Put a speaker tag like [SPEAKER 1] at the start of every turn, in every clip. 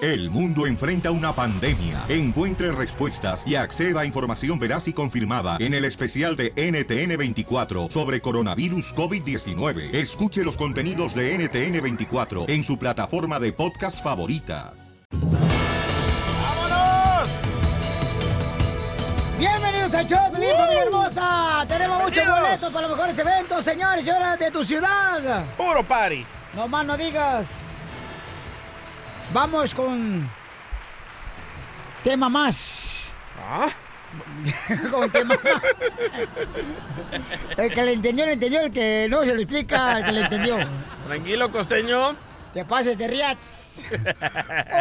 [SPEAKER 1] El mundo enfrenta una pandemia. Encuentre respuestas y acceda a información veraz y confirmada en el especial de NTN24 sobre coronavirus COVID-19. Escuche los contenidos de NTN24 en su plataforma de podcast favorita.
[SPEAKER 2] ¡Vámonos!
[SPEAKER 3] Bienvenidos al show, Pelín,
[SPEAKER 2] ¡Woo!
[SPEAKER 3] familia hermosa. Tenemos muchos
[SPEAKER 2] Bienvenidos.
[SPEAKER 3] boletos para los mejores eventos, señores y señoras de tu ciudad.
[SPEAKER 2] Puro party.
[SPEAKER 3] No más no digas. Vamos con tema más.
[SPEAKER 2] ¿Ah?
[SPEAKER 3] con tema más. El que le entendió, le entendió. El que no se lo explica, el que le entendió.
[SPEAKER 4] Tranquilo, costeño.
[SPEAKER 3] Te pases de riats.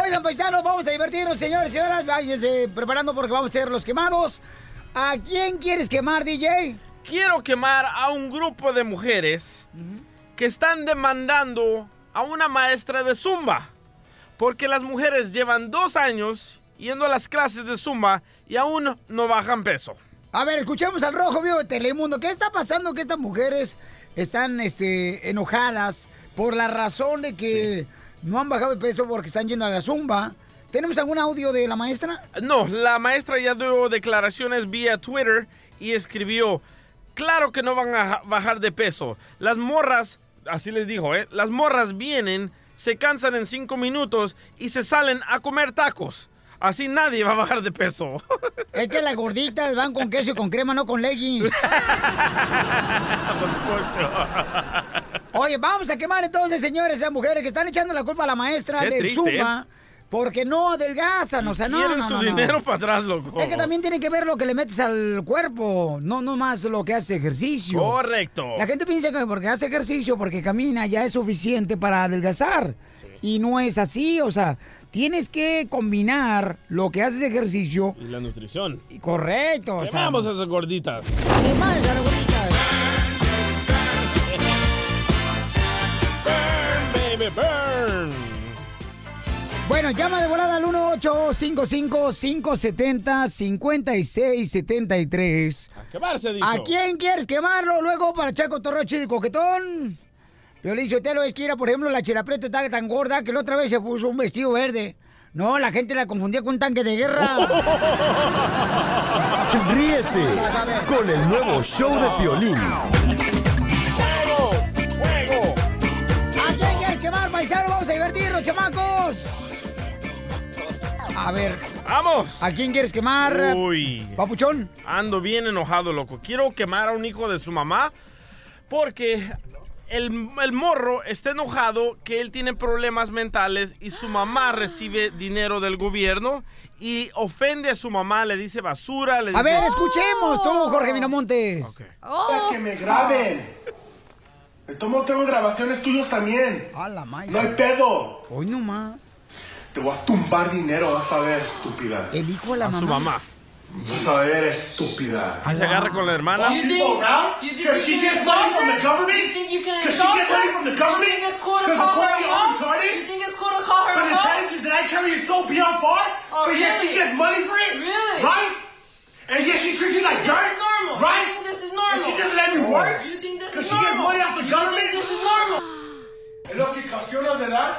[SPEAKER 3] Oigan, paisanos, vamos a divertirnos, señores y señoras. Váyanse preparando porque vamos a ser los quemados. ¿A quién quieres quemar, DJ?
[SPEAKER 4] Quiero quemar a un grupo de mujeres que están demandando a una maestra de zumba. Porque las mujeres llevan dos años yendo a las clases de zumba y aún no bajan peso.
[SPEAKER 3] A ver, escuchemos al Rojo Vivo de Telemundo. ¿Qué está pasando que estas mujeres están este, enojadas por la razón de que no han bajado de peso porque están yendo a la zumba? ¿Tenemos algún audio de la maestra?
[SPEAKER 4] No, la maestra ya dio declaraciones vía Twitter y escribió, claro que no van a ja- bajar de peso. Las morras, así les dijo, ¿eh? las morras vienen, se cansan en cinco minutos y se salen a comer tacos. Así nadie va a bajar de peso.
[SPEAKER 3] Es que las gorditas van con queso y con crema, no con leggings. Oye, vamos a quemar entonces, señores, a mujeres que están echando la culpa a la maestra
[SPEAKER 4] Qué
[SPEAKER 3] del
[SPEAKER 4] triste, ¿eh?
[SPEAKER 3] zumba porque no adelgazan, o sea, no,
[SPEAKER 4] Quieren
[SPEAKER 3] no,
[SPEAKER 4] su
[SPEAKER 3] no, no.
[SPEAKER 4] dinero para atrás, loco.
[SPEAKER 3] Es que también tiene que ver lo que le metes al cuerpo, no no más lo que hace ejercicio.
[SPEAKER 4] Correcto.
[SPEAKER 3] La gente piensa que porque hace ejercicio, porque camina, ya es suficiente para adelgazar. Y no es así, o sea, tienes que combinar lo que haces ejercicio.
[SPEAKER 4] Y la nutrición.
[SPEAKER 3] y- Correcto, o sea.
[SPEAKER 4] Quemamos a esas gorditas.
[SPEAKER 3] quemales a las gorditas.
[SPEAKER 4] Baby burn.
[SPEAKER 3] Bueno, llama de volada al 1-855-570-5673.
[SPEAKER 4] Quemarse, dijo.
[SPEAKER 3] ¿A quién quieres quemarlo luego para echar cotorreo chido y coquetón? Violín Sotelo es que era, por ejemplo, la chirapreta está tan gorda que la otra vez se puso un vestido verde. No, la gente la confundía con un tanque de guerra.
[SPEAKER 5] Ríete con el nuevo show de Piolín.
[SPEAKER 3] ¿A quién quieres quemar, paisano? Vamos a divertirnos, chamacos. A ver.
[SPEAKER 4] ¡Vamos!
[SPEAKER 3] ¿A quién quieres quemar?
[SPEAKER 4] Uy.
[SPEAKER 3] Papuchón.
[SPEAKER 4] Ando bien enojado, loco. Quiero quemar a un hijo de su mamá porque el, el morro está enojado que él tiene problemas mentales y su mamá recibe dinero del gobierno y ofende a su mamá, le dice basura, le dice...
[SPEAKER 3] A
[SPEAKER 4] ¡Oh!
[SPEAKER 3] ver, escuchemos tú, Jorge Miramontes.
[SPEAKER 6] Para que me graben. De todos modos, tengo grabaciones tuyos también.
[SPEAKER 3] A la madre.
[SPEAKER 6] No hay pedo.
[SPEAKER 3] Hoy nomás.
[SPEAKER 6] Te voy a tumbar dinero, vas a ver, estúpida.
[SPEAKER 3] El hijo de la
[SPEAKER 4] Su mamá.
[SPEAKER 6] Vas a ver, estúpida.
[SPEAKER 4] Y se agarra con la hermana.
[SPEAKER 6] You think- you think Because she gets money from the government?
[SPEAKER 7] You think you can
[SPEAKER 6] Because
[SPEAKER 7] insult
[SPEAKER 6] she gets
[SPEAKER 7] her?
[SPEAKER 6] money from the government?
[SPEAKER 7] You think it's cool to
[SPEAKER 6] Because
[SPEAKER 7] call her
[SPEAKER 6] the party
[SPEAKER 7] a
[SPEAKER 6] all
[SPEAKER 7] hoe?
[SPEAKER 6] retarded?
[SPEAKER 7] You think it's cool to call her
[SPEAKER 6] For
[SPEAKER 7] a
[SPEAKER 6] the
[SPEAKER 7] hoe?
[SPEAKER 6] tensions that I carry is so beyond far,
[SPEAKER 7] Oh,
[SPEAKER 6] but yet she
[SPEAKER 7] really?
[SPEAKER 6] gets money for it?
[SPEAKER 7] Really?
[SPEAKER 6] Right? And yet she treats me like
[SPEAKER 7] This
[SPEAKER 6] dirt?
[SPEAKER 7] is normal.
[SPEAKER 6] Right?
[SPEAKER 7] You think this is
[SPEAKER 6] And
[SPEAKER 7] normal?
[SPEAKER 6] she doesn't let me
[SPEAKER 8] Oh.
[SPEAKER 6] work?
[SPEAKER 7] You think this
[SPEAKER 6] Because
[SPEAKER 7] is
[SPEAKER 6] she gets
[SPEAKER 7] normal?
[SPEAKER 6] money off the
[SPEAKER 7] You
[SPEAKER 6] government?
[SPEAKER 7] think this is normal?
[SPEAKER 6] Es lo que ocasiona, ¿verdad?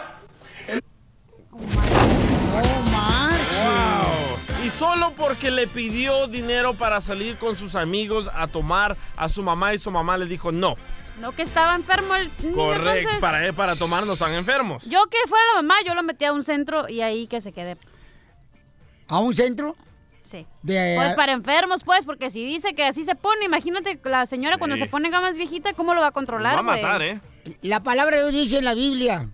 [SPEAKER 3] No marches.
[SPEAKER 4] Wow. Y solo porque le pidió dinero para salir con sus amigos a tomar a su mamá y su mamá le dijo no.
[SPEAKER 9] No, que estaba enfermo el niño.
[SPEAKER 4] Correcto,
[SPEAKER 9] entonces,
[SPEAKER 4] para, eh, para tomar no están enfermos.
[SPEAKER 9] Yo que fuera la mamá, yo lo metí a un centro y ahí que se quede.
[SPEAKER 3] ¿A un centro?
[SPEAKER 9] Sí.
[SPEAKER 3] De,
[SPEAKER 9] Pues para enfermos, pues, porque si dice que así se pone, imagínate la señora
[SPEAKER 4] Sí.
[SPEAKER 9] cuando se pone más viejita, ¿cómo lo va a
[SPEAKER 4] Los va
[SPEAKER 9] controlar,
[SPEAKER 4] a
[SPEAKER 9] güey?
[SPEAKER 4] matar, ¿eh?
[SPEAKER 3] La palabra de Dios dice en la Biblia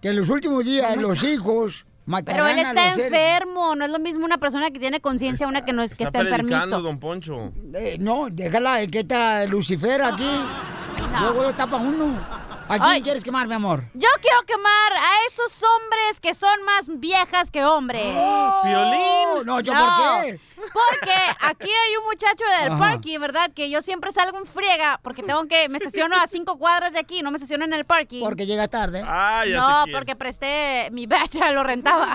[SPEAKER 3] que en los últimos días los hijos
[SPEAKER 9] Pero
[SPEAKER 3] matarán
[SPEAKER 9] él
[SPEAKER 3] a
[SPEAKER 9] está
[SPEAKER 3] los seres-
[SPEAKER 9] enfermo, no es lo mismo una persona que tiene conciencia a una que no es que está,
[SPEAKER 4] Está predicando,
[SPEAKER 9] enfermito.
[SPEAKER 4] don Poncho.
[SPEAKER 3] Eh, no, déjala, eh, que está Lucifer aquí. Luego lo tapa uno. ¿A quién
[SPEAKER 9] Ay.
[SPEAKER 3] quieres quemar, mi amor?
[SPEAKER 9] Yo quiero quemar a esos hombres que son más viejas que hombres.
[SPEAKER 4] Violín.
[SPEAKER 3] Oh, No, ¿yo
[SPEAKER 9] No.
[SPEAKER 3] por qué?
[SPEAKER 9] Porque aquí hay un muchacho del
[SPEAKER 2] Ajá.
[SPEAKER 9] parque, ¿verdad? Que yo siempre salgo en friega porque tengo que, me sesiono a cinco cuadras de aquí, no me sesiono en el parque. Porque
[SPEAKER 3] llega tarde.
[SPEAKER 4] Ah, ya sé
[SPEAKER 9] no,
[SPEAKER 4] quién.
[SPEAKER 9] porque presté mi bacha, lo rentaba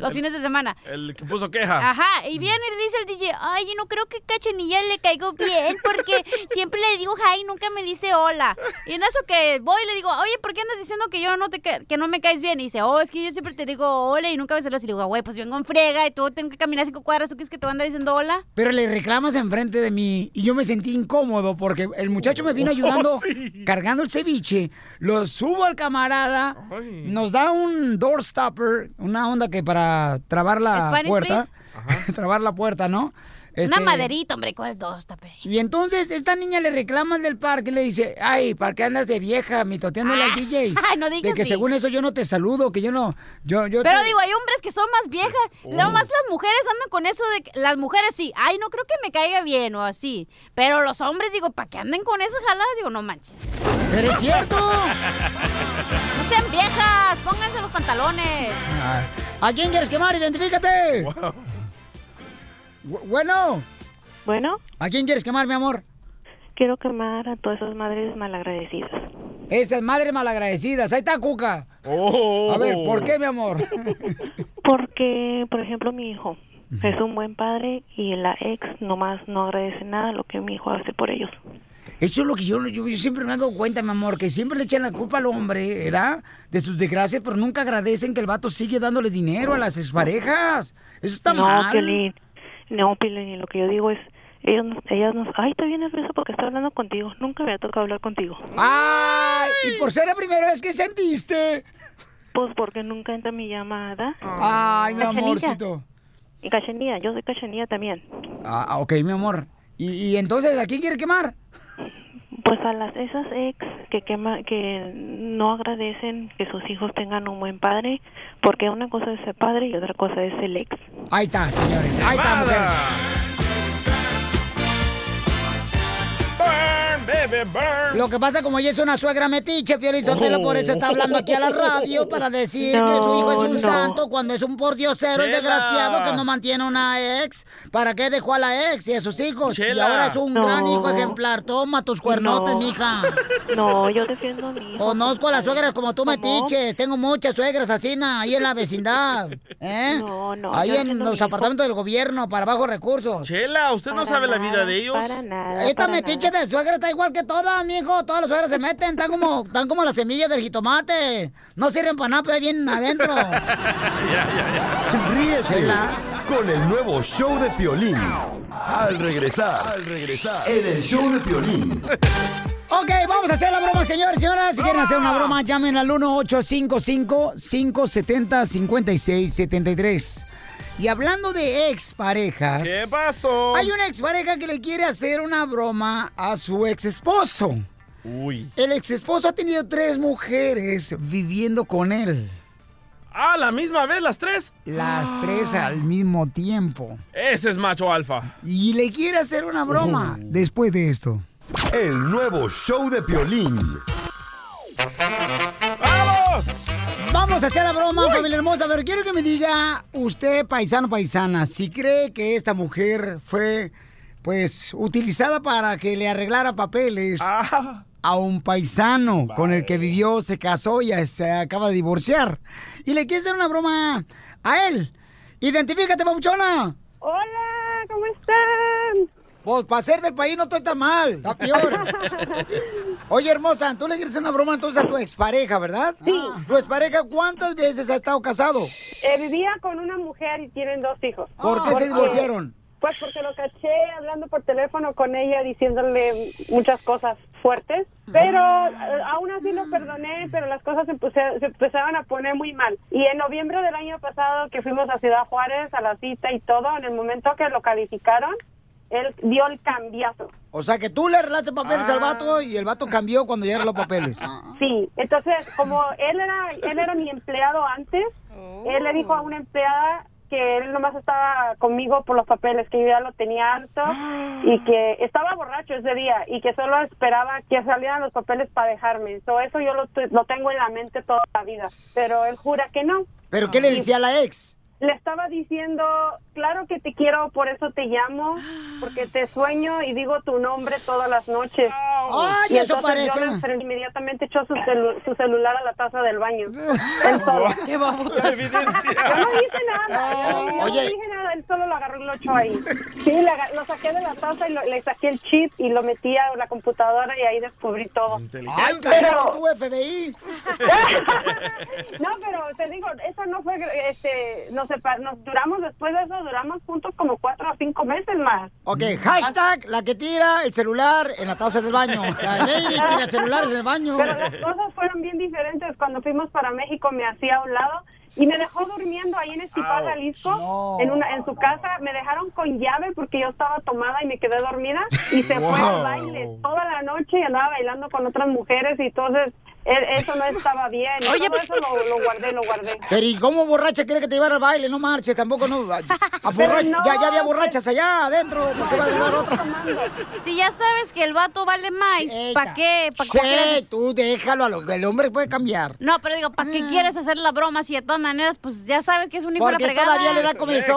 [SPEAKER 9] los fines de semana.
[SPEAKER 4] El que puso queja.
[SPEAKER 9] Ajá, y viene y dice el DJ, ay, no creo que Cachanilla le caigo bien porque siempre le digo hi, nunca me dice hola. Y en eso que voy le digo, oye, ¿por qué andas diciendo que yo no te ca- que no me caes bien? Y dice, oh, es que yo siempre te digo hola y nunca me saludas. Y le digo, güey, pues vengo en frega y tú tengo que caminar cinco cuadras, ¿tú crees que te van a andar diciendo hola?
[SPEAKER 3] Pero le reclamas enfrente de mí y yo me sentí incómodo porque el muchacho me vino ayudando,
[SPEAKER 9] Oh, sí.
[SPEAKER 3] cargando el ceviche, lo subo al camarada,
[SPEAKER 4] Ay.
[SPEAKER 3] nos da un door stopper, una onda que para trabar la
[SPEAKER 9] Spanish,
[SPEAKER 3] puerta, trabar la puerta, ¿no?
[SPEAKER 9] Una
[SPEAKER 3] Este,
[SPEAKER 9] maderita, hombre, ¿cuál dos? Tape?
[SPEAKER 3] Y entonces esta niña le reclama al del parque y le dice, ay, ¿para qué andas de vieja mitoteándole al DJ?
[SPEAKER 9] Ah. ay, no digas
[SPEAKER 3] De que
[SPEAKER 9] sí.
[SPEAKER 3] según eso yo no te saludo, que yo no, yo, yo
[SPEAKER 9] Pero
[SPEAKER 3] te-
[SPEAKER 9] digo, hay hombres que son más viejas.
[SPEAKER 3] Oh.
[SPEAKER 9] No más las mujeres andan con eso de que las mujeres sí. Ay, no creo que me caiga bien o así. Pero los hombres, digo, ¿para qué anden con esas jaladas? Digo, no manches.
[SPEAKER 3] Pero es cierto.
[SPEAKER 9] No sean viejas, pónganse los pantalones.
[SPEAKER 3] Ah, ¿A quién quieres quemar? Identifícate. Bu- Bueno.
[SPEAKER 7] Bueno.
[SPEAKER 3] ¿A quién quieres quemar, mi amor?
[SPEAKER 7] Quiero quemar a todas esas madres malagradecidas.
[SPEAKER 3] Estas madres malagradecidas. Ahí está Cuca.
[SPEAKER 7] Oh.
[SPEAKER 3] A ver, ¿por qué, mi amor?
[SPEAKER 7] Porque, por ejemplo, mi hijo es un buen padre y la ex nomás no agradece nada lo que mi hijo hace por ellos.
[SPEAKER 3] Eso es lo que yo, yo, yo siempre me he dado cuenta, mi amor, que siempre le echan la culpa al hombre, ¿verdad? De sus desgracias, pero nunca agradecen que el vato sigue dándole dinero a las exparejas. Eso está
[SPEAKER 7] no,
[SPEAKER 3] mal.
[SPEAKER 7] Piolín. No, Piolín, y lo que yo digo es, ellos, nos- ellas nos... Ay, te vienes nerviosa porque estoy hablando contigo. Nunca me ha tocado hablar contigo.
[SPEAKER 3] ¡Ay! ¿Y por ser la primera vez que sentiste?
[SPEAKER 7] Pues porque nunca entra mi llamada.
[SPEAKER 3] Ay, mi
[SPEAKER 7] Cachanilla.
[SPEAKER 3] amorcito.
[SPEAKER 7] Y Cachanilla, yo soy Cachanilla también.
[SPEAKER 3] Ah, ah, ok, mi amor. ¿Y, y entonces a quién quiere quemar?
[SPEAKER 7] Pues a las esas ex que quema, que no agradecen que sus hijos tengan un buen padre, porque una cosa es el padre y otra cosa es el ex.
[SPEAKER 3] Ahí está, señores. Ahí está, mujeres.
[SPEAKER 4] Burn, baby, burn.
[SPEAKER 3] Lo que pasa, como ella es una suegra metiche, Piorizotelo, por eso está hablando aquí a la radio para decir que su hijo es un
[SPEAKER 7] No, no.
[SPEAKER 3] santo cuando es un pordiosero, el
[SPEAKER 7] Chela.
[SPEAKER 3] desgraciado que no mantiene una ex. ¿Para qué dejó a la ex y a sus hijos? Y
[SPEAKER 7] Chela.
[SPEAKER 3] ahora es un gran
[SPEAKER 7] No.
[SPEAKER 3] hijo ejemplar. Toma tus cuernotes,
[SPEAKER 7] No.
[SPEAKER 3] mija.
[SPEAKER 7] No, yo defiendo a mi hijo.
[SPEAKER 3] Conozco a las suegras como tú, metiches. Tengo muchas suegras así, na, ahí en la vecindad. ¿eh?
[SPEAKER 7] No, no,
[SPEAKER 3] Ahí
[SPEAKER 7] yo
[SPEAKER 3] en
[SPEAKER 7] entiendo a mi
[SPEAKER 3] los
[SPEAKER 7] hijo.
[SPEAKER 3] apartamentos del gobierno para bajos recursos.
[SPEAKER 4] Chela, usted no
[SPEAKER 3] Para
[SPEAKER 4] sabe la
[SPEAKER 3] nada,
[SPEAKER 4] vida de ellos.
[SPEAKER 3] para Esta metiche de suegra está igual que todas, mijo. Todas las suegras se meten, están como, están como las semillas del jitomate. No sirven para nada, pero ahí vienen adentro.
[SPEAKER 5] Ríete
[SPEAKER 3] Chela.
[SPEAKER 5] con el nuevo show de Piolín. Al regresar, al regresar, en el show de Piolín.
[SPEAKER 3] Ok, vamos a hacer la broma, señores y señoras. Si quieren hacer una broma, llamen al 1-855-570-5673. Y hablando de exparejas.
[SPEAKER 4] ¿Qué pasó?
[SPEAKER 3] Hay una expareja que le quiere hacer una broma a su ex esposo.
[SPEAKER 4] Uy.
[SPEAKER 3] El ex esposo ha tenido tres mujeres viviendo con él.
[SPEAKER 4] Ah, la misma vez, las tres. Ah.
[SPEAKER 3] Las tres al mismo tiempo.
[SPEAKER 4] Ese es macho alfa.
[SPEAKER 3] Y le quiere hacer una broma después de esto.
[SPEAKER 5] El nuevo show de Piolín.
[SPEAKER 4] ¡Vamos!
[SPEAKER 3] Vamos a hacer la broma,
[SPEAKER 5] Uy.
[SPEAKER 3] familia hermosa. Pero quiero que me diga usted, paisano, paisana, si cree que esta mujer fue, pues, utilizada para que le arreglara papeles a un paisano con el que vivió, se casó y ya se acaba de divorciar. Y le quiere hacer una broma a él. Identifícate, papuchona.
[SPEAKER 8] Hola, Ah, ¿cómo están?
[SPEAKER 3] Pues, para ser del país no estoy tan mal, está peor. Oye, hermosa, tú le quieres hacer una broma entonces a tu expareja, ¿verdad? Sí. ¿Tu expareja cuántas veces ha estado casado?
[SPEAKER 8] Eh, vivía con una mujer y tienen dos hijos.
[SPEAKER 3] ¿Por qué se divorciaron?
[SPEAKER 8] Pues porque lo caché hablando por teléfono con ella, diciéndole muchas cosas fuertes. Pero eh, aún así lo perdoné, pero las cosas se, empuse- se empezaban a poner muy mal. Y en noviembre del año pasado, que fuimos a Ciudad Juárez a la cita y todo, en el momento que lo calificaron, él dio el cambiazo.
[SPEAKER 3] O sea, que tú le arreglaste papeles al vato y el vato cambió cuando ya arregló papeles.
[SPEAKER 8] Sí, entonces como él era él era mi empleado antes, él le dijo a una empleada que él nomás estaba conmigo por los papeles, que yo ya lo tenía harto y que estaba borracho ese día y que solo esperaba que salieran los papeles para dejarme. So, eso yo lo, tu- lo tengo en la mente toda la vida, pero él jura que no.
[SPEAKER 3] ¿Pero qué le decía la ex?
[SPEAKER 8] le estaba diciendo, claro que te quiero, por eso te llamo, porque te sueño y digo tu nombre todas las noches.
[SPEAKER 3] Ay,
[SPEAKER 8] y
[SPEAKER 3] eso
[SPEAKER 8] entonces
[SPEAKER 3] parece.
[SPEAKER 8] yo me enfermé, inmediatamente echó su, celu- su celular a la taza del baño. Entonces,
[SPEAKER 9] Qué babotas.
[SPEAKER 8] yo no hice nada. yo no- yo
[SPEAKER 3] Ah. Oye.
[SPEAKER 8] no dije nada, él solo lo agarró y lo echó ahí. Sí, le aga- lo saqué de la taza y lo- le saqué el chip y lo metí a la computadora y ahí descubrí todo.
[SPEAKER 3] Ay,
[SPEAKER 8] Pero-
[SPEAKER 3] carajo, tu FBI.
[SPEAKER 8] No, pero te digo, eso no fue, este, nos, sepa- nos duramos después de eso, duramos juntos como cuatro o cinco meses más.
[SPEAKER 3] Ok, hashtag la que tira el celular en la taza del baño. La lady tira celulares en el baño.
[SPEAKER 8] Pero las cosas fueron bien diferentes. Cuando fuimos para México me hacía a un lado y me dejó durmiendo ahí en Estipal,
[SPEAKER 4] Ouch.
[SPEAKER 8] Jalisco,
[SPEAKER 3] No.
[SPEAKER 8] en, una, en su casa. Me dejaron con llave porque yo estaba tomada y me quedé dormida y se fue
[SPEAKER 4] Wow.
[SPEAKER 8] al baile toda la noche y andaba bailando con otras mujeres y entonces e- eso no estaba bien. Oye, todo eso lo, lo guardé, lo guardé.
[SPEAKER 3] Pero ¿y cómo borracha quiere que te llevara al baile? No marches, tampoco no. A, a borracha-
[SPEAKER 8] no,
[SPEAKER 3] ya, ya había borrachas allá adentro, ¿por qué va a llevar otra?
[SPEAKER 9] Si ya sabes que el vato vale más, ¿para qué? ¿Para qué
[SPEAKER 3] Sí,
[SPEAKER 9] quieres?
[SPEAKER 3] tú déjalo, a lo, el hombre puede cambiar.
[SPEAKER 9] No, pero digo, ¿para qué quieres hacer la broma si de todas maneras, pues ya sabes que es un hijo de la
[SPEAKER 3] Mm. Porque
[SPEAKER 9] fregada?
[SPEAKER 3] todavía le da comezón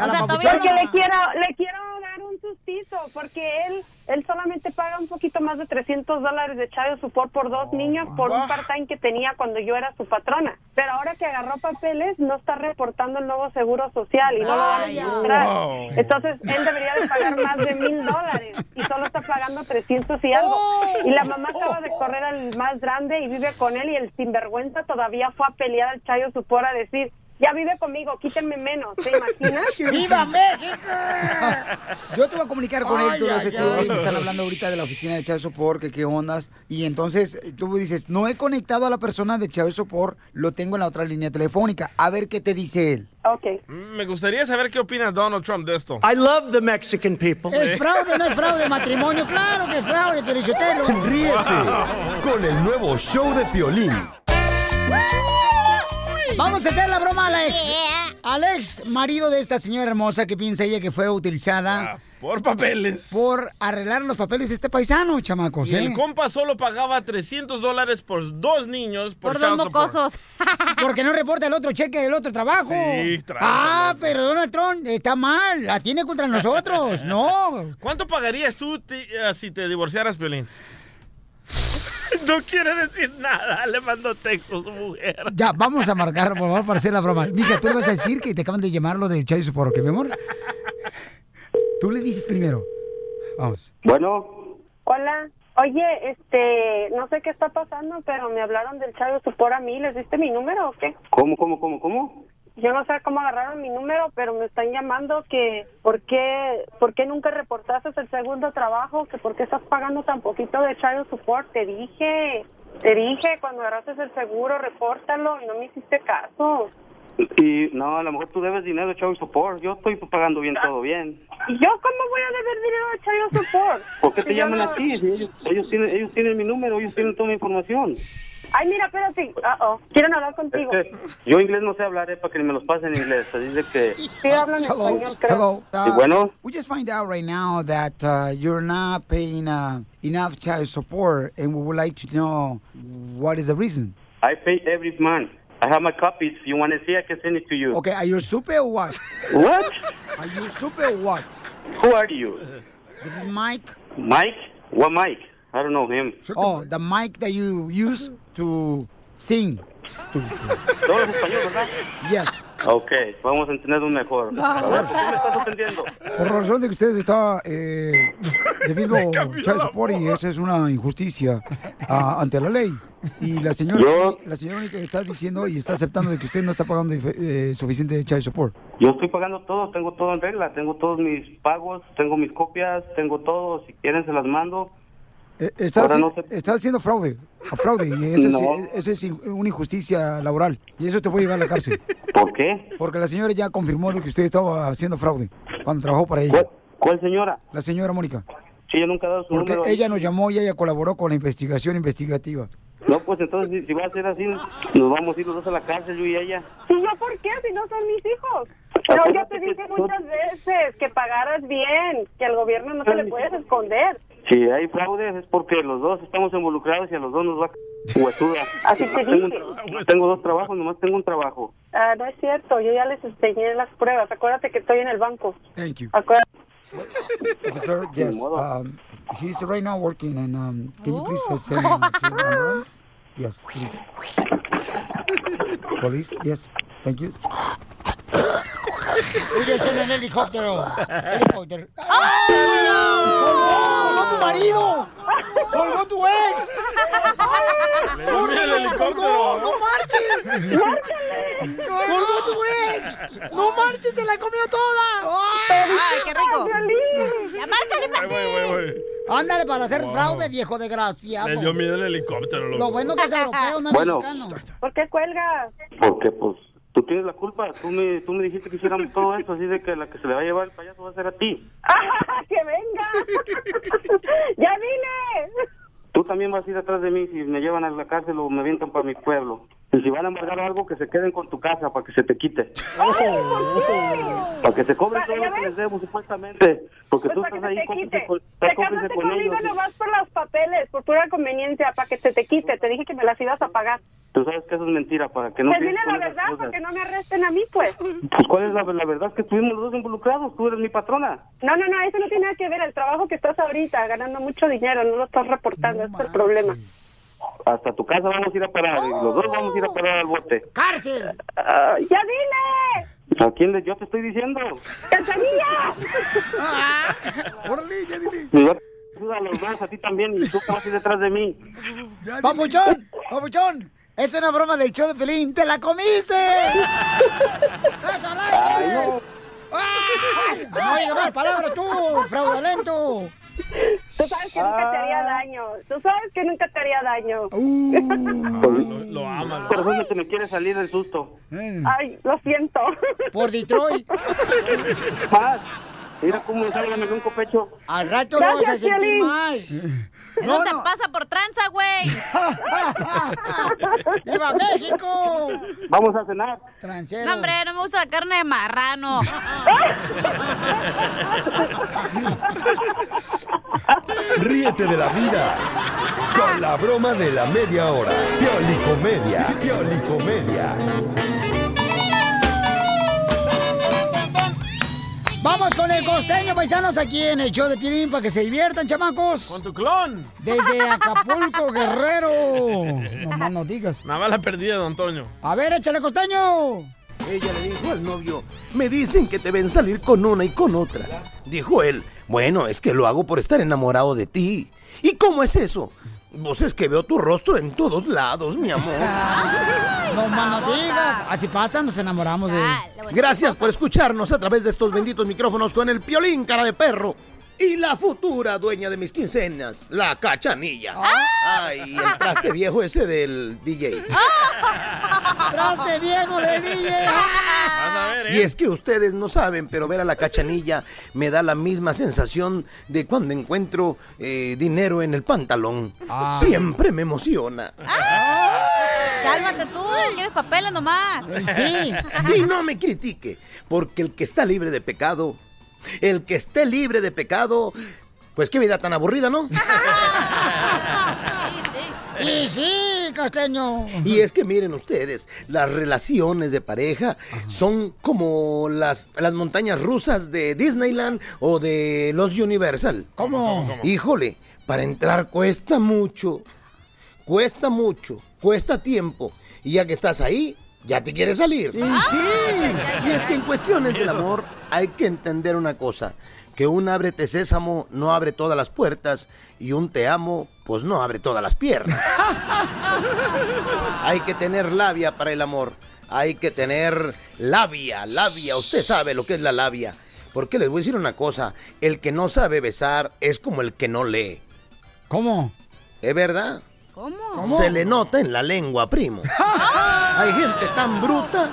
[SPEAKER 3] a
[SPEAKER 9] O
[SPEAKER 3] la
[SPEAKER 9] sea,
[SPEAKER 3] papuchona.
[SPEAKER 8] Porque le quiero, le quiero dar un sustito, porque él, él solamente paga un poquito más de 300 dólares de child support por dos niños por un part-time que tenía cuando yo era su patrona. Pero ahora que agarró papeles, no está reportando el nuevo seguro social y no lo van a
[SPEAKER 9] Ay,
[SPEAKER 8] registrar.
[SPEAKER 4] wow.
[SPEAKER 8] Entonces, él debería de pagar más de mil dólares y solo está pagando 300 y algo. Y la mamá acaba de correr al más grande y vive con él y el sinvergüenza todavía fue a pelear al child support a decir... Ya vive conmigo, quítenme menos, ¿te imaginas?
[SPEAKER 3] ¡Viva México! Yo te voy a comunicar con él,
[SPEAKER 9] Ay,
[SPEAKER 3] tú lo has
[SPEAKER 9] ay,
[SPEAKER 3] hecho,
[SPEAKER 9] ay.
[SPEAKER 3] y me están hablando ahorita de la oficina de Chávez Sopor, que qué ondas. Y entonces tú dices, no he conectado a la persona de Chávez Sopor, lo tengo en la otra línea telefónica. A ver qué te dice él.
[SPEAKER 8] Ok.
[SPEAKER 4] Mm, Me gustaría saber qué opina Donald Trump de esto.
[SPEAKER 2] I love the Mexican people.
[SPEAKER 3] ¿Es fraude no es fraude? ¿Matrimonio? Claro que es fraude, pero yo te lo...
[SPEAKER 5] Ríete con el nuevo show de Piolín.
[SPEAKER 3] Vamos a hacer la broma a Alex. Alex, marido de esta señora hermosa que piensa ella que fue utilizada
[SPEAKER 4] Ah, por papeles.
[SPEAKER 3] por arreglar los papeles de este paisano, chamacos.
[SPEAKER 4] Y
[SPEAKER 3] ¿eh?
[SPEAKER 4] el compa solo pagaba 300 dólares por dos niños por,
[SPEAKER 9] Por dos
[SPEAKER 4] child support.
[SPEAKER 9] mocosos.
[SPEAKER 3] Porque no reporta el otro cheque del otro trabajo.
[SPEAKER 4] Sí, trae
[SPEAKER 3] ah,
[SPEAKER 4] problema.
[SPEAKER 3] pero Donald Trump está mal. La tiene contra nosotros. No.
[SPEAKER 4] ¿Cuánto pagarías tú ti- eh, si te divorciaras, Violín? no quiere decir nada. Le mando texto a su mujer.
[SPEAKER 3] Ya, vamos a marcar, por favor, para hacer la broma. Mija, tú le vas a decir que te acaban de llamar lo del Chai Support, ¿ok, mi amor? Tú le dices primero. Vamos.
[SPEAKER 10] Bueno,
[SPEAKER 8] Hola. Oye, este, no sé qué está pasando, pero me hablaron del Chayo Supor a mí. ¿Les diste mi número o qué?
[SPEAKER 10] ¿cómo, cómo, cómo, cómo?
[SPEAKER 8] Yo no sé cómo agarraron mi número, pero me están llamando que por qué, por qué nunca reportaste el segundo trabajo, que por qué estás pagando tan poquito de Chayo Support. Te dije, te dije, cuando agarraste el seguro, repórtalo y no me hiciste caso.
[SPEAKER 10] Y no, a lo mejor tú debes dinero, chavo, y support. Yo estoy pagando bien, todo bien.
[SPEAKER 8] ¿Y yo cómo voy a deber dinero de Chayo Support?
[SPEAKER 10] ¿Por qué te
[SPEAKER 8] Si yo
[SPEAKER 10] llaman
[SPEAKER 8] no-
[SPEAKER 10] a ti? Si Ellos, ellos tienen, ellos tienen mi número, ellos tienen toda mi información.
[SPEAKER 8] Ay, mira, espérate. Ah, oh, quieren hablar contigo.
[SPEAKER 10] Es que yo inglés no sé hablar, eh, para que me los pasen en inglés. Así de que...
[SPEAKER 8] Sí, hablan español,
[SPEAKER 3] Ah, Hello.
[SPEAKER 8] creo.
[SPEAKER 3] Hello. Uh,
[SPEAKER 10] Y bueno,
[SPEAKER 3] We just find out right now that uh, you're not paying uh, enough child support, and we would like to know what is the reason.
[SPEAKER 10] I pay every month. I have my copies. If you want to see, I can send it to you.
[SPEAKER 3] Okay, are you stupid or what?
[SPEAKER 10] What?
[SPEAKER 3] Are you stupid or what?
[SPEAKER 10] Who are you?
[SPEAKER 3] This is Mike.
[SPEAKER 10] Mike? What Mike? I don't know him.
[SPEAKER 3] Oh, the mic that you use to sing.
[SPEAKER 10] Todo es español, ¿verdad?
[SPEAKER 3] Yes.
[SPEAKER 10] Ok, vamos a entenderlo mejor. A ver, ¿por qué me estás ofendiendo?
[SPEAKER 3] Por razón de que ustedes está eh, debido child support y esa es una injusticia ah, ante la ley. Y la señora,
[SPEAKER 10] Yo-
[SPEAKER 3] la señora única que está diciendo y está aceptando de que usted no está pagando dif- eh, suficiente child support.
[SPEAKER 10] Yo estoy pagando todo, tengo todo en regla, tengo todos mis pagos, tengo mis copias, tengo todo, si quieren se las mando.
[SPEAKER 3] Eh, Está,
[SPEAKER 10] Ahora
[SPEAKER 3] haci-
[SPEAKER 10] no se-
[SPEAKER 3] está haciendo fraude, a fraude, y eso,
[SPEAKER 10] No.
[SPEAKER 3] es, eso es in- una injusticia laboral, y eso te puede llevar a la cárcel,
[SPEAKER 10] ¿Por qué?
[SPEAKER 3] porque la señora ya confirmó de que usted estaba haciendo fraude cuando trabajó para ella,
[SPEAKER 10] ¿Cuál, cuál señora?
[SPEAKER 3] la señora Mónica,
[SPEAKER 10] Sí, yo nunca he dado su
[SPEAKER 3] porque
[SPEAKER 10] número. ahí.
[SPEAKER 3] ella nos llamó y ella colaboró con la investigación investigativa.
[SPEAKER 10] No, pues entonces si, si va a ser así, nos vamos a ir los dos a la cárcel, yo y ella.
[SPEAKER 8] ¿Y yo por qué? Si no son mis hijos. Pero yo te
[SPEAKER 10] Acuérdate
[SPEAKER 8] dije
[SPEAKER 10] que tú-
[SPEAKER 8] muchas veces que pagaras bien, que al gobierno no te le puedes esconder.
[SPEAKER 10] Si hay fraudes es porque los dos estamos involucrados y a los dos nos va a... c- Huesuda.
[SPEAKER 8] Así te
[SPEAKER 10] Tengo un
[SPEAKER 8] dije.
[SPEAKER 10] tra- Tengo dos trabajos, nomás tengo un trabajo.
[SPEAKER 8] Ah, no es cierto, yo ya les enseñé las pruebas. Acuérdate que estoy en el banco.
[SPEAKER 3] Thank you.
[SPEAKER 8] Acuérdate.
[SPEAKER 3] Officer, yes. Um, he's right now working, and um, can you please
[SPEAKER 11] Oh.
[SPEAKER 3] uh, send him to ambulance? Yes, please. Police, yes. Thank you.
[SPEAKER 11] Ellos en el helicóptero. Helicóptero.
[SPEAKER 3] ¡Colgó tu marido! ¡Colgó tu ex!
[SPEAKER 11] Le
[SPEAKER 3] ¡Colgó,
[SPEAKER 11] llamé al helicóptero,
[SPEAKER 3] colgó! ¡No
[SPEAKER 11] ¿no?
[SPEAKER 3] marches! ¡Colgó tu ex! ¡No marches! ¡Te la comió toda!
[SPEAKER 9] ¡Ay, qué rico!
[SPEAKER 3] ¡Ya márcale,
[SPEAKER 4] Ay, güey, güey, güey.
[SPEAKER 3] Ándale para hacer
[SPEAKER 4] Wow.
[SPEAKER 3] fraude, viejo desgraciado.
[SPEAKER 4] Les dio miedo el helicóptero, loco.
[SPEAKER 3] pues. Lo bueno que es europeo, no es
[SPEAKER 12] Bueno.
[SPEAKER 3] mexicano.
[SPEAKER 8] ¿Por qué cuelga?
[SPEAKER 12] Porque pues tú tienes la culpa, tú me, tú me dijiste que hiciéramos todo eso, así de que la que se le va a llevar el payaso va a ser a ti.
[SPEAKER 8] ¡Que venga! ¡Ya vine!
[SPEAKER 12] Tú también vas a ir atrás de mí si me llevan a la cárcel o me avientan para mi pueblo. Y si van a embargar algo, que se queden con tu casa para que se te quite. Para que se cobren todo lo que les debo, supuestamente. Porque
[SPEAKER 8] Pues
[SPEAKER 12] tú estás
[SPEAKER 8] para que se
[SPEAKER 12] ahí
[SPEAKER 8] te
[SPEAKER 12] cómplice
[SPEAKER 8] quite.
[SPEAKER 12] con,
[SPEAKER 8] Te
[SPEAKER 12] estás cómplice
[SPEAKER 8] casaste
[SPEAKER 12] con
[SPEAKER 8] conmigo
[SPEAKER 12] ellos.
[SPEAKER 8] nomás por los papeles, por pura conveniencia, para que se te quite. Te dije que me las ibas a pagar.
[SPEAKER 12] Tú sabes que eso es mentira, para que no
[SPEAKER 8] Pues
[SPEAKER 12] sigas
[SPEAKER 8] dile
[SPEAKER 12] con
[SPEAKER 8] la
[SPEAKER 12] esas
[SPEAKER 8] verdad,
[SPEAKER 12] cosas.
[SPEAKER 8] para que no me arresten a mí, pues.
[SPEAKER 12] Pues, ¿Cuál es la, la verdad? Es que estuvimos los dos involucrados, tú eres mi patrona.
[SPEAKER 8] No, no, no, eso no tiene nada que ver. El trabajo que estás ahorita, ganando mucho dinero, no lo estás reportando, ese es el problema.
[SPEAKER 12] Hasta tu casa vamos a ir a parar, y los dos vamos a ir a parar al bote.
[SPEAKER 8] ¡Cárcel! ¡Ya dile!
[SPEAKER 12] ¿A quién le, yo te estoy diciendo?
[SPEAKER 8] ¡Cachanilla!
[SPEAKER 3] ¡Órale, ya dile!
[SPEAKER 12] Y yo te ayudo a los dos, a ti también, y tú vas a ir detrás de mí.
[SPEAKER 3] ¡Papuchón! ¡Papuchón! ¡Es una broma del show de Pelín! ¡Te la comiste! ¡Ay, no!
[SPEAKER 11] Ah.
[SPEAKER 3] ¡Ay! ¡No digas más palabras tú, fraudulento!
[SPEAKER 8] Tú sabes que nunca te
[SPEAKER 12] Ah.
[SPEAKER 8] haría daño. Tú sabes que nunca te haría daño.
[SPEAKER 3] Uh,
[SPEAKER 12] lo, aman. Por eso se me quiere salir del susto.
[SPEAKER 8] Ay, lo siento.
[SPEAKER 3] Por Detroit.
[SPEAKER 12] Más. Ah, Mira cómo me sale la melenco pecho.
[SPEAKER 3] Al rato lo vas a sentir más.
[SPEAKER 9] Eso te pasa por tranza, güey.
[SPEAKER 3] ¡Viva México!
[SPEAKER 12] Vamos a cenar.
[SPEAKER 3] Tranchero.
[SPEAKER 9] No, hombre, no me gusta la carne de marrano.
[SPEAKER 5] Ríete de la vida con la broma de la media hora. Piolicomedia. Piolicomedia.
[SPEAKER 3] Vamos con el costeño, paisanos, aquí en el show de Pirín para que se diviertan, chamacos. Con
[SPEAKER 4] tu clon.
[SPEAKER 3] Desde Acapulco, Guerrero. No más no digas.
[SPEAKER 4] Nada más la perdida, don Antonio.
[SPEAKER 3] A ver, échale costeño.
[SPEAKER 13] Ella le dijo al novio, me dicen que te ven salir con una y con otra. Dijo él, bueno, es que lo hago por estar enamorado de ti. ¿Y cómo es eso? Pues es que veo tu rostro en todos lados, mi amor.
[SPEAKER 3] No más no digas. Así pasa, nos enamoramos de.
[SPEAKER 13] Gracias por escucharnos a través de estos benditos micrófonos con el piolín cara de perro. Y la futura dueña de mis quincenas, la cachanilla.
[SPEAKER 11] Ah.
[SPEAKER 13] Ay, el traste viejo ese del DJ.
[SPEAKER 3] ¡Traste viejo de DJ!
[SPEAKER 13] Y es que ustedes no saben, pero ver a la cachanilla me da la misma sensación de cuando encuentro eh, dinero en el pantalón. Siempre me emociona.
[SPEAKER 9] Cálmate tú, quieres papeles nomás.
[SPEAKER 13] Y no me critique, porque el que está libre de pecado, el que esté libre de pecado, pues qué vida tan aburrida, ¿no?
[SPEAKER 3] Y sí, costeño.
[SPEAKER 13] Y es que miren ustedes, las relaciones de pareja son como las, las montañas rusas de Disneyland o de los Universal.
[SPEAKER 3] ¿Cómo?
[SPEAKER 13] Híjole, para entrar cuesta mucho. Cuesta mucho, cuesta tiempo. Y ya que estás ahí, ya te quieres salir.
[SPEAKER 3] Y sí.
[SPEAKER 13] Y es que en cuestiones del amor hay que entender una cosa. Que un ábrete sésamo no abre todas las puertas y un te amo pues no abre todas las piernas. Hay que tener labia para el amor. Hay que tener labia, labia. Usted sabe lo que es la labia. Porque les voy a decir una cosa. El que no sabe besar es como el que no lee.
[SPEAKER 3] ¿Cómo?
[SPEAKER 13] ¿Es verdad?
[SPEAKER 9] ¿Cómo?
[SPEAKER 13] Se le nota en la lengua, primo. Hay gente tan bruta.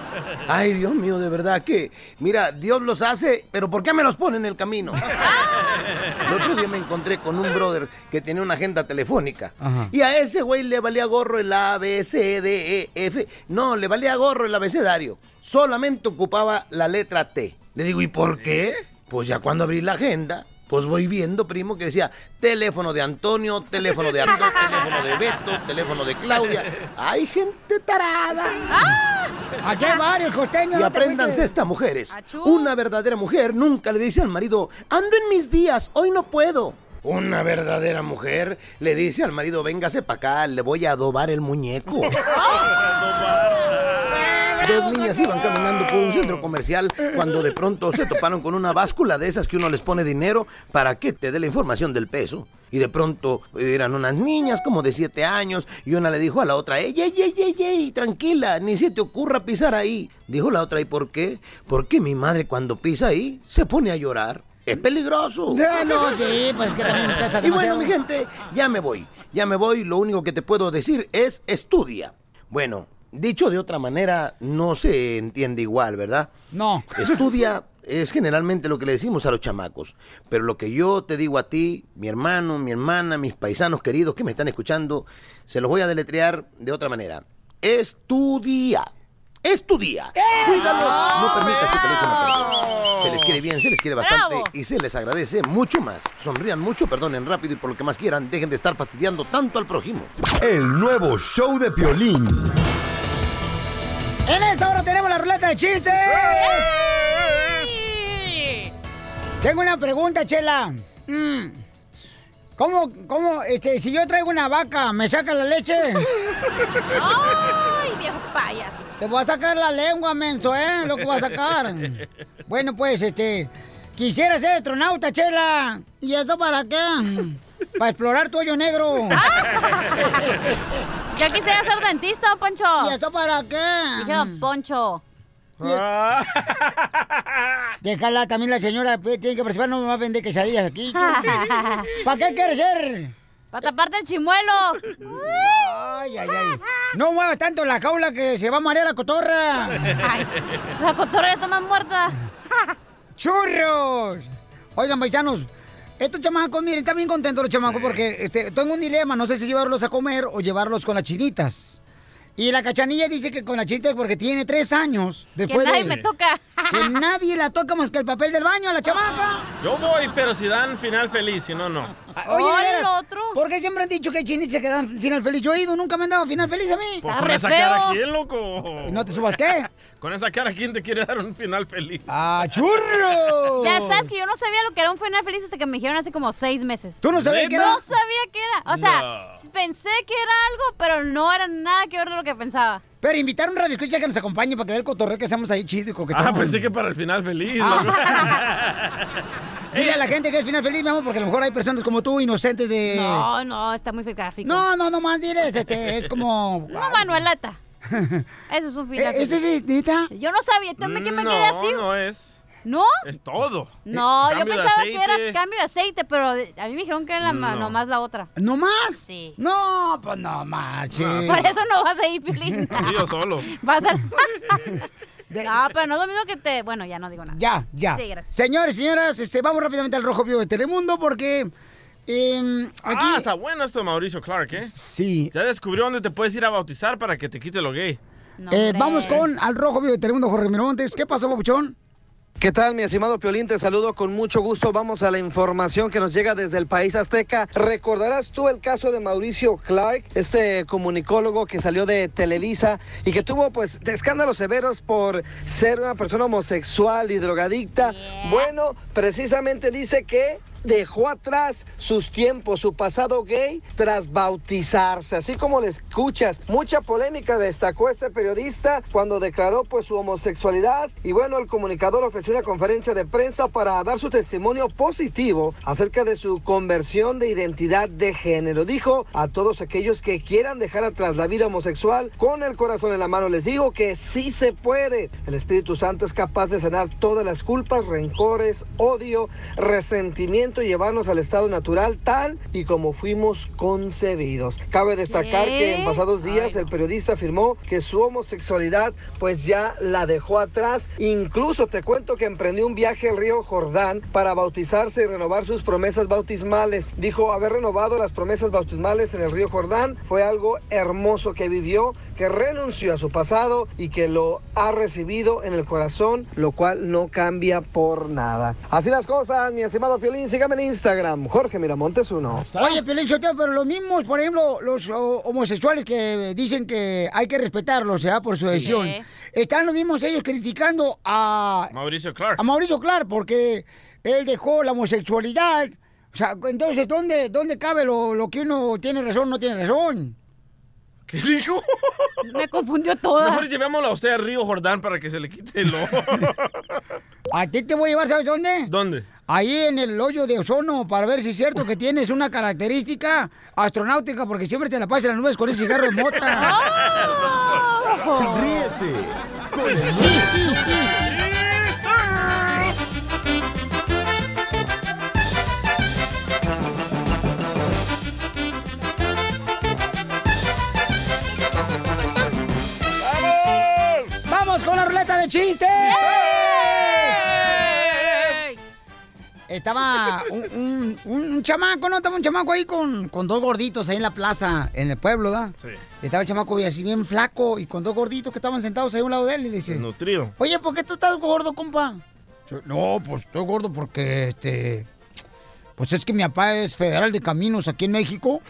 [SPEAKER 13] Ay, Dios mío, de verdad que... Mira, Dios los hace, pero ¿por qué me los pone en el camino? El otro día me encontré con un brother que tenía una agenda telefónica.
[SPEAKER 11] Ajá.
[SPEAKER 13] Y a ese güey le valía gorro el A, B, C, D, E, F. No, le valía gorro el abecedario. Solamente ocupaba la letra T. Le digo, ¿y por qué? Pues ya cuando abrí la agenda, pues voy viendo, primo, que decía teléfono de Antonio, teléfono de Arturo, teléfono de Beto, teléfono de Claudia. Hay gente tarada.
[SPEAKER 3] Aquí Ah, hay varios costeños.
[SPEAKER 13] Y
[SPEAKER 3] no te
[SPEAKER 13] apréndanse
[SPEAKER 3] agüites.
[SPEAKER 13] estas mujeres. Una verdadera mujer nunca le dice al marido, ando en mis días, hoy no puedo. Una verdadera mujer le dice al marido, véngase para acá, le voy a adobar el muñeco. Dos niñas iban caminando por un centro comercial cuando de pronto se toparon con una báscula de esas que uno les pone dinero para que te dé la información del peso. Y de pronto eran unas niñas como de siete años y una le dijo a la otra, ¡Ey, ey, ey, ey, ey! Tranquila, ni se te ocurra pisar ahí. Dijo la otra, ¿y por qué? Porque mi madre cuando pisa ahí se pone a llorar. Es peligroso.
[SPEAKER 3] Ah, no, sí, pues que también pesa
[SPEAKER 13] Y bueno,
[SPEAKER 3] demasiado.
[SPEAKER 13] mi gente, ya me voy. Ya me voy. Lo único que te puedo decir es estudia. Bueno, dicho de otra manera, no se entiende igual, ¿verdad?
[SPEAKER 3] No.
[SPEAKER 13] Estudia es generalmente lo que le decimos a los chamacos. Pero lo que yo te digo a ti, mi hermano, mi hermana, mis paisanos queridos que me están escuchando, se los voy a deletrear de otra manera. Estudia. Estudia. Cuídalo. No permitas que te lo echen a perder. Se les quiere bien, se les quiere bastante
[SPEAKER 14] ¡Bravo!
[SPEAKER 13] y se les agradece mucho más. Sonrían mucho, perdonen rápido y por lo que más quieran, dejen de estar fastidiando tanto al prójimo.
[SPEAKER 5] El nuevo show de Piolín.
[SPEAKER 3] En esta hora tenemos la ruleta de chistes. Tengo una pregunta, Chela. Mm. ¿Cómo, cómo, este, si yo traigo una vaca, me saca la leche?
[SPEAKER 9] ¡Ay, viejo payaso!
[SPEAKER 3] Te voy a sacar la lengua, menso, ¿eh? Lo que voy a sacar. Bueno, pues, este, quisiera ser astronauta, Chela. ¿Y eso para qué? Para explorar tu hoyo negro.
[SPEAKER 9] Yo quisiera ser dentista, Poncho.
[SPEAKER 3] ¿Y eso para qué?
[SPEAKER 9] Dije, don Poncho.
[SPEAKER 3] Déjala, también la señora pues, tiene que participar, no me va a vender quesadillas aquí. ¿Para qué quieres ser?
[SPEAKER 9] Para taparte el chimuelo.
[SPEAKER 3] Ay, ay, ay. No muevas tanto la jaula que se va a marear la cotorra.
[SPEAKER 9] Ay, la cotorra ya está más muerta.
[SPEAKER 3] ¡Churros! Oigan, paisanos, estos chamacos, miren, están bien contentos los chamacos porque este, tengo un dilema, no sé si llevarlos a comer o llevarlos con las chinitas. Y la cachanilla dice que con las chinitas porque tiene tres años. Después
[SPEAKER 9] nadie
[SPEAKER 3] de-
[SPEAKER 9] me toca.
[SPEAKER 3] Que nadie la toca más que el papel del baño a la chamaca.
[SPEAKER 4] Yo voy, pero si dan final feliz, si no, no.
[SPEAKER 3] Ah, Oye, de veras, ¿por qué siempre han dicho que chinitas se quedan final feliz? Yo he ido, nunca me han dado final feliz a mí.
[SPEAKER 4] Pues con esa cara, ¿quién, loco?
[SPEAKER 3] No te subas, ¿qué?
[SPEAKER 4] Oh. Con esa cara, ¿quién te quiere dar un final feliz?
[SPEAKER 3] ¡Ah, churro!
[SPEAKER 9] Ya sabes que yo no sabía lo que era un final feliz hasta que me dijeron hace como seis meses.
[SPEAKER 4] ¿Tú no sabías qué era?
[SPEAKER 9] No sabía qué era. O sea, pensé que era algo, pero no era nada que ver de lo que pensaba.
[SPEAKER 3] Pero invitar a un radio escucha que nos acompañe para que vea el cotorreo que hacemos ahí chido y coquetón.
[SPEAKER 4] Ah, pensé que para el final feliz.
[SPEAKER 3] Ah.
[SPEAKER 4] loco.
[SPEAKER 3] Dile a la gente que es final feliz, mi amor, porque a lo mejor hay personas como tú, inocentes de...
[SPEAKER 9] No, no, está muy gráfico.
[SPEAKER 3] Eh. No, no, no más diles, este, es como...
[SPEAKER 9] No, Manuelata. Eso es un final
[SPEAKER 3] Eh, ¿ese
[SPEAKER 9] feliz.
[SPEAKER 3] es neta?
[SPEAKER 9] Yo no sabía, también que me quedé así.
[SPEAKER 4] No, no es.
[SPEAKER 9] ¿No?
[SPEAKER 4] Es todo.
[SPEAKER 9] No, yo
[SPEAKER 4] Eh, Cambio de
[SPEAKER 9] pensaba que
[SPEAKER 4] aceite.
[SPEAKER 9] era cambio de aceite, pero a mí me dijeron que era la, ma-
[SPEAKER 4] No.
[SPEAKER 9] nomás la otra.
[SPEAKER 3] ¿No más?
[SPEAKER 9] Sí.
[SPEAKER 3] No, pues no marches.
[SPEAKER 9] Por eso no vas a ir, Pilín.
[SPEAKER 4] Sí, yo solo.
[SPEAKER 9] Vas a... No, pero no es lo mismo que te... Bueno, ya no digo nada.
[SPEAKER 3] Ya, ya.
[SPEAKER 9] Sí, gracias.
[SPEAKER 3] Señores, señoras, este, vamos rápidamente al Rojo Vivo de Telemundo porque... eh, aquí...
[SPEAKER 4] Ah, está bueno esto de Mauricio Clark, ¿eh?
[SPEAKER 3] Sí.
[SPEAKER 4] Ya descubrió dónde te puedes ir a bautizar para que te quite lo gay.
[SPEAKER 3] eh, vamos con al Rojo Vivo de Telemundo, Jorge Miramontes. ¿Qué pasó, Papuchón?
[SPEAKER 15] ¿Qué tal, mi estimado Piolín? Te saludo con mucho gusto. Vamos a la información que nos llega desde el país azteca. Recordarás tú el caso de Mauricio Clark, este comunicólogo que salió de Televisa y que tuvo pues escándalos severos por ser una persona homosexual y drogadicta. Bueno, precisamente dice que dejó atrás sus tiempos, su pasado gay tras bautizarse, así como le escuchas. Mucha polémica destacó este periodista cuando declaró pues su homosexualidad y bueno, el comunicador ofreció una conferencia de prensa para dar su testimonio positivo acerca de su conversión de identidad de género. Dijo a todos aquellos que quieran dejar atrás la vida homosexual con el corazón en la mano, les digo que sí se puede. El Espíritu Santo es capaz de sanar todas las culpas, rencores, odio, resentimiento y llevarnos al estado natural tal y como fuimos concebidos. Cabe destacar
[SPEAKER 16] ¿Qué?
[SPEAKER 15] que en pasados días el periodista afirmó que su homosexualidad pues ya la dejó atrás. Incluso te cuento que emprendió un viaje al río Jordán para bautizarse y renovar sus promesas bautismales. Dijo haber renovado las promesas bautismales en el río Jordán fue algo hermoso que vivió, que renunció a su pasado y que lo ha recibido en el corazón, lo cual no cambia por nada. Así las cosas, mi estimado Piolín, sigue Sígame en Instagram, Jorge Miramontes uno.
[SPEAKER 4] ¿Ah?
[SPEAKER 3] Oye, Piolín Sotelo, pero los mismos, por ejemplo, los oh, homosexuales que dicen que hay que respetarlos, ¿verdad? Por su
[SPEAKER 4] Sí.
[SPEAKER 3] decisión.
[SPEAKER 4] Sí.
[SPEAKER 3] Están los mismos ellos criticando a,
[SPEAKER 4] Mauricio Clark.
[SPEAKER 3] a Mauricio Clark porque él dejó la homosexualidad. O sea, entonces, ¿dónde, dónde cabe lo, lo que uno tiene razón no tiene razón?
[SPEAKER 4] ¿Qué dijo?
[SPEAKER 3] Me confundió todo.
[SPEAKER 4] Mejor llevémosla a usted a Río Jordán para que se le quite el ojo.
[SPEAKER 3] A ti te voy a llevar, ¿sabes dónde?
[SPEAKER 4] ¿Dónde?
[SPEAKER 3] Ahí en el hoyo de ozono para ver si es cierto que tienes una característica astronáutica porque siempre te la pasas en las nubes con ese cigarro de mota.
[SPEAKER 5] Ríete con el
[SPEAKER 3] ¡Vamos con la ruleta de chistes! Estaba un, un- un chamaco, ¿no? Estaba un chamaco ahí con, con dos gorditos ahí en la plaza, en el pueblo, ¿da?
[SPEAKER 4] Sí.
[SPEAKER 3] Estaba el chamaco y así bien flaco y con dos gorditos que estaban sentados ahí a un lado de él y le dice...
[SPEAKER 4] Pues Nutrido.
[SPEAKER 3] Oye, ¿por qué tú estás gordo, compa? Yo, No, pues estoy gordo porque, este... Pues es que mi papá es federal de caminos aquí en México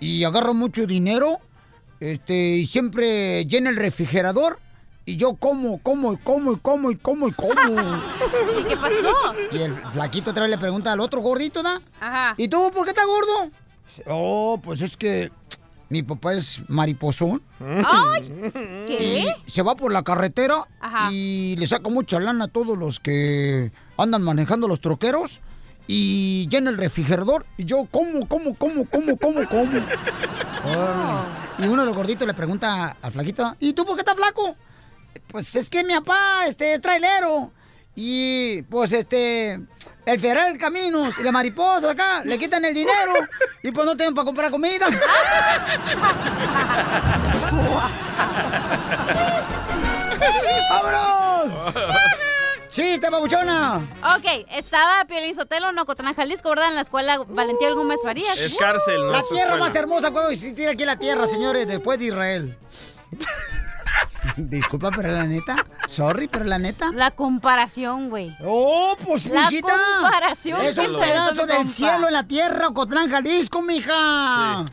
[SPEAKER 3] y agarro mucho dinero este, y siempre llena el refrigerador y yo como, como, y como, y como, y como, y como.
[SPEAKER 9] ¿Y qué pasó?
[SPEAKER 3] Y el flaquito otra vez le pregunta al otro gordito, ¿da?
[SPEAKER 9] Ajá.
[SPEAKER 3] ¿Y tú por qué estás gordo? Oh, pues es que mi papá es mariposón.
[SPEAKER 9] ¡Ay!
[SPEAKER 3] Y
[SPEAKER 9] ¿Qué?
[SPEAKER 3] se va por la carretera
[SPEAKER 9] Ajá.
[SPEAKER 3] y le saca mucha lana a todos los que andan manejando los troqueros y llena el refrigerador y yo como, como, como, como, como, como. Órale. Y uno de los gorditos le pregunta al flaquito, ¿y tú por qué estás flaco? Pues es que mi papá este, es trailero y pues este, el federal de caminos y la mariposa acá le quitan el dinero y pues no tienen para comprar comida. ¡Vámonos! ¡Chiste, babuchona!
[SPEAKER 9] Ok, estaba Piolín Sotelo en Ocotlán, Jalisco, ¿verdad? En la escuela Valentía Gómez Farías.
[SPEAKER 4] Es cárcel, no
[SPEAKER 3] La
[SPEAKER 4] es
[SPEAKER 3] tierra
[SPEAKER 4] escuela.
[SPEAKER 3] más hermosa que puede existir aquí en la tierra, señores, después de Israel. Disculpa, pero la neta. Sorry, pero la neta.
[SPEAKER 9] La comparación, güey.
[SPEAKER 3] ¡Oh, pues,
[SPEAKER 9] La
[SPEAKER 3] mijita!
[SPEAKER 9] comparación
[SPEAKER 3] Es
[SPEAKER 9] que
[SPEAKER 3] un
[SPEAKER 9] está
[SPEAKER 3] pedazo
[SPEAKER 9] haciendo
[SPEAKER 3] del
[SPEAKER 9] compa.
[SPEAKER 3] cielo en la tierra, Ocotlán, Jalisco, mija.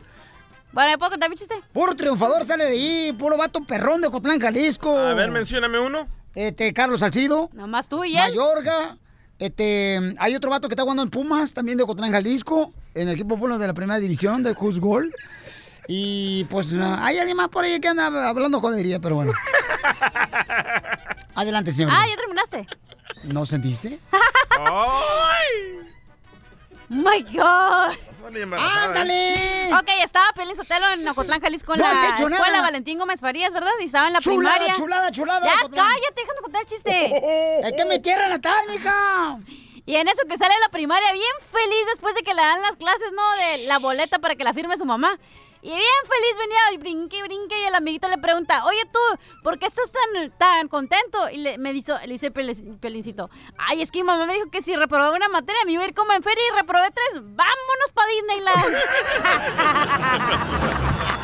[SPEAKER 9] Bueno, ¿me puedo contar mi chiste?
[SPEAKER 3] Puro triunfador sale de ahí, puro vato perrón de Ocotlán, Jalisco.
[SPEAKER 4] A ver, mencióname uno.
[SPEAKER 3] Este, Carlos Salcido.
[SPEAKER 9] Nomás tú y
[SPEAKER 3] él. Mayorga. Este, hay otro vato que está jugando en Pumas, también de Ocotlán, Jalisco, en el equipo Pumas de la primera división de Juzgol. Y pues uh, hay alguien más por ahí que anda hablando jodería, pero bueno. Adelante, señor.
[SPEAKER 9] Ah, ya terminaste.
[SPEAKER 3] ¿No sentiste?
[SPEAKER 9] ¡Ay! ¡My God!
[SPEAKER 3] ¡Ándale!
[SPEAKER 9] Ok, estaba Piolín Sotelo en Ocotlán, Jalisco, en
[SPEAKER 3] No has
[SPEAKER 9] la
[SPEAKER 3] hecho
[SPEAKER 9] escuela
[SPEAKER 3] nada.
[SPEAKER 9] Valentín Gómez Farías, ¿verdad? Y estaba en la
[SPEAKER 3] Chulada,
[SPEAKER 9] primaria.
[SPEAKER 3] chulada, chulada,
[SPEAKER 9] Ya,
[SPEAKER 3] Ocotlán.
[SPEAKER 9] cállate, déjame contar el chiste.
[SPEAKER 3] Es que mi tierra natal, mija.
[SPEAKER 9] Y en eso que sale de la primaria, bien feliz después de que le dan las clases, ¿no? De la boleta para que la firme su mamá. Y bien feliz venía y brinque, brinque. Y el amiguito le pregunta, oye tú, ¿por qué estás tan, tan contento? Y le, me dice, le dice Piolín- Piolincito, ay, es que mi mamá me dijo que si reprobaba una materia me iba a ir como en feria y reprobé tres. ¡Vámonos para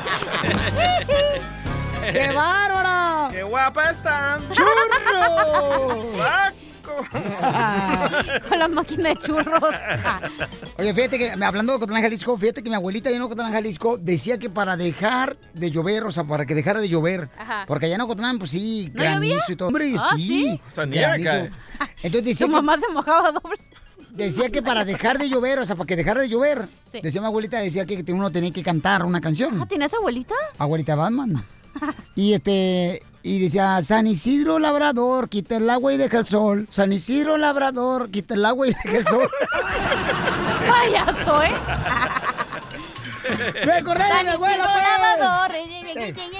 [SPEAKER 9] Disneyland!
[SPEAKER 3] ¡Qué bárbara!
[SPEAKER 4] ¡Qué guapa están!
[SPEAKER 3] ¡Churros! Ah.
[SPEAKER 9] Con la máquina de churros.
[SPEAKER 3] Oye, fíjate que me- hablando de Cotlán Jalisco, fíjate que mi abuelita allá en Cotlán Jalisco decía que para dejar de llover, o sea, para que dejara de llover,
[SPEAKER 9] Ajá.
[SPEAKER 3] porque allá en Ocotlán, pues sí,
[SPEAKER 9] ¿No
[SPEAKER 3] granizo
[SPEAKER 9] llovía?
[SPEAKER 3] y todo. Hombre,
[SPEAKER 9] Ah,
[SPEAKER 3] sí.
[SPEAKER 9] ¿sí?
[SPEAKER 4] Hasta nieve cae.
[SPEAKER 3] Entonces
[SPEAKER 9] Su
[SPEAKER 3] decía que-
[SPEAKER 9] mamá se mojaba doble.
[SPEAKER 3] Decía que para dejar de llover, o sea, para que dejara de llover,
[SPEAKER 9] Sí.
[SPEAKER 3] decía mi abuelita, decía que uno tenía que cantar una canción.
[SPEAKER 9] ¿Tienes Ah, abuelita?
[SPEAKER 3] Abuelita Batman. Y este, y decía, San Isidro Labrador, quita el agua y deja el sol. San Isidro Labrador, quita el agua y deja el sol.
[SPEAKER 9] Payaso, ¿eh?
[SPEAKER 3] Me acordé de mi abuela, pues.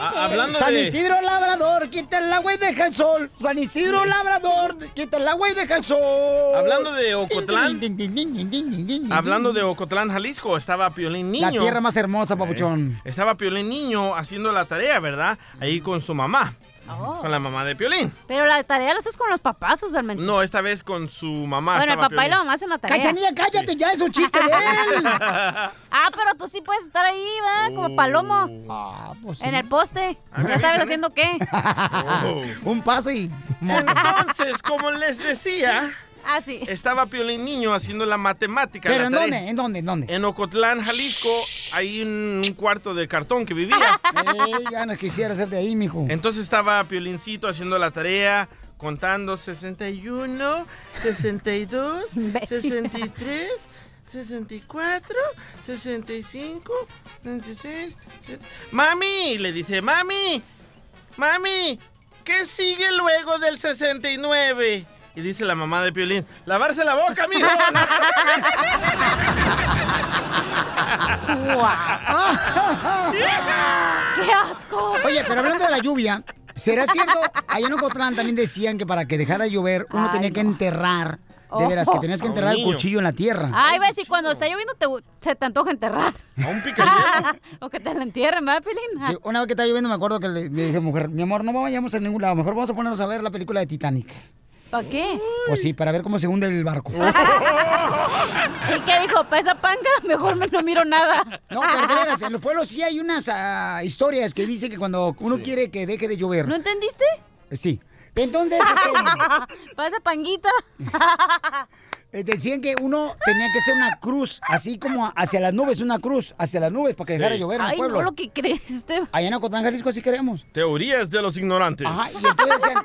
[SPEAKER 4] Ah, hablando
[SPEAKER 3] San
[SPEAKER 4] de-
[SPEAKER 3] Isidro Labrador, quita el agua y deja el sol. San Isidro Labrador, quita el agua y deja el sol.
[SPEAKER 4] Hablando de Ocotlán.
[SPEAKER 3] Din, din, din, din, din, din, din, din.
[SPEAKER 4] Hablando de Ocotlán, Jalisco, estaba Piolín Niño. Eh,
[SPEAKER 3] La tierra más hermosa, papuchón.
[SPEAKER 4] Estaba Piolín Niño haciendo la tarea, ¿verdad? Ahí con su mamá.
[SPEAKER 3] Oh.
[SPEAKER 4] Con la mamá de Piolín.
[SPEAKER 9] Pero la tarea la haces con los papás usualmente.
[SPEAKER 4] No, esta vez con su mamá.
[SPEAKER 9] bueno, el
[SPEAKER 4] estaba
[SPEAKER 9] papá y la
[SPEAKER 4] Piolín.
[SPEAKER 9] mamá hacen la tarea.
[SPEAKER 3] Cachanilla, cállate ya, es un chiste ¿eh? de él.
[SPEAKER 9] Ah, pero tú sí puedes estar ahí, ¿verdad?
[SPEAKER 3] Oh.
[SPEAKER 9] Como palomo.
[SPEAKER 3] Ah, pues
[SPEAKER 9] En el poste.
[SPEAKER 4] Ah, me
[SPEAKER 9] Ya sabes
[SPEAKER 4] avisan, ¿eh? Oh.
[SPEAKER 9] haciendo qué.
[SPEAKER 3] eh. Un paso y...
[SPEAKER 4] Entonces, como les decía,
[SPEAKER 9] Ah, sí.
[SPEAKER 4] Estaba Piolín niño haciendo la matemática.
[SPEAKER 3] ¿Pero
[SPEAKER 4] la
[SPEAKER 3] en
[SPEAKER 4] tarea.
[SPEAKER 3] dónde? ¿En dónde? ¿En dónde?
[SPEAKER 4] En Ocotlán, Jalisco, hay un, un cuarto de cartón que vivía.
[SPEAKER 3] Ey, ganas quisiera ser de ahí, mijo.
[SPEAKER 4] Entonces estaba Piolincito haciendo la tarea, contando 61, 62, 63, 64, 65, 66. 67. ¡Mami! Le dice, ¡Mami! ¡Mami! ¿Qué sigue luego del 69? Y dice la mamá de Piolín, ¡lavarse la boca, mijo!
[SPEAKER 9] ¡Qué asco!
[SPEAKER 3] Oye, pero hablando de la lluvia, ¿será cierto? Allá en Ocotlán también decían que para que dejara de llover uno tenía que enterrar. De veras, que tenías que
[SPEAKER 9] Oh. Ah,
[SPEAKER 3] enterrar el
[SPEAKER 9] Niño.
[SPEAKER 3] cuchillo en la tierra.
[SPEAKER 9] Ay, va a decir, cuando está lloviendo te, se te antoja enterrar.
[SPEAKER 4] ¿A un
[SPEAKER 9] o que te la entierren, ¿verdad, Pelín?
[SPEAKER 3] Sí, una vez que estaba lloviendo me acuerdo que le, le dije a mi mujer, mi amor, no vayamos a ningún lado, mejor vamos a ponernos a ver la película de Titanic.
[SPEAKER 9] ¿Para qué?
[SPEAKER 3] Pues sí, para ver cómo se hunde el barco.
[SPEAKER 9] ¿Y qué dijo? ¿Para esa panga? Mejor me- no miro nada.
[SPEAKER 3] No, pero de veras, en los pueblos sí hay unas ah, historias que dicen que cuando uno quiere que deje de llover.
[SPEAKER 9] ¿No entendiste?
[SPEAKER 3] Eh, Sí. Entonces, este,
[SPEAKER 9] ¿Para esa panguita? Pues,
[SPEAKER 3] eh, decían que uno tenía que hacer una cruz, así como hacia las nubes, una cruz hacia las nubes para que dejara de llover en el
[SPEAKER 9] Ay,
[SPEAKER 3] pueblo.
[SPEAKER 9] no, lo que creíste.
[SPEAKER 3] Allá en Ocotlán, Jalisco, así queremos.
[SPEAKER 4] Teorías de los ignorantes.
[SPEAKER 3] Ajá, y entonces decían,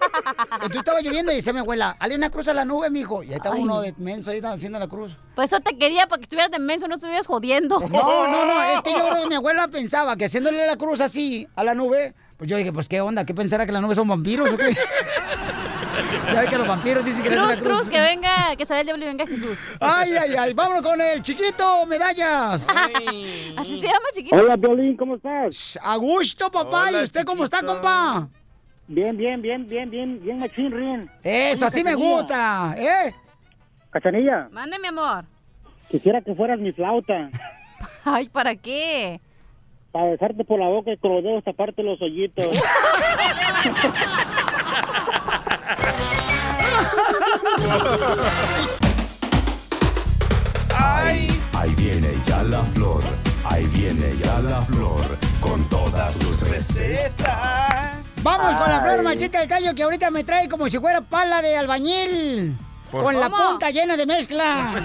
[SPEAKER 3] entonces estaba lloviendo y decía mi abuela, hale una cruz a la nube, mijo. Y ahí estaba
[SPEAKER 9] Ah. Ay,
[SPEAKER 3] uno
[SPEAKER 9] no.
[SPEAKER 3] de menso ahí haciendo la cruz.
[SPEAKER 9] Pues eso te quería, para que estuvieras de menso, no estuvieras jodiendo.
[SPEAKER 3] No, no, no, es que yo creo que mi abuela pensaba que haciéndole la cruz así a la nube, pues yo dije, pues qué onda, ¿qué pensará que las nubes son vampiros o qué? Ya ves que los vampiros dicen que le hacen
[SPEAKER 9] Cruz,
[SPEAKER 3] la cruz.
[SPEAKER 9] cruz, que venga, que salga el diablo y venga Jesús.
[SPEAKER 3] Ay, ay, ay, vámonos con el chiquito, medallas.
[SPEAKER 9] Así se llama, chiquito.
[SPEAKER 14] Hola, Violín, ¿cómo estás?
[SPEAKER 3] A gusto, papá. ¿Y usted cómo está, compa?
[SPEAKER 14] Bien, bien, bien, bien, bien, bien, machín, rin.
[SPEAKER 3] Eso, así me
[SPEAKER 14] Cachanilla.
[SPEAKER 3] gusta, ¿eh?
[SPEAKER 14] Cachanilla,
[SPEAKER 9] Mande, mi amor.
[SPEAKER 14] quisiera que fueras mi flauta,
[SPEAKER 9] Ay, ¿para qué?
[SPEAKER 14] para besarte por la boca y con los dedos taparte los hoyitos.
[SPEAKER 5] Ahí viene ya la flor, ahí viene ya la flor, con todas sus recetas.
[SPEAKER 3] Vamos con la flor
[SPEAKER 5] Ay.
[SPEAKER 3] machita del callo que ahorita me trae como si fuera pala de albañil.
[SPEAKER 5] Por
[SPEAKER 3] con la
[SPEAKER 5] favor.
[SPEAKER 3] punta llena de mezcla.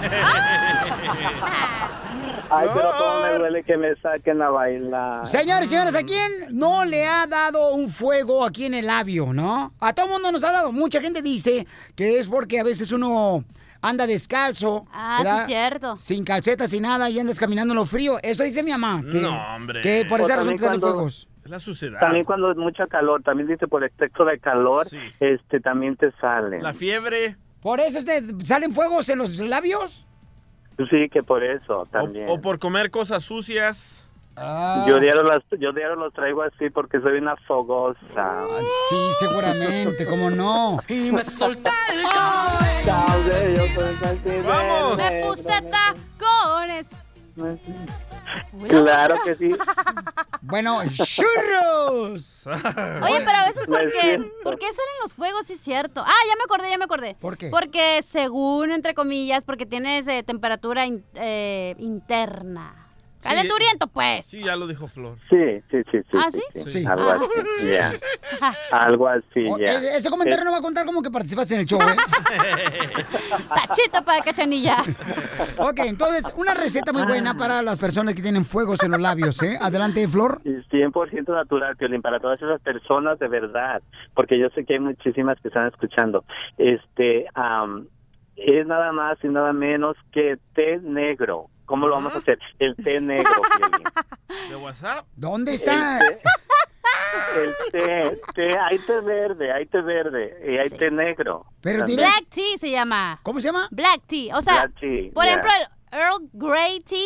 [SPEAKER 16] Ay, pero cómo me duele que me saquen a bailar.
[SPEAKER 3] Señores, señoras, ¿a quién no le ha dado un fuego aquí en el labio, no? A todo mundo nos ha dado. Mucha gente dice que es porque a veces uno anda descalzo.
[SPEAKER 9] Ah, sí,
[SPEAKER 3] ¿verdad?
[SPEAKER 9] cierto.
[SPEAKER 3] Sin calcetas, sin nada y andas caminando en lo frío. Eso dice mi mamá. Que,
[SPEAKER 4] No, hombre.
[SPEAKER 3] Que por
[SPEAKER 16] O
[SPEAKER 3] esa razón
[SPEAKER 16] también
[SPEAKER 3] te salen
[SPEAKER 16] cuando-
[SPEAKER 3] fuegos.
[SPEAKER 4] Es la suciedad.
[SPEAKER 16] También cuando es mucha calor, también dice por exceso de calor, este también te sale.
[SPEAKER 4] La fiebre.
[SPEAKER 3] ¿Por eso te salen fuegos en los labios?
[SPEAKER 16] Sí, que por eso también.
[SPEAKER 4] O por comer cosas sucias.
[SPEAKER 16] Yo diario, las, yo diario los traigo así porque soy una fogosa.
[SPEAKER 3] Ah, Sí, seguramente, ¿cómo no?
[SPEAKER 16] Y me solté
[SPEAKER 9] Vamos. Me puse tacones.
[SPEAKER 16] Claro que sí.
[SPEAKER 3] Bueno, churros.
[SPEAKER 9] Oye, pero a veces
[SPEAKER 3] No
[SPEAKER 16] Pues
[SPEAKER 3] es
[SPEAKER 9] porque,
[SPEAKER 3] cierto.
[SPEAKER 9] porque salen los fuegos, sí es cierto. Ah, ya me acordé, ya me acordé.
[SPEAKER 3] ¿Por qué?
[SPEAKER 9] Porque según, entre comillas, porque tienes eh, temperatura in- eh, interna. Calenturiento, pues.
[SPEAKER 4] Sí, ya lo dijo Flor.
[SPEAKER 16] Sí, sí, sí, sí.
[SPEAKER 9] ¿Ah, sí? Ah. Sí.
[SPEAKER 16] Algo
[SPEAKER 9] Ah.
[SPEAKER 16] así, ya. Algo así,
[SPEAKER 3] O- e-,
[SPEAKER 16] ya.
[SPEAKER 3] Ese, ese comentario
[SPEAKER 16] Eh,
[SPEAKER 3] no va a contar como que participaste en el show, ¿eh?
[SPEAKER 9] Tachito para cachanilla.
[SPEAKER 3] Ok, entonces, una receta muy buena para las personas que tienen fuegos en los labios, ¿eh? Adelante, Flor.
[SPEAKER 16] Y 100% natural, Piolín, para todas esas personas de verdad, porque yo sé que hay muchísimas que están escuchando. Este, am, es nada más y nada menos que té negro. ¿Cómo lo vamos a hacer? El té negro, Piolín.
[SPEAKER 4] ¿De WhatsApp?
[SPEAKER 3] ¿Dónde está?
[SPEAKER 16] El té, té, hay té verde, hay té verde y hay té negro. También.
[SPEAKER 9] Black tea se llama.
[SPEAKER 3] ¿Cómo se llama?
[SPEAKER 9] Black tea. O sea,
[SPEAKER 16] Black tea,
[SPEAKER 9] por
[SPEAKER 16] ya.
[SPEAKER 9] ejemplo, el Earl Grey tea.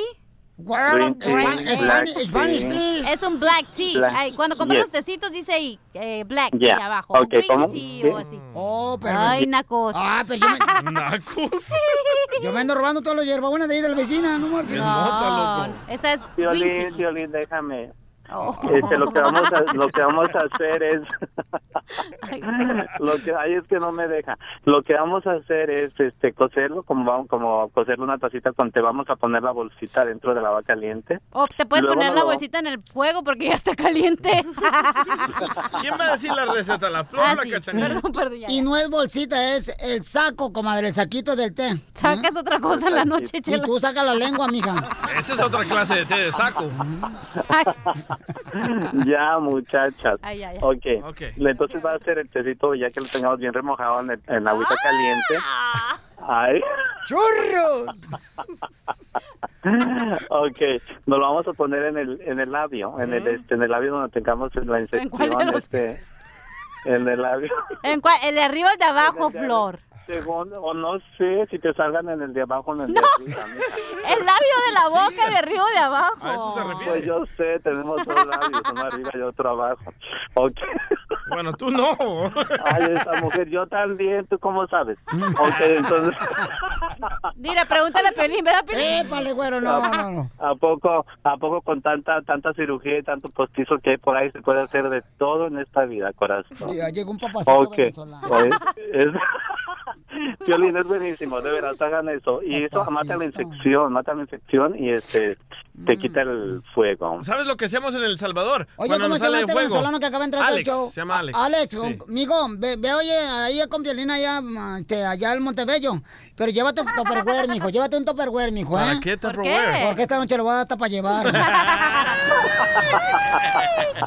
[SPEAKER 16] Green tea,
[SPEAKER 9] Grey
[SPEAKER 16] black
[SPEAKER 9] tea.
[SPEAKER 16] tea. Spanish tea.
[SPEAKER 9] Es un black tea.
[SPEAKER 16] Black-
[SPEAKER 9] Ay, cuando compras
[SPEAKER 16] yes.
[SPEAKER 9] los tecitos dice ahí eh, black
[SPEAKER 16] Ya.
[SPEAKER 9] tea abajo.
[SPEAKER 16] Ok,
[SPEAKER 9] Green
[SPEAKER 16] ¿cómo?
[SPEAKER 9] tea o así.
[SPEAKER 3] Oh, pero...
[SPEAKER 9] Ay, nacos.
[SPEAKER 3] Ah, pero yo me... Yo me ando robando todas las hierbabuenas de ahí de la vecina, no marches.
[SPEAKER 9] No, esa es green
[SPEAKER 16] Piolín,
[SPEAKER 9] tea.
[SPEAKER 16] Piolín, déjame.
[SPEAKER 9] Oh.
[SPEAKER 16] Este, lo que vamos a, lo que vamos a hacer es lo que hay es que no me deja. Lo que vamos a hacer es este coserlo como vamos- como coserle una tacita con té, vamos a poner la bolsita dentro de la agua caliente.
[SPEAKER 9] O te puedes
[SPEAKER 16] Luego
[SPEAKER 9] poner
[SPEAKER 16] no
[SPEAKER 9] la
[SPEAKER 16] lo-
[SPEAKER 9] bolsita en el fuego porque ya está caliente.
[SPEAKER 4] ¿Quién va a decir la receta? ¿La flor o la cachanilla?
[SPEAKER 3] Y no es bolsita, es el saco, comadre, el saquito del té. ¿eh?
[SPEAKER 9] Sacas otra cosa en la noche,
[SPEAKER 3] Y
[SPEAKER 9] chela.
[SPEAKER 3] tú sacas la lengua, mija.
[SPEAKER 4] Esa es otra clase de té de saco.
[SPEAKER 16] ya, muchachas.
[SPEAKER 9] Ay, ay, ay.
[SPEAKER 16] Okay.
[SPEAKER 4] Ok.
[SPEAKER 16] Entonces va a ser el tecito ya que lo tengamos bien remojado en, el- en la
[SPEAKER 9] Ah.
[SPEAKER 16] agüita caliente. Ay.
[SPEAKER 3] ¡Churros!
[SPEAKER 16] Ok, nos lo vamos a poner en el, en el labio, en el, este, en el labio donde tengamos la
[SPEAKER 9] Ah. ¿En cuál de
[SPEAKER 16] infección.
[SPEAKER 9] los
[SPEAKER 16] este, en el labio.
[SPEAKER 9] ¿En cuál? El de arriba o el de abajo, Flor.
[SPEAKER 16] Según, o no sé si te salgan en el de abajo o en el
[SPEAKER 9] No.
[SPEAKER 16] de arriba.
[SPEAKER 9] El labio de la boca, de arriba o de
[SPEAKER 4] Ah,
[SPEAKER 9] abajo.
[SPEAKER 16] Pues yo sé, tenemos dos labios, uno arriba y otro abajo. Ok.
[SPEAKER 4] Bueno, tú no.
[SPEAKER 16] Ay, esa mujer, yo también, ¿tú cómo sabes? Ok, entonces,
[SPEAKER 9] Dile, pregúntale a Pelín, ¿verdad, Pelín?
[SPEAKER 3] Épale, güero,
[SPEAKER 16] ¿a poco, ¿a poco con tanta tanta cirugía y tanto postizo que hay por ahí se puede hacer de todo en esta vida, corazón?
[SPEAKER 3] Ya Llegó un papacito
[SPEAKER 16] Ok.
[SPEAKER 3] venezolano.
[SPEAKER 16] Pues, es- Piolín es buenísimo, de verdad, hagan eso. Y eso mata la infección, mata la infección y este te
[SPEAKER 3] Mm.
[SPEAKER 16] quita el fuego.
[SPEAKER 4] ¿Sabes lo que hacemos en El Salvador?
[SPEAKER 3] Oye,
[SPEAKER 4] Cuando
[SPEAKER 3] ¿cómo
[SPEAKER 4] nos
[SPEAKER 3] se llama
[SPEAKER 4] sale
[SPEAKER 3] este
[SPEAKER 4] fuego.
[SPEAKER 3] venezolano que acaba de entrar al
[SPEAKER 4] Alex,
[SPEAKER 3] show?
[SPEAKER 4] Se llama Alex.
[SPEAKER 3] A- Alex,
[SPEAKER 4] Sí.
[SPEAKER 3] con- mijo, ve, ve, oye, ahí con Piolina allá, ma, este, allá al Montebello. Pero llévate un topperware, mijo, llévate un topperware, mijo, ¿eh?
[SPEAKER 4] ¿Para qué ¿Por tupperware? qué?
[SPEAKER 3] Porque esta noche lo voy a dar hasta para llevar.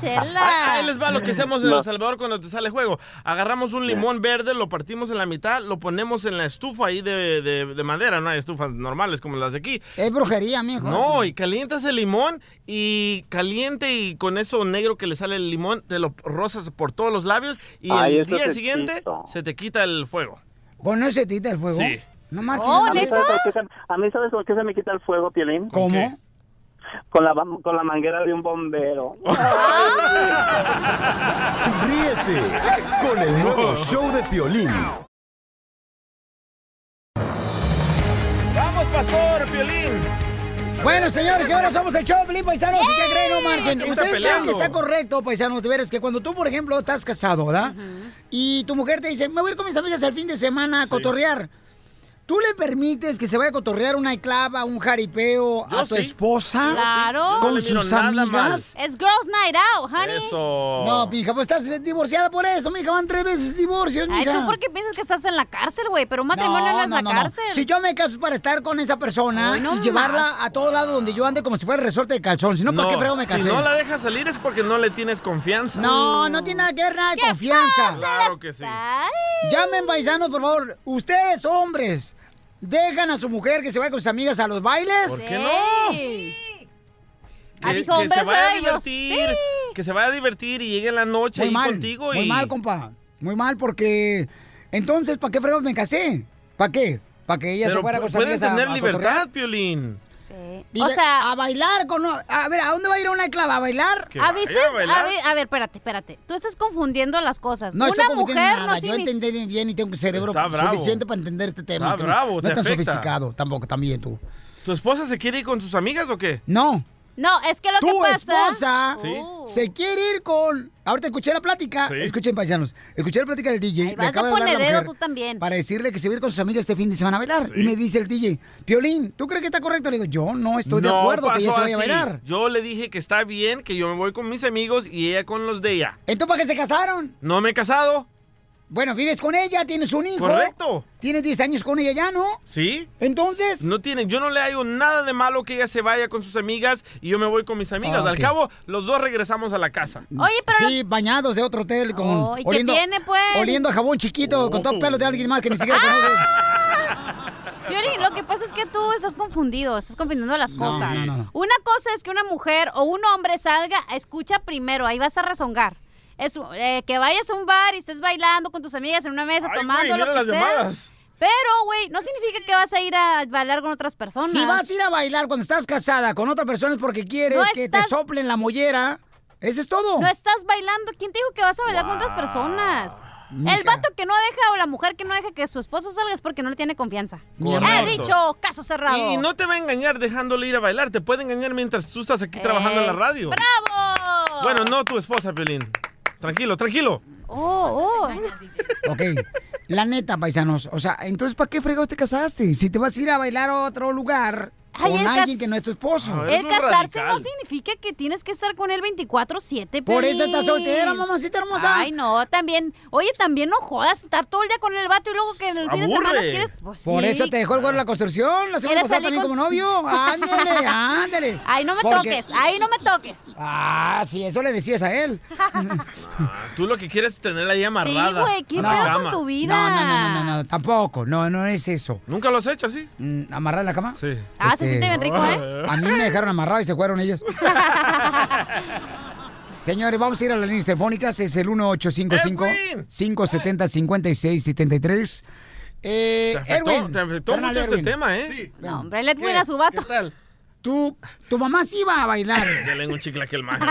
[SPEAKER 9] chela.
[SPEAKER 4] Ahí, ahí les va lo que hacemos en
[SPEAKER 16] No.
[SPEAKER 4] El Salvador cuando te sale juego. Agarramos un limón verde, lo partimos en la mitad, lo ponemos en la estufa ahí de, de- de madera, no hay estufas normales como las de aquí.
[SPEAKER 3] es brujería, mijo.
[SPEAKER 4] No, y calientas el limón y caliente y con eso negro que le sale el limón, te lo rozas por todos los labios y
[SPEAKER 16] Ay,
[SPEAKER 4] el
[SPEAKER 16] eso
[SPEAKER 4] día
[SPEAKER 16] te
[SPEAKER 4] siguiente
[SPEAKER 16] quito.
[SPEAKER 4] se te quita el fuego.
[SPEAKER 3] ¿Con eso se te quita el fuego?
[SPEAKER 4] Sí.
[SPEAKER 3] No
[SPEAKER 16] A
[SPEAKER 3] marches.
[SPEAKER 16] mí, ¿sabes por qué se- a mí, ¿sabes por qué se me quita el fuego, Piolín?
[SPEAKER 3] ¿Cómo?
[SPEAKER 16] Con la, bam- con la manguera de un bombero.
[SPEAKER 3] Oh,
[SPEAKER 5] Ríete con el nuevo show de Piolín.
[SPEAKER 4] ¡Vamos, pastor, violín!
[SPEAKER 3] Bueno, señores, y ahora somos el show, de Pelín, paisanos. ¿Y qué creen, no marchen?
[SPEAKER 4] Aquí está
[SPEAKER 3] Ustedes creen que
[SPEAKER 4] peleando.
[SPEAKER 3] está correcto, paisanos, de veras, que cuando tú, por ejemplo, estás casado, ¿verdad? Y tu mujer te dice, me voy a ir con mis amigas el fin de semana a cotorrear. ¿Tú le permites que se vaya a cotorrear una clava, un jaripeo
[SPEAKER 9] Yo
[SPEAKER 3] a tu
[SPEAKER 9] sí.
[SPEAKER 3] esposa?
[SPEAKER 9] Claro.
[SPEAKER 3] ¿Con sus amigas?
[SPEAKER 9] Es Girls Night Out, honey.
[SPEAKER 3] No, mija, pues estás eh, divorciada por eso, mija, van tres veces divorcios,
[SPEAKER 9] Ay,
[SPEAKER 3] Pues mija.
[SPEAKER 9] ¿tú por qué piensas que estás en la cárcel, güey? Pero un matrimonio no, es la cárcel.
[SPEAKER 3] Si yo me caso es para estar con esa persona
[SPEAKER 9] Ay, no
[SPEAKER 3] y llevarla a todo lado donde yo ande como si fuera resorte de calzón, si no, ¿para qué frego me casé?
[SPEAKER 4] Si no la dejas salir es porque no le tienes confianza.
[SPEAKER 3] No, no tiene nada que ver nada de confianza.
[SPEAKER 4] Claro que sí.
[SPEAKER 3] Llamen paisanos, por favor. Ustedes, hombres, dejan a su mujer que se vaya con sus amigas a los bailes.
[SPEAKER 4] ¿Por qué no?
[SPEAKER 3] Ah,
[SPEAKER 4] Que,
[SPEAKER 3] dijo,
[SPEAKER 4] que
[SPEAKER 3] hombres
[SPEAKER 4] se vaya a
[SPEAKER 3] bellos,
[SPEAKER 4] divertir, que se vaya a divertir y llegue en la noche
[SPEAKER 3] Muy
[SPEAKER 4] ahí
[SPEAKER 3] mal,
[SPEAKER 4] contigo
[SPEAKER 3] muy
[SPEAKER 4] y
[SPEAKER 3] mal, compa. Muy mal, porque entonces, ¿para qué fregados me casé? ¿Para qué? Para que ella se
[SPEAKER 4] Pero
[SPEAKER 3] fuera con sus
[SPEAKER 4] pueden
[SPEAKER 3] amigas a-
[SPEAKER 4] tener
[SPEAKER 3] a
[SPEAKER 4] libertad,
[SPEAKER 3] cotorrear.
[SPEAKER 4] Piolín.
[SPEAKER 3] Dile, a bailar con... A ver, ¿a dónde va a ir una clava? ¿A bailar?
[SPEAKER 4] Que
[SPEAKER 9] A
[SPEAKER 4] vaya
[SPEAKER 9] veces,
[SPEAKER 4] a bailar.
[SPEAKER 9] a, ve- a ver, espérate, espérate. Tú estás confundiendo las cosas.
[SPEAKER 3] No estoy
[SPEAKER 9] Una mujer
[SPEAKER 3] confundiendo nada.
[SPEAKER 9] no
[SPEAKER 3] Yo
[SPEAKER 9] significa-
[SPEAKER 3] entendí bien, bien y tengo un cerebro
[SPEAKER 4] Está bravo.
[SPEAKER 3] suficiente para entender este tema.
[SPEAKER 4] Está
[SPEAKER 3] que no-
[SPEAKER 4] bravo,
[SPEAKER 3] no,
[SPEAKER 4] te
[SPEAKER 3] es tan
[SPEAKER 4] afecta.
[SPEAKER 3] sofisticado tampoco, también tú.
[SPEAKER 4] ¿Tu esposa se quiere ir con sus amigas o qué?
[SPEAKER 3] No.
[SPEAKER 9] No, es que lo
[SPEAKER 3] tu
[SPEAKER 9] que pasa...
[SPEAKER 3] esposa
[SPEAKER 4] Sí.
[SPEAKER 3] se quiere ir con. Ahorita escuché la plática.
[SPEAKER 4] Sí.
[SPEAKER 3] Escuchen, paisanos. Escuché la plática del DJ.
[SPEAKER 9] vas
[SPEAKER 3] Me acaba
[SPEAKER 9] a
[SPEAKER 3] de hablar la
[SPEAKER 9] poner dedo
[SPEAKER 3] mujer
[SPEAKER 9] tú también.
[SPEAKER 3] para decirle que se va a ir con sus amigas este fin de semana a bailar. Y me dice el DJ, Piolín, ¿tú crees que está correcto? Le digo, yo no estoy de
[SPEAKER 4] No
[SPEAKER 3] acuerdo que ella
[SPEAKER 4] pasó
[SPEAKER 3] se vaya a
[SPEAKER 4] así.
[SPEAKER 3] bailar.
[SPEAKER 4] Yo le dije que está bien, que yo me voy con mis amigos y ella con los de ella.
[SPEAKER 3] ¿Entonces para qué se casaron?
[SPEAKER 4] No me he casado,
[SPEAKER 3] Bueno, vives con ella, tienes un hijo.
[SPEAKER 4] Correcto.
[SPEAKER 3] Tienes 10 años con ella ya, ¿no?
[SPEAKER 4] ¿sí?
[SPEAKER 3] Entonces.
[SPEAKER 4] No tiene, yo no le hago nada de malo que ella se vaya con sus amigas y yo me voy con mis amigas.
[SPEAKER 3] Ah,
[SPEAKER 4] Al
[SPEAKER 3] ok.
[SPEAKER 4] cabo, los dos regresamos a la casa.
[SPEAKER 9] Oye,
[SPEAKER 3] pero. Sí, bañados de otro hotel con.
[SPEAKER 9] Oh, ¿y qué tiene, pues?
[SPEAKER 3] Oliendo a jabón chiquito, con todo pelo de alguien más que ni siquiera
[SPEAKER 9] ¡Ah!
[SPEAKER 3] conoces.
[SPEAKER 9] Piolín, lo que pasa es que tú estás confundido, estás confundiendo las cosas.
[SPEAKER 3] no, no.
[SPEAKER 9] Una cosa es que una mujer o un hombre salga, escucha primero, ahí vas a rezongar. Es eh, que vayas a un bar y estés bailando con tus amigas en una mesa,
[SPEAKER 4] Ay,
[SPEAKER 9] tomando
[SPEAKER 4] güey,
[SPEAKER 9] lo
[SPEAKER 4] mira
[SPEAKER 9] que
[SPEAKER 4] las
[SPEAKER 9] sea.
[SPEAKER 4] llamadas.
[SPEAKER 9] Pero, güey, no significa que vas a ir a bailar con otras personas.
[SPEAKER 3] Si vas a ir a bailar cuando estás casada con otra persona es porque quieres
[SPEAKER 9] No
[SPEAKER 3] que
[SPEAKER 9] estás-
[SPEAKER 3] te soplen la mollera. Eso es todo.
[SPEAKER 9] No estás bailando. ¿Quién te dijo que vas a bailar con otras personas? El vato que no deja o la mujer que no deja que su esposo salga es porque no le tiene confianza.
[SPEAKER 4] Mi amor.
[SPEAKER 9] He dicho, caso cerrado.
[SPEAKER 3] Eh,
[SPEAKER 4] Y no te va a engañar dejándole ir a bailar, te puede engañar mientras tú estás aquí trabajando en la radio.
[SPEAKER 9] ¡Bravo!
[SPEAKER 4] Bueno, no tu esposa, Piolín. Tranquilo, tranquilo.
[SPEAKER 3] Oh, oh. Ok. La neta, paisanos. O sea, entonces, ¿para qué fregados te casaste? Si te vas a ir a bailar a otro lugar
[SPEAKER 9] Ay,
[SPEAKER 3] con
[SPEAKER 9] el cas-
[SPEAKER 3] alguien
[SPEAKER 9] Ah,
[SPEAKER 3] que no es tu
[SPEAKER 4] Ah,
[SPEAKER 3] esposo.
[SPEAKER 9] El casarse no significa que tienes que estar con él 24-7,
[SPEAKER 3] Por eso
[SPEAKER 9] Piolín.
[SPEAKER 3] estás soltera, mamacita hermosa.
[SPEAKER 9] Ay, no, también. Oye, también no jodas estar todo el día con el vato y luego que en el fin de semana si quieres... Pues,
[SPEAKER 3] Por
[SPEAKER 9] sí.
[SPEAKER 3] eso te dejó el güero de la construcción la semana
[SPEAKER 9] ¿Quieres
[SPEAKER 3] pasada
[SPEAKER 9] salir
[SPEAKER 3] también
[SPEAKER 9] con-
[SPEAKER 3] como novio. Ándale, ándale.
[SPEAKER 9] Ay, no me
[SPEAKER 3] Porque-
[SPEAKER 9] toques, ahí no me toques.
[SPEAKER 3] Ah, sí, eso le decías a él.
[SPEAKER 4] Tú lo que quieres es tenerla ahí amarrada. a la cama.
[SPEAKER 3] No, no, no, no, no, no, tampoco. No, no es eso. Mm,
[SPEAKER 4] ¿Nunca lo has hecho así?
[SPEAKER 3] ¿Amarrar en la cama? Este,
[SPEAKER 4] Sí.
[SPEAKER 9] Ah, se siente bien rico, ¿eh?
[SPEAKER 3] A mí me dejaron amarrado y se fueron ellos. Señores, vamos a ir a las líneas telefónicas. Es el 1855-570-5673. Eh,
[SPEAKER 4] Te afectó-
[SPEAKER 3] Erwin,
[SPEAKER 4] te afectó
[SPEAKER 3] carnal
[SPEAKER 4] mucho este tema, ¿eh?
[SPEAKER 9] No, hombre, le voy a su vato.
[SPEAKER 3] Tú, tu mamá sí iba a bailar.
[SPEAKER 4] Dale un chicle a aquel maje.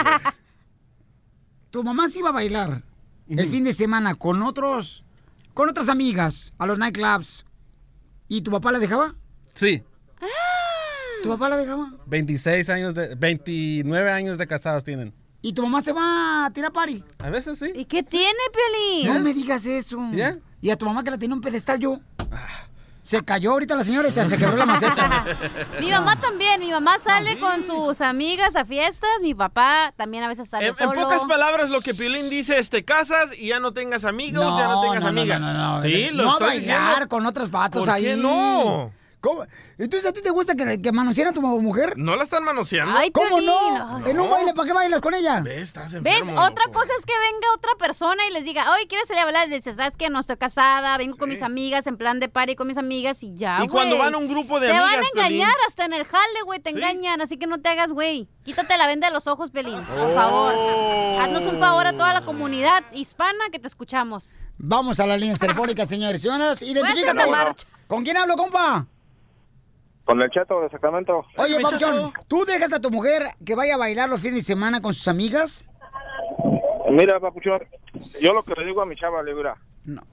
[SPEAKER 3] tu mamá sí iba a bailar el fin de semana con otros, con otras amigas a los nightclubs. ¿Y tu papá la dejaba?
[SPEAKER 17] Sí,
[SPEAKER 3] ¿Tu papá la dejaba?
[SPEAKER 17] 26 años de 29 años de casados tienen.
[SPEAKER 3] ¿Y tu mamá se va a tirar party?
[SPEAKER 17] A veces sí.
[SPEAKER 9] ¿Y qué tiene, Piolín?
[SPEAKER 3] No me digas eso.
[SPEAKER 17] ¿Ya?
[SPEAKER 3] Y a tu mamá que la tenía un pedestal yo.
[SPEAKER 4] Ah.
[SPEAKER 3] Se cayó ahorita la señora, esta, se quebró la maceta.
[SPEAKER 9] Mi mamá también, mi
[SPEAKER 4] Ah,
[SPEAKER 9] mamá sale con sus amigas a fiestas, mi papá también a veces sale
[SPEAKER 4] En, en
[SPEAKER 9] solo.
[SPEAKER 4] pocas palabras, lo que Piolín dice es te casas y ya no tengas amigos, ya no tengas amigas. Sí, lo
[SPEAKER 3] no a
[SPEAKER 4] estoy
[SPEAKER 3] bailar
[SPEAKER 4] diciendo.
[SPEAKER 3] con otros vatos
[SPEAKER 4] ¿Por
[SPEAKER 3] ahí.
[SPEAKER 4] qué no?
[SPEAKER 3] ¿Cómo? Entonces, ¿a ti te gusta que, que manosearan a tu mujer?
[SPEAKER 4] ¿No la están manoseando?
[SPEAKER 3] ¿Cómo no? En un baile, ¿para qué bailas con ella?
[SPEAKER 4] Estás
[SPEAKER 9] ¿Ves?
[SPEAKER 4] enfermo,
[SPEAKER 9] Otra
[SPEAKER 4] loco.
[SPEAKER 9] cosa es que venga otra persona y les diga, oye, ¿quieres salir a hablar? Y dices, ¿sabes qué? No estoy casada, vengo con mis amigas, en plan de party con mis amigas y ya,
[SPEAKER 4] Y cuando
[SPEAKER 9] güey.
[SPEAKER 4] van a un grupo de
[SPEAKER 9] Te van a
[SPEAKER 4] amigas, Piolín.
[SPEAKER 9] engañar hasta en el jale, güey, te engañan, así que no te hagas, güey. Quítate la venda de los ojos, Pelín,
[SPEAKER 4] Oh.
[SPEAKER 9] por favor. Haznos un favor a toda la comunidad hispana que te escuchamos.
[SPEAKER 3] Vamos a las líneas telefónicas, señores y señoras. Identifícate.
[SPEAKER 9] Voy a hacer la marcha.
[SPEAKER 3] ¿Con quién hablo, compa?
[SPEAKER 18] Con el Cheto de Sacramento.
[SPEAKER 3] Oye, Papuchón, ¿tú dejas a tu mujer que vaya a bailar los fines de semana con sus amigas?
[SPEAKER 18] Mira, Papuchón, yo lo que le digo a mi chava, le digo,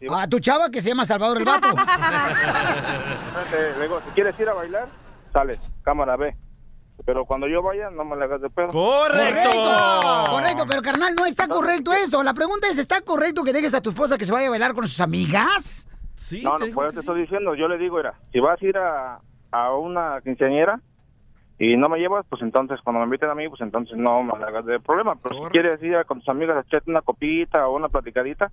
[SPEAKER 18] mira,
[SPEAKER 3] A tu chava que se llama Salvador el Vato.
[SPEAKER 18] espérate, le digo, si quieres ir a bailar, sales, cámara, ve. Pero cuando yo vaya, no me la hagas de pedo.
[SPEAKER 3] Correcto. Correcto, pero carnal, no está correcto eso. La pregunta es, ¿está correcto que dejes a tu esposa que se vaya a bailar con sus amigas?
[SPEAKER 4] Sí,
[SPEAKER 18] no, no, por eso te estoy diciendo, yo le digo, mira, si vas a ir a, a una quinceañera y no me llevas, pues entonces cuando me inviten a mí, pues entonces no me la hagas de problema. Pero si quieres ir a- con tus amigas a echarte una copita o una platicadita,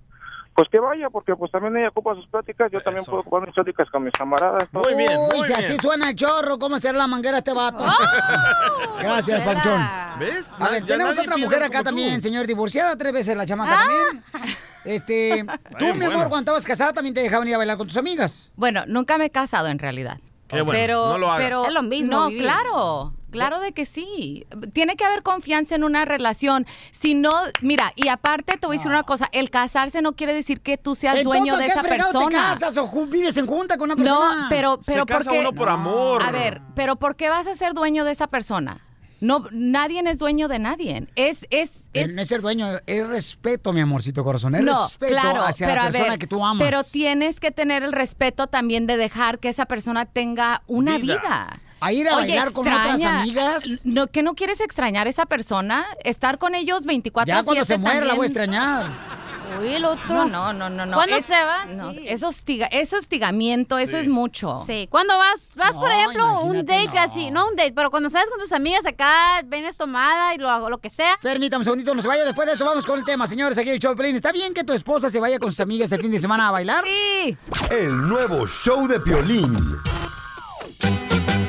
[SPEAKER 18] pues que vaya, porque pues también ella ocupa sus pláticas, yo también puedo ocupar mis pláticas con mis camaradas. ¿no?
[SPEAKER 3] Uy, si así suena el chorro, ¿cómo será la manguera a este vato? Gracias,
[SPEAKER 18] Chela.
[SPEAKER 3] Papuchón.
[SPEAKER 4] ¿Ves?
[SPEAKER 3] A ver, tenemos otra mujer acá también, señor, divorciada tres veces la chamaca
[SPEAKER 19] Ah.
[SPEAKER 3] también. Este, tú, mi amor,
[SPEAKER 19] bueno.
[SPEAKER 3] cuando estabas casada también te dejaban ir a bailar con tus amigas.
[SPEAKER 19] Bueno, nunca me he casado en realidad.
[SPEAKER 3] Qué bueno,
[SPEAKER 19] Pero,
[SPEAKER 3] no lo hagas.
[SPEAKER 19] pero-
[SPEAKER 9] Es lo mismo
[SPEAKER 19] No,
[SPEAKER 9] vivir.
[SPEAKER 19] claro, claro de que sí. Tiene que haber confianza en una relación. Si no, mira, y aparte te voy a decir una cosa: el casarse no quiere decir que tú seas dueño de
[SPEAKER 3] ¿qué
[SPEAKER 19] esa
[SPEAKER 3] fregado
[SPEAKER 19] persona.
[SPEAKER 3] te casas o ju- vives en junta con una persona?
[SPEAKER 19] No, pero, pero
[SPEAKER 4] casa
[SPEAKER 19] porque,
[SPEAKER 4] uno por amor.
[SPEAKER 19] A ver, pero ¿por qué vas a ser dueño de esa persona? No, nadie es dueño de nadie. Es, es,
[SPEAKER 3] Pero no es ser dueño, es respeto, mi amorcito corazón, es
[SPEAKER 19] no,
[SPEAKER 3] respeto
[SPEAKER 19] claro,
[SPEAKER 3] hacia
[SPEAKER 19] pero
[SPEAKER 3] la
[SPEAKER 19] a
[SPEAKER 3] persona
[SPEAKER 19] ver,
[SPEAKER 3] que tú amas.
[SPEAKER 19] Pero tienes que tener el respeto también de dejar que esa persona tenga una
[SPEAKER 3] Vida.
[SPEAKER 19] vida.
[SPEAKER 3] A ir a bailar con otras amigas.
[SPEAKER 19] No, que no quieres extrañar a esa persona, estar con ellos 24
[SPEAKER 3] Ya cuando se muera la voy a extrañar.
[SPEAKER 19] Uy, el otro. No, no, no, no.
[SPEAKER 9] ¿Cuándo
[SPEAKER 19] es-
[SPEAKER 9] se va?
[SPEAKER 19] no,
[SPEAKER 9] Sí.
[SPEAKER 19] es, hostiga- es hostigamiento, eso es mucho.
[SPEAKER 9] Sí, cuando vas, vas por
[SPEAKER 19] No,
[SPEAKER 9] ejemplo, un
[SPEAKER 19] imagínate,
[SPEAKER 9] date así, no un date, pero cuando sales con tus amigas acá, vienes tomada y lo hago, lo que sea.
[SPEAKER 3] Permítame un segundito, no se vaya. Después de esto vamos con el tema, señores. Aquí el show de Pelín. ¿Está bien que tu esposa se vaya con sus amigas el fin de semana a bailar?
[SPEAKER 19] Sí.
[SPEAKER 5] El nuevo show de Piolín.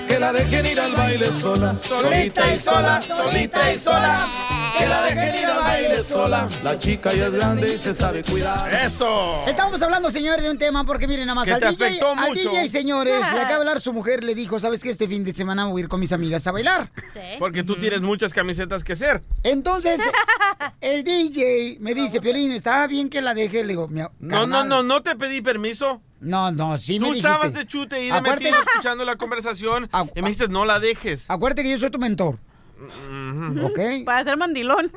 [SPEAKER 2] Que la dejen ir al baile sola, solita y sola, solita y sola. Que la dejen ir al baile sola. La chica ya es grande y se sabe cuidar.
[SPEAKER 4] ¡Eso!
[SPEAKER 3] Estamos hablando, señores, de un tema porque miren nada más.
[SPEAKER 4] Que
[SPEAKER 3] Al
[SPEAKER 4] te
[SPEAKER 3] DJ,
[SPEAKER 4] afectó
[SPEAKER 3] al
[SPEAKER 4] mucho.
[SPEAKER 3] DJ, señores, le acaba de hablar su mujer, le dijo, ¿sabes qué? Este fin de semana voy a ir con mis amigas a bailar.
[SPEAKER 4] Porque tú tienes muchas camisetas que hacer.
[SPEAKER 3] Entonces, el DJ me dice, Piolín, ¿está bien que la deje? Le digo, "Mira,
[SPEAKER 4] No, no,
[SPEAKER 3] carnal".
[SPEAKER 4] no, no te pedí permiso.
[SPEAKER 3] No, no, sí me
[SPEAKER 4] Tú
[SPEAKER 3] dijiste.
[SPEAKER 4] estabas de chute y de
[SPEAKER 3] Acuérdate-
[SPEAKER 4] metido escuchando la conversación y me dijiste, no la dejes.
[SPEAKER 3] Acuérdate que yo soy tu mentor. ¿Ok?
[SPEAKER 9] Para ser mandilón.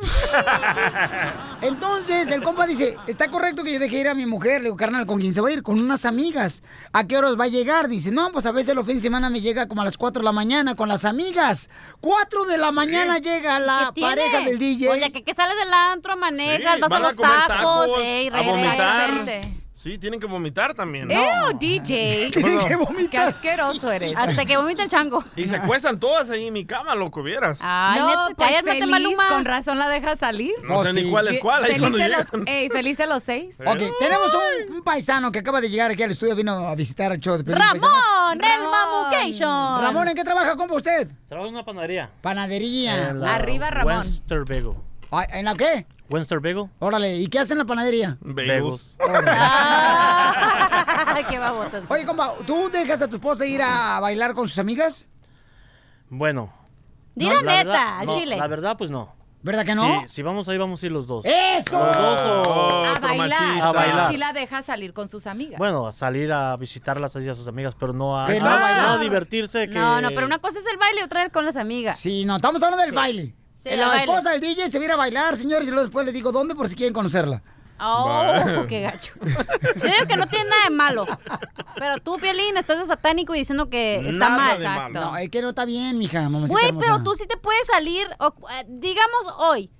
[SPEAKER 3] Entonces, el compa dice, ¿está correcto que yo deje ir a mi mujer? Le digo, carnal, ¿con quién se va a ir? Con unas amigas. ¿A qué horas va a llegar? Dice, no, pues a veces los fines de semana me llega como a las 4 de la mañana con las amigas. 4 de la mañana llega la
[SPEAKER 9] ¿Qué
[SPEAKER 3] pareja
[SPEAKER 9] tiene?
[SPEAKER 3] del DJ.
[SPEAKER 9] O sea, que, que sales del antro, manejas, vas a
[SPEAKER 4] van a
[SPEAKER 9] los
[SPEAKER 4] comer
[SPEAKER 9] tacos,
[SPEAKER 4] tacos,
[SPEAKER 9] ey,
[SPEAKER 4] a vomitar.
[SPEAKER 9] regresas.
[SPEAKER 4] Sí, tienen que vomitar también.
[SPEAKER 9] ¡Ew, DJ!
[SPEAKER 4] ¿Qué pasó?
[SPEAKER 9] ¡Qué asqueroso eres! Hasta que vomita el chango.
[SPEAKER 4] Y se acuestan todas ahí en mi cama, loco, vieras.
[SPEAKER 9] Ay,
[SPEAKER 19] no,
[SPEAKER 9] neta,
[SPEAKER 19] pues
[SPEAKER 9] cállate,
[SPEAKER 19] feliz,
[SPEAKER 9] Maluma.
[SPEAKER 19] con razón la deja salir.
[SPEAKER 4] No sé ni cuál es cuál, ahí
[SPEAKER 19] Feliz
[SPEAKER 4] cuando
[SPEAKER 19] de los,
[SPEAKER 4] llegan.
[SPEAKER 19] ey, feliz de los seis.
[SPEAKER 3] Oh, Ok, tenemos un, un paisano que acaba de llegar aquí al estudio, vino a visitar el show de Pelín,
[SPEAKER 9] ¡Ramón,
[SPEAKER 3] paisano.
[SPEAKER 9] el Mamucation!
[SPEAKER 3] Ramón, ¿en qué trabaja, compa, usted?
[SPEAKER 20] Trabajo en una panadería.
[SPEAKER 3] Panadería.
[SPEAKER 20] En la West Turbago.
[SPEAKER 3] Ah, ¿En la qué?
[SPEAKER 20] Western Bagel.
[SPEAKER 3] Órale, ¿y qué hace en la panadería?
[SPEAKER 20] Bagels.
[SPEAKER 3] qué babotas. Oye, compa, ¿tú dejas a tu esposa ir a bailar con sus amigas?
[SPEAKER 20] Bueno.
[SPEAKER 3] Di
[SPEAKER 20] No,
[SPEAKER 3] la neta,
[SPEAKER 20] verdad,
[SPEAKER 3] al
[SPEAKER 20] no,
[SPEAKER 3] chile.
[SPEAKER 20] La verdad, pues no.
[SPEAKER 3] ¿Verdad que no?
[SPEAKER 20] Sí, si vamos ahí, vamos a ir los dos.
[SPEAKER 3] ¡Eso!
[SPEAKER 20] Los dos o...
[SPEAKER 19] a bailar.
[SPEAKER 20] A bailar.
[SPEAKER 19] Pero sí la deja salir con sus amigas.
[SPEAKER 20] Bueno, a salir a visitarlas así a sus amigas, pero no a,
[SPEAKER 19] Pero
[SPEAKER 20] no,
[SPEAKER 19] no a bailar.
[SPEAKER 20] no a divertirse. Que...
[SPEAKER 9] No, no, pero una cosa es el baile y otra es con las amigas.
[SPEAKER 3] Sí, no, estamos hablando del baile.
[SPEAKER 9] Sí,
[SPEAKER 3] la
[SPEAKER 9] el baile.
[SPEAKER 3] esposa del DJ se viene a bailar, señores, y luego después les digo dónde por si quieren conocerla.
[SPEAKER 9] ¡Oh, qué gacho! Yo digo que no tiene nada de malo. Pero tú, Pielín, estás de satánico y diciendo que está mal.
[SPEAKER 3] No, es que no está bien, mija, mamacita
[SPEAKER 9] Güey,
[SPEAKER 3] hermosa.
[SPEAKER 9] pero tú sí te puedes salir, o, eh, digamos hoy.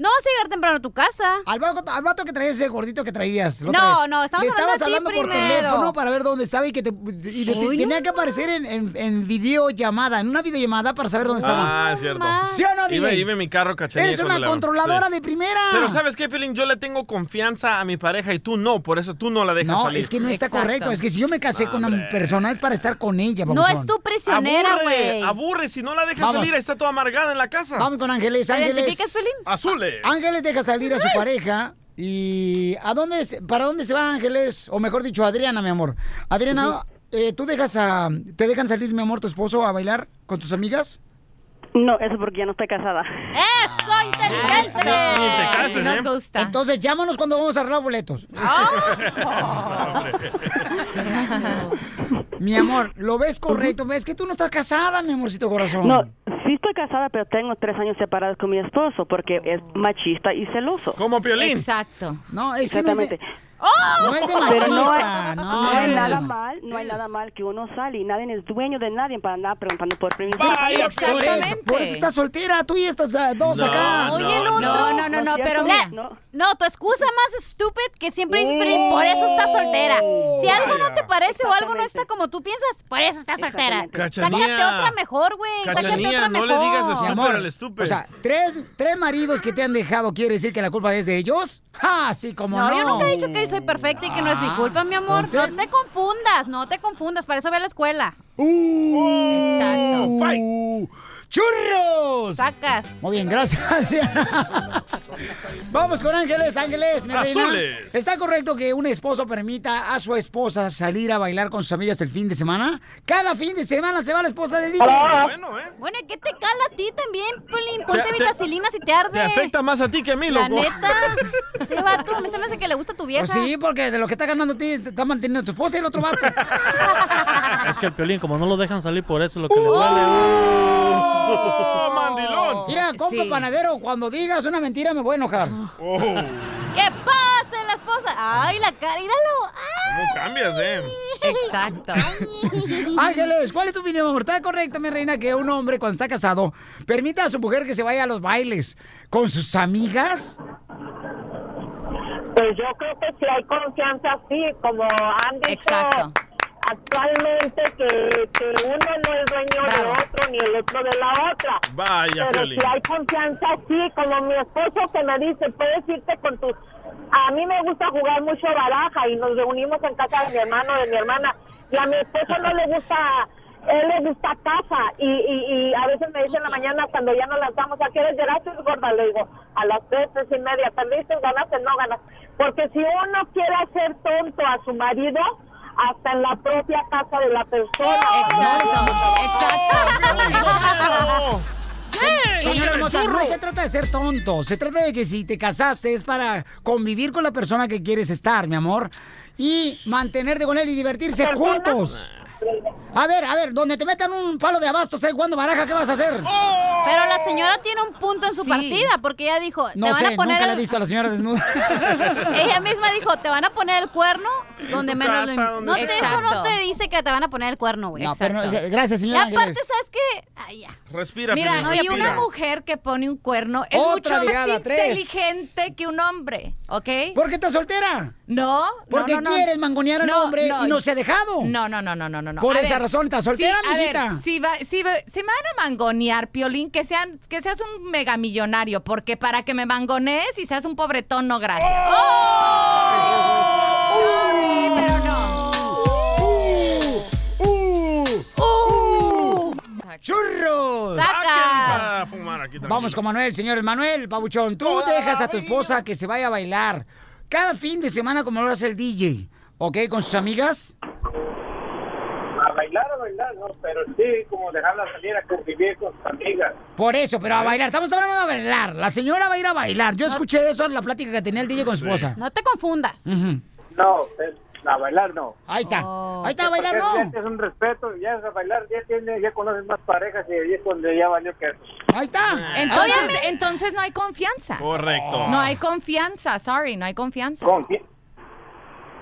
[SPEAKER 9] No vas a llegar temprano a tu casa.
[SPEAKER 3] Al vato, al vato que traías ese gordito que traías. la otra
[SPEAKER 9] No,
[SPEAKER 3] vez.
[SPEAKER 9] no, estamos
[SPEAKER 3] Le estabas
[SPEAKER 9] hablando
[SPEAKER 3] hablando
[SPEAKER 9] a ti
[SPEAKER 3] por
[SPEAKER 9] primero.
[SPEAKER 3] teléfono para ver dónde estaba y que te, y de-
[SPEAKER 9] Ay, no
[SPEAKER 3] tenía que aparecer en, en, en videollamada, en una videollamada para saber dónde estaba.
[SPEAKER 4] Ah, cierto.
[SPEAKER 3] ¿Sí o no,
[SPEAKER 4] Iba,
[SPEAKER 3] DJ?
[SPEAKER 4] iba en mi carro cachanilla.
[SPEAKER 3] Eres una
[SPEAKER 4] cuando la-
[SPEAKER 3] controladora
[SPEAKER 4] Sí.
[SPEAKER 3] de primera.
[SPEAKER 4] Pero ¿sabes qué, Pelín? Yo le tengo confianza a mi pareja y tú no, por eso tú no la dejas
[SPEAKER 3] No,
[SPEAKER 4] salir.
[SPEAKER 3] es que no está correcto. Es que si yo me casé con una persona es para estar con ella, babuchón.
[SPEAKER 4] Aburre, aburre, si no la dejas
[SPEAKER 3] Vamos.
[SPEAKER 4] salir, está toda amargada en la casa. eh.
[SPEAKER 3] Vamos con Ángeles, Ángeles.
[SPEAKER 4] Azules.
[SPEAKER 3] Ángeles deja salir a su pareja y ¿a dónde se- para dónde se va Ángeles? O mejor dicho, Adriana, mi amor. Adriana, eh, tú dejas a te dejan salir, mi amor, tu esposo a bailar con tus amigas?
[SPEAKER 21] No, eso porque ya no estoy casada.
[SPEAKER 9] ¡Eso, inteligente!
[SPEAKER 4] ¿eh?
[SPEAKER 21] Así
[SPEAKER 9] ¿eh?
[SPEAKER 21] nos gusta. Ah.
[SPEAKER 3] Entonces, llámanos cuando vamos a arreglar boletos. Mi amor, ¿lo ves correcto? ¿Ves que tú no estás casada, mi amorcito corazón?
[SPEAKER 21] No, sí estoy casada, pero tengo tres años separados con mi esposo porque es machista y celoso.
[SPEAKER 4] Como Piolín.
[SPEAKER 19] Exacto.
[SPEAKER 3] No, es
[SPEAKER 21] que no es de-
[SPEAKER 3] Exactamente. No es de
[SPEAKER 21] Pero no hay-
[SPEAKER 3] machista, no,
[SPEAKER 21] no
[SPEAKER 3] no,
[SPEAKER 21] hay
[SPEAKER 3] no,
[SPEAKER 21] nada
[SPEAKER 3] no.
[SPEAKER 21] mal, no hay nada mal que uno sale y nadie es dueño de nadie para andar preguntando por permiso.
[SPEAKER 3] Por eso, por eso estás soltera, tú y estas ah, dos
[SPEAKER 21] No,
[SPEAKER 3] acá.
[SPEAKER 21] no, Oye, el otro.
[SPEAKER 9] No, no, no, no, pero mira, no. tu excusa más estúpida que siempre dices, Pelín, por eso estás soltera. Si algo no te parece o algo no está como tú piensas, por eso estás soltera. Sácate
[SPEAKER 4] Cachanía.
[SPEAKER 9] otra mejor, güey. Sácate
[SPEAKER 4] Cachanía,
[SPEAKER 9] otra
[SPEAKER 4] no
[SPEAKER 9] mejor.
[SPEAKER 4] le digas
[SPEAKER 3] Mi
[SPEAKER 4] estúpido
[SPEAKER 3] Oh. amor,
[SPEAKER 4] al estúpido.
[SPEAKER 3] O sea, tres, tres maridos que te han dejado, ¿quiere decir que la culpa es de ellos? ¡Ja! Así como no.
[SPEAKER 9] No, yo nunca he dicho que soy perfecta y que no es mi culpa, mi amor.
[SPEAKER 3] entonces-
[SPEAKER 9] No te confundas, no te confundas. Para eso ve a la escuela.
[SPEAKER 3] Exacto. ¡Churros!
[SPEAKER 9] Sacas.
[SPEAKER 3] Muy bien, gracias, Adriana. Vamos con Ángeles, Ángeles, mi reina.
[SPEAKER 2] Azules.
[SPEAKER 3] ¿Está correcto que un esposo permita a su esposa salir a bailar con sus amigas el fin de semana? Cada fin de semana se va la esposa del día.
[SPEAKER 9] Bueno, ¿y ¿qué te cala a ti también, Pelín? Ponte
[SPEAKER 4] eh. Te- te-
[SPEAKER 9] vitacilina si te arde.
[SPEAKER 4] Te afecta más a ti que a mí,
[SPEAKER 9] La
[SPEAKER 4] loco.
[SPEAKER 9] neta. Este vato, a mí se me hace que le gusta tu vieja.
[SPEAKER 3] Pues sí, porque de lo que está ganando a ti, te está manteniendo tu esposa y el otro vato.
[SPEAKER 20] Es que el Piolín, como no lo dejan salir, por eso
[SPEAKER 3] ¡Uh!
[SPEAKER 20] lo que le duele.
[SPEAKER 4] ¡Oh, mandilón!
[SPEAKER 3] Mira, compa
[SPEAKER 9] Sí.
[SPEAKER 3] panadero, cuando digas una mentira me voy a enojar.
[SPEAKER 4] Oh,
[SPEAKER 9] ¿Qué pasa, la esposa? ¡Ay, la cara! ¡Míralo!
[SPEAKER 4] ¿Cómo cambias, eh?
[SPEAKER 19] Exacto.
[SPEAKER 3] Ángeles, ¿cuál es tu opinión, amor? ¿Está correcto, mi reina, que un hombre cuando está casado permita a su mujer que se vaya a los bailes con sus amigas?
[SPEAKER 22] Pues yo creo que si hay confianza, sí, como han dicho actualmente que, que uno no es dueño de otro ni el otro de la otra.
[SPEAKER 4] Vaya,
[SPEAKER 22] Pero
[SPEAKER 4] Piolín.
[SPEAKER 22] si hay confianza, sí, como mi esposo que me dice, puedes irte con tus... A mí me gusta jugar mucho baraja y nos reunimos en casa de mi hermano, de mi hermana, y a mi esposo no le gusta... Él le gusta casa y, y, y a veces me dice en la mañana cuando ya nos lanzamos, ¿a qué hora llegaste, gorda? Le digo, a las tres, tres y media, ¿perdiste? ¿Ganaste? No ganas. Porque si uno quiere hacer tonto a su marido, hasta en la propia casa de la persona. Exacto,
[SPEAKER 3] exacto. Señora
[SPEAKER 2] ¡Oye,
[SPEAKER 3] hermosa,
[SPEAKER 2] churro!
[SPEAKER 3] no se trata de ser tonto, se trata de que si te casaste es para convivir con la persona que quieres estar, mi amor, y mantenerte con él y divertirse juntos. A ver, a ver, donde te metan un palo de abasto, ¿sabes cuándo baraja? ¿Qué vas a hacer?
[SPEAKER 19] Oh,
[SPEAKER 9] Pero la señora tiene un punto en su partida porque ella dijo, te
[SPEAKER 3] No
[SPEAKER 9] van
[SPEAKER 3] sé,
[SPEAKER 9] a poner
[SPEAKER 3] nunca la he
[SPEAKER 9] el-
[SPEAKER 3] visto a la señora desnuda.
[SPEAKER 9] Ella misma dijo, te van a poner el cuerno donde
[SPEAKER 3] tu
[SPEAKER 9] menos lo
[SPEAKER 3] casa,
[SPEAKER 9] im-
[SPEAKER 3] donde
[SPEAKER 9] no te,
[SPEAKER 3] sea.
[SPEAKER 9] Eso no
[SPEAKER 3] Exacto.
[SPEAKER 9] te dice que te van a poner el cuerno, güey.
[SPEAKER 3] No, pero no,
[SPEAKER 9] Exacto.
[SPEAKER 3] gracias, señora
[SPEAKER 9] Y aparte,
[SPEAKER 3] Ángeles.
[SPEAKER 9] ¿sabes qué? Ay, ya.
[SPEAKER 4] Respira,
[SPEAKER 19] Mira,
[SPEAKER 4] Piolín,
[SPEAKER 19] no, y
[SPEAKER 4] respira.
[SPEAKER 19] una mujer que pone un cuerno es
[SPEAKER 3] Otra
[SPEAKER 19] mucho más
[SPEAKER 3] ligada, tres.
[SPEAKER 19] inteligente que un hombre, ¿ok?
[SPEAKER 3] ¿Por qué estás soltera?
[SPEAKER 19] No,
[SPEAKER 3] Porque
[SPEAKER 19] no, no, no.
[SPEAKER 3] quieres mangonear al
[SPEAKER 19] No,
[SPEAKER 3] hombre y no se ha dejado.
[SPEAKER 19] No, no, no, no, no, no. no.
[SPEAKER 3] Por
[SPEAKER 19] A
[SPEAKER 3] esa
[SPEAKER 19] ver,
[SPEAKER 3] razón, ¿estás soltera,
[SPEAKER 19] sí, a ver,
[SPEAKER 3] mijita?
[SPEAKER 19] si, va- si va- si me van a mangonear, Piolín, que, sean, que seas un megamillonario, porque para que me mangonees y seas un pobretón, no gracias. Sorry, pero no.
[SPEAKER 3] ¡Churros!
[SPEAKER 4] Sáquenla a fumar aquí también.
[SPEAKER 3] Vamos con Manuel, señores. Manuel, Pabuchón, tú dejas a tu esposa que se vaya a bailar cada fin de semana como lo hace el DJ, ¿ok? Con sus amigas.
[SPEAKER 12] A bailar, a bailar, no, pero sí, como dejarla salir a convivir con sus amigas.
[SPEAKER 3] Por eso, pero a bailar. Estamos hablando de bailar. La señora va a ir a bailar. Yo escuché eso en la plática que tenía el DJ con su esposa.
[SPEAKER 9] No te confundas.
[SPEAKER 12] No, es- a bailar no.
[SPEAKER 3] Ahí está.
[SPEAKER 9] Oh.
[SPEAKER 3] Ahí está, a
[SPEAKER 12] Porque
[SPEAKER 3] bailar no.
[SPEAKER 12] ya Es un respeto, ya es a bailar, ya, tiene, ya conoces más parejas y ahí es donde ya valió que
[SPEAKER 3] Ahí está.
[SPEAKER 19] Oh, Ah. Entonces, entonces no hay confianza.
[SPEAKER 12] Correcto.
[SPEAKER 19] No hay confianza, sorry, no hay confianza.
[SPEAKER 12] Confi-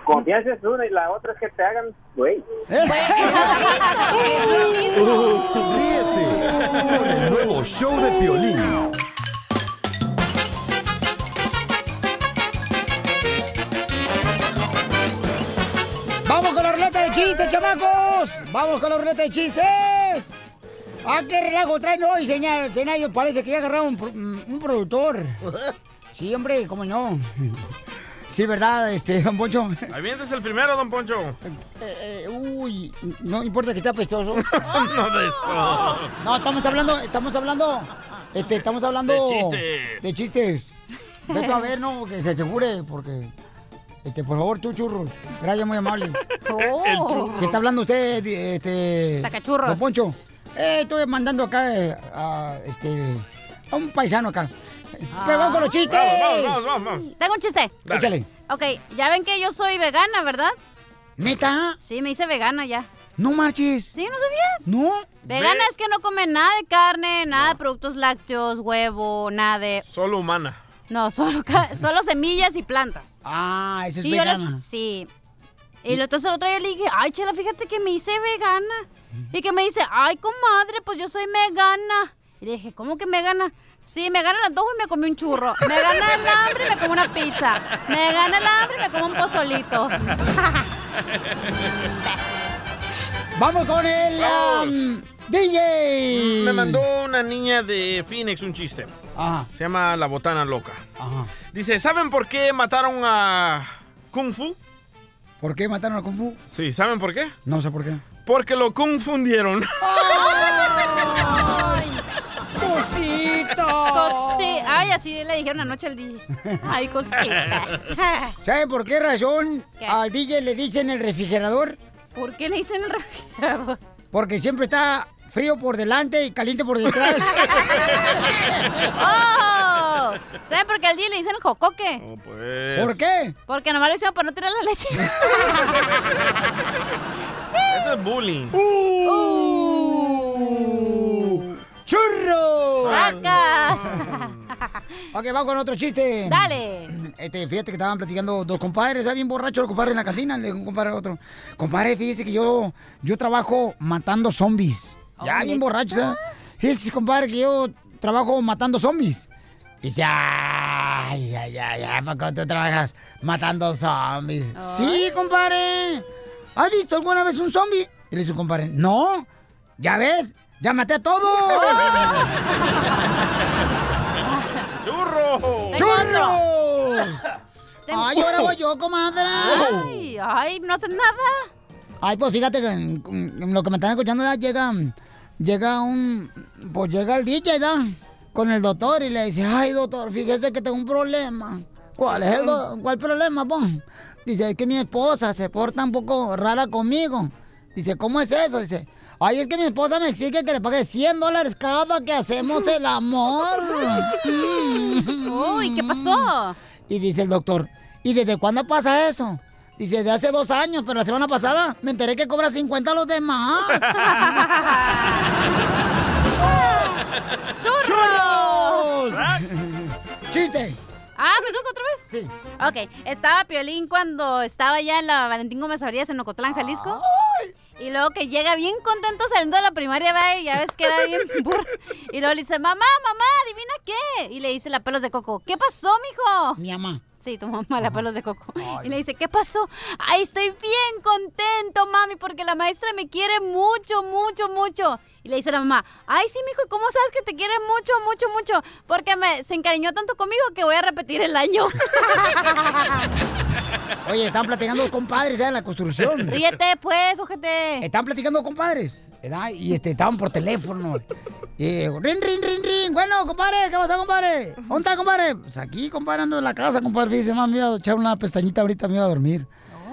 [SPEAKER 12] confianza es una y la otra es que te hagan, güey.
[SPEAKER 5] Ríete con el nuevo show de Piolín.
[SPEAKER 3] Vamos con la ruleta de chistes, chamacos. Vamos con la ruleta de chistes. ¿A qué relajo traen hoy, señor? Tenayo, parece que ya agarraron un, pro- un productor. Sí, hombre, cómo no. Sí, ¿verdad, este, don Poncho?
[SPEAKER 4] Ahí vienes el primero, don Poncho.
[SPEAKER 3] Eh, eh, uy, no importa que esté apestoso.
[SPEAKER 4] no de eso.
[SPEAKER 3] No, estamos hablando, estamos hablando, este, estamos hablando...
[SPEAKER 4] De chistes.
[SPEAKER 3] De chistes. Ve tú a ver, ¿no? Que se asegure, porque... Este, por favor, tú, churro. Gracias, muy amable.
[SPEAKER 9] El churro.
[SPEAKER 3] ¿Qué está hablando usted, di- este...
[SPEAKER 9] Sacachurros.
[SPEAKER 3] don Poncho. Eh, estoy mandando acá eh, a, este... A un paisano acá. Pero vamos con los chistes.
[SPEAKER 9] Ah, Vamos, vamos, vamos, Tengo un chiste.
[SPEAKER 3] Dale. Échale.
[SPEAKER 9] Ok, ya ven que yo soy vegana, ¿verdad?
[SPEAKER 3] ¿Neta?
[SPEAKER 9] Sí, me hice vegana ya.
[SPEAKER 3] No marches.
[SPEAKER 9] Sí, ¿no sabías?
[SPEAKER 3] No.
[SPEAKER 9] Vegana es que no come nada de carne, nada de productos lácteos, huevo, nada de...
[SPEAKER 4] Solo humana.
[SPEAKER 9] No, solo, ca- solo semillas y plantas.
[SPEAKER 3] Ah, eso es
[SPEAKER 9] yo las-
[SPEAKER 3] vegana.
[SPEAKER 9] sí. Y, lo- entonces el otro día le dije, ay, chela, fíjate que me hice vegana. Y que me dice, ay, comadre, pues yo soy vegana. Y le dije, ¿cómo que me gana? Sí, me gana el antojo y me comí un churro. Me gana el hambre y me como una pizza. Me gana el hambre y me como un pozolito.
[SPEAKER 3] Vamos con el
[SPEAKER 4] Vamos.
[SPEAKER 3] um, DJ.
[SPEAKER 4] Me mandó una niña de Phoenix un chiste. Se llama La Botana Loca. Dice, ¿saben por qué mataron a Kung Fu?
[SPEAKER 3] ¿Por qué mataron a Kung Fu?
[SPEAKER 4] Sí, ¿saben por qué?
[SPEAKER 3] No sé por qué.
[SPEAKER 4] Porque lo confundieron.
[SPEAKER 3] Cosita.
[SPEAKER 9] Cosi- Ay, así le dijeron anoche al DJ. Ay, cosita.
[SPEAKER 3] ¿Saben por qué razón al DJ le dicen el refrigerador?
[SPEAKER 9] ¿Por qué le dicen el refrigerador?
[SPEAKER 3] Porque siempre está frío por delante y caliente por detrás.
[SPEAKER 9] ¡Oh! ¿Saben por qué al día le dicen el jocoque? pues,
[SPEAKER 3] ¿Por qué?
[SPEAKER 9] Porque nomás lo hicieron para no tirar la leche.
[SPEAKER 4] Eso es bullying.
[SPEAKER 9] Uh.
[SPEAKER 3] ¡Churro!
[SPEAKER 9] ¡Sacas!
[SPEAKER 3] ok, vamos con otro chiste.
[SPEAKER 9] Dale.
[SPEAKER 3] Este, fíjate que estaban platicando dos compadres, está bien borracho el compadre en la cantina, le dijo un compadre al otro. Compadre, fíjese que yo, yo trabajo matando zombies. Ya, bien borracho, ¿sabes? Fíjese, compadre, que yo trabajo matando zombies. Y dice, ay, ay, ay, ay, ¿por qué tú trabajas matando zombies? Sí, compadre. ¿Has visto alguna vez un zombie? Y le dice un compadre, no, ya ves, ya maté a todos.
[SPEAKER 4] ¡Churro!
[SPEAKER 3] ¡Churros!
[SPEAKER 9] Tengo
[SPEAKER 3] Ay, ahora
[SPEAKER 9] otro.
[SPEAKER 3] voy yo, comadre.
[SPEAKER 9] Ay, ay, no haces nada.
[SPEAKER 3] Ay, pues fíjate que en, en lo que me están escuchando ¿verdad? llega, llega un, pues llega el DJ, ¿verdad? Con el doctor y le dice, ay doctor, fíjese que tengo un problema. ¿Cuál es el do- cuál problema, pon? Dice, es que mi esposa se porta un poco rara conmigo. Dice, ¿cómo es eso? Dice, ay, es que mi esposa me exige que le pague 100 dólares cada que hacemos el amor. Uy,
[SPEAKER 9] ¿qué pasó?
[SPEAKER 3] Y dice el doctor, ¿y desde cuándo pasa eso? Dice, de hace dos años, pero la semana pasada me enteré que cobra 50 a los demás.
[SPEAKER 9] Oh. ¡Churros!
[SPEAKER 3] ¡Chiste!
[SPEAKER 9] Ah, ¿me toca otra vez?
[SPEAKER 3] Sí.
[SPEAKER 9] Ok, estaba Piolín cuando estaba ya en la Valentín Gómez Abrías en Ocotlán, Jalisco. Y luego que llega bien contento saliendo de la primaria, va, y ya ves que era bien burro. Y luego le dice, mamá, mamá, ¿adivina qué? Y le dice la pelos de coco, ¿qué pasó, mijo?
[SPEAKER 3] Mi mamá.
[SPEAKER 9] Sí, tu mamá, la pelos de coco. Y le dice, ¿qué pasó? Ay, estoy bien contento, mami, porque la maestra me quiere mucho, mucho, mucho. Y le dice la mamá, ay, sí, mijo, ¿y ¿cómo sabes que te quiere mucho, mucho, mucho? Porque me, se encariñó tanto conmigo que voy a repetir el año.
[SPEAKER 3] Oye, están platicando los compadres ya en la construcción.
[SPEAKER 9] Ríete, pues, ojete.
[SPEAKER 3] Están platicando compadres, ¿verdad? Y este, estaban por teléfono. Y eh, rin, rin, rin, rin. Bueno, compadre, ¿qué pasa, compadre? ¿Dónde está, compadre? Pues aquí, compadre, ando en la casa, compadre. Dice, mami, me iba a echar una pestañita ahorita, me iba a dormir.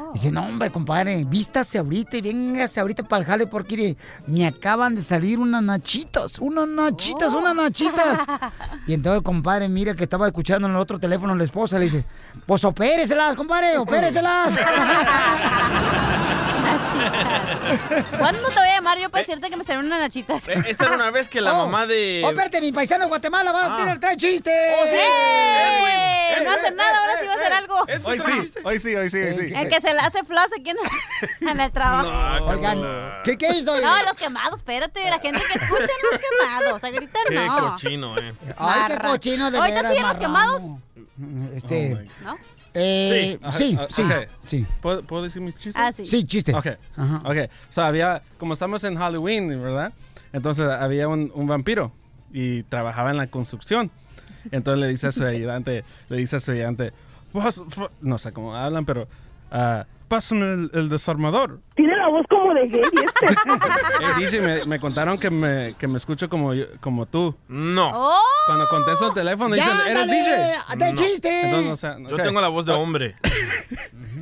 [SPEAKER 9] Oh.
[SPEAKER 3] Dice, no, hombre, compadre, vístase ahorita y véngase ahorita para el jale porque mire, me acaban de salir unas nachitas, unas
[SPEAKER 9] Oh.
[SPEAKER 3] nachitas, unas nachitas. Y entonces el compadre, mira que estaba escuchando en el otro teléfono a la esposa, le dice, pues opéreselas, compadre, opéreselas.
[SPEAKER 9] ¿Cuándo te voy a llamar yo para decirte que me salieron unas nachitas?
[SPEAKER 4] Eh, Esta era una vez que la
[SPEAKER 9] Oh.
[SPEAKER 4] mamá de...
[SPEAKER 3] Oh, espérate, mi paisano de Guatemala va a tener tres chistes.
[SPEAKER 9] Ah. Oh,
[SPEAKER 3] ¡Eh!
[SPEAKER 9] ¡Eh! No hace nada, ahora sí va a hacer algo.
[SPEAKER 17] Hoy sí, hoy sí, hoy sí, hoy sí.
[SPEAKER 9] El que se la hace flash aquí en, en el trabajo.
[SPEAKER 17] No,
[SPEAKER 3] Oigan,
[SPEAKER 4] Ah,
[SPEAKER 17] no.
[SPEAKER 3] ¿qué, ¿qué hizo?
[SPEAKER 9] No, los quemados, espérate, la gente que escucha los quemados. Ahorita
[SPEAKER 4] Qué
[SPEAKER 9] no.
[SPEAKER 4] cochino, eh.
[SPEAKER 3] Ay, qué
[SPEAKER 9] Marra.
[SPEAKER 3] cochino de
[SPEAKER 9] Ahorita
[SPEAKER 3] veras,
[SPEAKER 9] siguen los
[SPEAKER 3] marrano.
[SPEAKER 9] quemados,
[SPEAKER 3] Este,
[SPEAKER 9] ¿no?
[SPEAKER 3] eh,
[SPEAKER 17] Ajá,
[SPEAKER 3] sí,
[SPEAKER 17] ah,
[SPEAKER 3] sí,
[SPEAKER 17] ok.
[SPEAKER 3] sí.
[SPEAKER 17] ¿Puedo, puedo decir mis chistes?
[SPEAKER 9] Ah, sí.
[SPEAKER 3] Sí, chiste.
[SPEAKER 17] Ok. Ok. So, había, como estamos en Halloween, ¿verdad? Entonces había un, un vampiro y trabajaba en la construcción. Entonces le dice a su ayudante, le dice a su ayudante, "Pas- fa-" no sé cómo hablan, pero ah, pásame el, el desarmador.
[SPEAKER 21] Tiene la voz como de gay
[SPEAKER 22] ¿eh?
[SPEAKER 21] este.
[SPEAKER 17] Hey, DJ, Eh, me, me contaron que me, que me escucho como, yo- como tú. No.
[SPEAKER 9] Oh.
[SPEAKER 17] Cuando contesto el teléfono dicen,
[SPEAKER 9] Ya,
[SPEAKER 17] ¿eres
[SPEAKER 9] ándale,
[SPEAKER 17] DJ?
[SPEAKER 9] del chiste.
[SPEAKER 17] Entonces, o sea,
[SPEAKER 4] Yo
[SPEAKER 17] ok.
[SPEAKER 4] tengo la voz de hombre.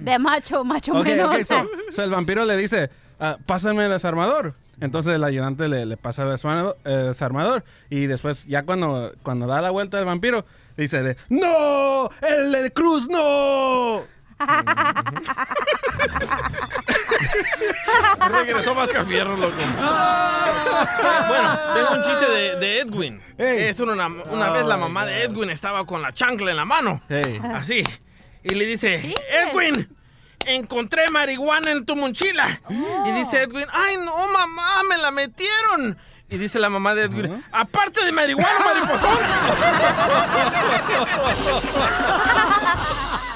[SPEAKER 9] De macho, macho
[SPEAKER 17] Ok,
[SPEAKER 9] menos.
[SPEAKER 17] ok, so, so el vampiro le dice, "Ah, pásame el desarmador. Entonces el ayudante le, le pasa el desarmado- el desarmador. Y después, ya cuando, cuando da la vuelta el vampiro, dice, de, ¡No! ¡El de Cruz, no!
[SPEAKER 4] Regresó más fierro, loco. bueno, tengo un chiste de, de Edwin. Esto era una, una vez la mamá de Edwin estaba con la chancla en la mano. Así. Y le dice, Edwin, encontré marihuana en tu mochila. Y dice Edwin, ay no, mamá, me la metieron. Y dice la mamá de Edwin, aparte de marihuana, mariposón.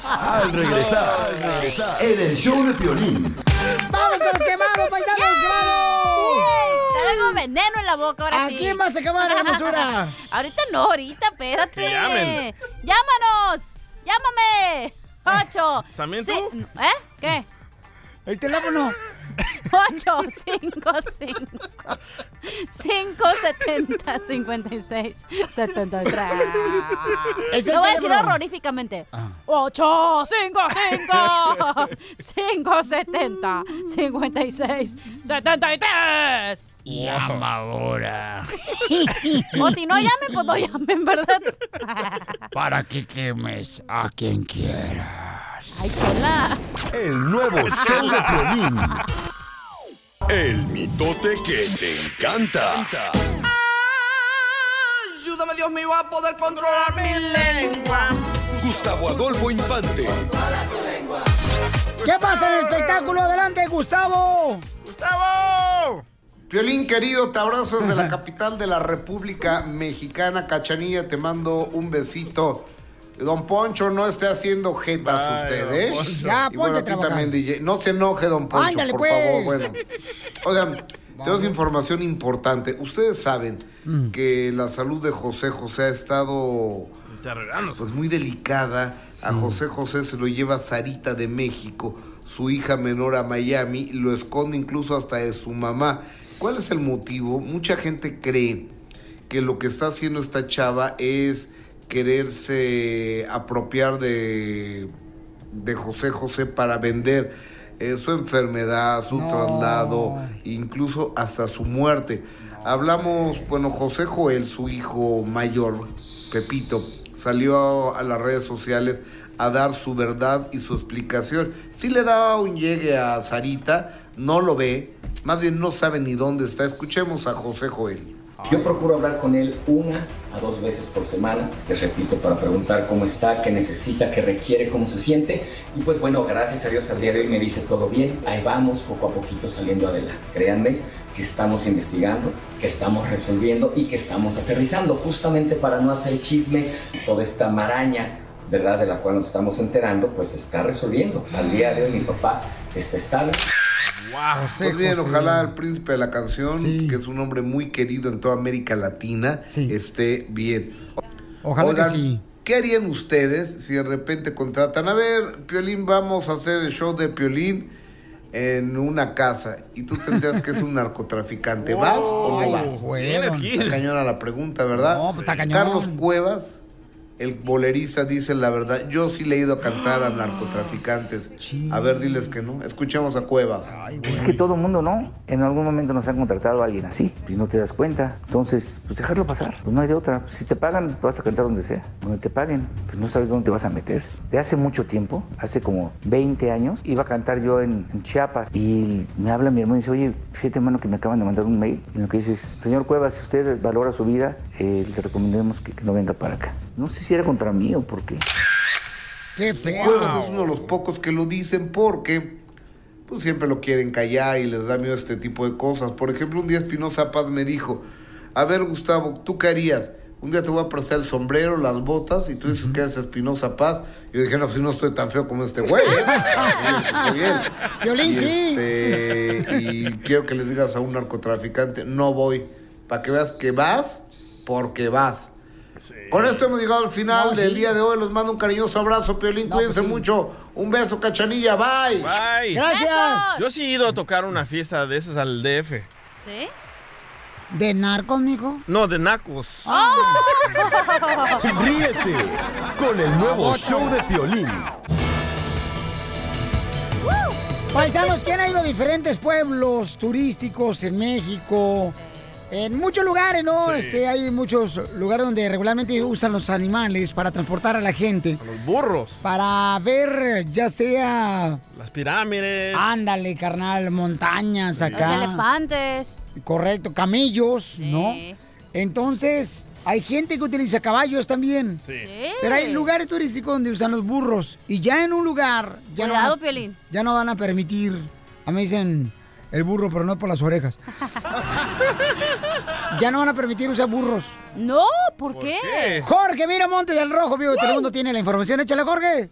[SPEAKER 5] Al regresar, en el show de Piolín.
[SPEAKER 3] ¡Vamos con los quemados, paisanos, los quemados!
[SPEAKER 9] Te tengo veneno en la boca ahora
[SPEAKER 3] ¿A
[SPEAKER 9] sí.
[SPEAKER 3] quién vas a quemar, hermosura?
[SPEAKER 9] ahorita no, ahorita, espérate.
[SPEAKER 3] Que llamen.
[SPEAKER 9] ¡Llámanos! ¡Llámame! ¡Ocho!
[SPEAKER 3] ¿También
[SPEAKER 9] ci-
[SPEAKER 3] tú?
[SPEAKER 9] ¿Eh? ¿Qué?
[SPEAKER 3] El teléfono.
[SPEAKER 9] 8, 5, 5, 5, 70, 56, 73.
[SPEAKER 3] Es el
[SPEAKER 9] Lo voy a decir
[SPEAKER 3] teléfono. Ah.
[SPEAKER 9] horroríficamente. 8, 5, 5, 5, 70, 56, 73.
[SPEAKER 3] Llama ahora.
[SPEAKER 9] O si no llamen, pues no llamen, ¿verdad?
[SPEAKER 3] Para que quemes a quien quiera.
[SPEAKER 9] Ay, chola.
[SPEAKER 5] El nuevo show de Piolín. El mitote que te encanta.
[SPEAKER 1] Ayúdame Dios mío a poder controlar mi lengua.
[SPEAKER 5] Gustavo Adolfo Infante.
[SPEAKER 3] ¿Qué pasa en el espectáculo? Adelante, Gustavo.
[SPEAKER 23] ¡Gustavo! Violín querido, te abrazo desde la capital de la República Mexicana, Cachanilla, te mando un besito. Don Poncho, no esté haciendo jetas usted, ¿eh?
[SPEAKER 3] don Poncho. Ya,
[SPEAKER 23] y bueno,
[SPEAKER 3] ponte a
[SPEAKER 23] a ti
[SPEAKER 3] trabajar.
[SPEAKER 23] también, DJ. No se enoje, don Poncho,
[SPEAKER 3] Ándale,
[SPEAKER 23] por
[SPEAKER 3] pues.
[SPEAKER 23] favor. Bueno, oigan, tenemos información importante. Ustedes saben que la salud de José José ha estado pues muy delicada. A José José se lo lleva Sarita de México, su hija menor a Miami, lo esconde incluso hasta de su mamá. ¿Cuál es el motivo? Mucha gente cree que lo que está haciendo esta chava es quererse apropiar de, de José José para vender eh, su enfermedad, su traslado, incluso hasta su muerte. Hablamos, bueno, José Joel, su hijo mayor, Pepito, salió a, a las redes sociales a dar su verdad y su explicación. Si le da un llegue a Sarita, no lo ve, más bien no sabe ni dónde está. Escuchemos a José Joel.
[SPEAKER 6] Yo procuro hablar con él una a dos veces por semana, les repito, para preguntar cómo está, qué necesita, qué requiere, cómo se siente. Y pues bueno, gracias a Dios al día de hoy me dice todo bien. Ahí vamos poco a poquito saliendo adelante. Créanme que estamos investigando, que estamos resolviendo y que estamos aterrizando, justamente para no hacer chisme toda esta maraña. ¿Verdad? De la cual nos estamos enterando, pues se está resolviendo. Al día de hoy mi papá está estable.
[SPEAKER 23] pues bien, ojalá el príncipe de la canción, que es un hombre muy querido en toda América Latina, esté bien.
[SPEAKER 3] Ojalá que
[SPEAKER 23] Oigan,
[SPEAKER 3] sí.
[SPEAKER 23] ¿Qué harían ustedes si de repente contratan, a ver, Piolín, vamos a hacer el show de Piolín en una casa y tú te enteras que es un narcotraficante? ¿Vas o no
[SPEAKER 3] Ay,
[SPEAKER 23] vas?
[SPEAKER 3] fueron.
[SPEAKER 23] Está cañona la pregunta, ¿verdad?
[SPEAKER 3] pues,
[SPEAKER 23] Carlos Cuevas, el boleriza, dice la verdad. Yo sí le he ido a cantar a narcotraficantes. A ver, diles que no. Escuchemos a Cuevas.
[SPEAKER 7] Pues es que todo mundo, ¿no? En algún momento nos han contratado a alguien así, pues no te das cuenta. Entonces, pues dejarlo pasar, pues no hay de otra. Si te pagan, te vas a cantar donde sea. Donde te paguen, pues no sabes dónde te vas a meter. De hace mucho tiempo, hace como 20 años, iba a cantar yo en, en Chiapas y me habla mi hermano y dice, oye, fíjate hermano que me acaban de mandar un mail en lo que dices, señor Cuevas, si usted valora su vida, eh, le recomendemos que, que no venga para acá. No sé si era contra mí o por qué.
[SPEAKER 3] Qué feo.
[SPEAKER 23] Cuevas es uno de los pocos que lo dicen porque pues, siempre lo quieren callar y les da miedo este tipo de cosas. Por ejemplo, un día Espinosa Paz me dijo, a ver Gustavo, ¿tú qué harías? Un día te voy a prestar el sombrero, las botas, y tú dices que eres Espinosa Paz. Yo dije, no, pues no estoy tan feo como este güey. ¿eh?" Soy él.
[SPEAKER 3] Violín,
[SPEAKER 23] y,
[SPEAKER 3] sí.
[SPEAKER 23] este, y quiero que les digas a un narcotraficante, no voy. Para que veas que vas porque vas. Con esto hemos llegado al final
[SPEAKER 3] pues
[SPEAKER 23] No, del sí. día de hoy. Los mando un cariñoso abrazo, Piolín. Cuídense mucho. Un beso, cachanilla. Bye.
[SPEAKER 4] Bye.
[SPEAKER 3] Gracias.
[SPEAKER 4] Yo sí he ido a tocar una fiesta de esas al DF.
[SPEAKER 3] ¿Sí? ¿De narco, mijo?
[SPEAKER 4] No, de Nacos.
[SPEAKER 5] Ríete con el nuevo
[SPEAKER 3] Baboso.
[SPEAKER 5] show de Piolín.
[SPEAKER 3] Paisanos que han ido a diferentes pueblos turísticos en México, en muchos lugares, ¿no? Este, hay muchos lugares donde regularmente usan los animales para transportar a la gente.
[SPEAKER 4] Los burros.
[SPEAKER 3] Para ver, ya sea.
[SPEAKER 4] Las pirámides.
[SPEAKER 3] Ándale, carnal, montañas acá.
[SPEAKER 9] Los elefantes.
[SPEAKER 3] Correcto, camellos, ¿no? Entonces, hay gente que utiliza caballos también.
[SPEAKER 9] Sí.
[SPEAKER 3] Pero hay lugares turísticos donde usan los burros. Y ya en un lugar. Ya
[SPEAKER 9] Cuidado,
[SPEAKER 3] no van a,
[SPEAKER 9] Piolín.
[SPEAKER 3] ya no van a permitir. A mí dicen el burro, pero no por las orejas. ya no van a permitir usar burros.
[SPEAKER 9] No, ¿por, qué?
[SPEAKER 3] Jorge, mira Monte del Rojo, vivo de Telemundo tiene la información. Échale, Jorge.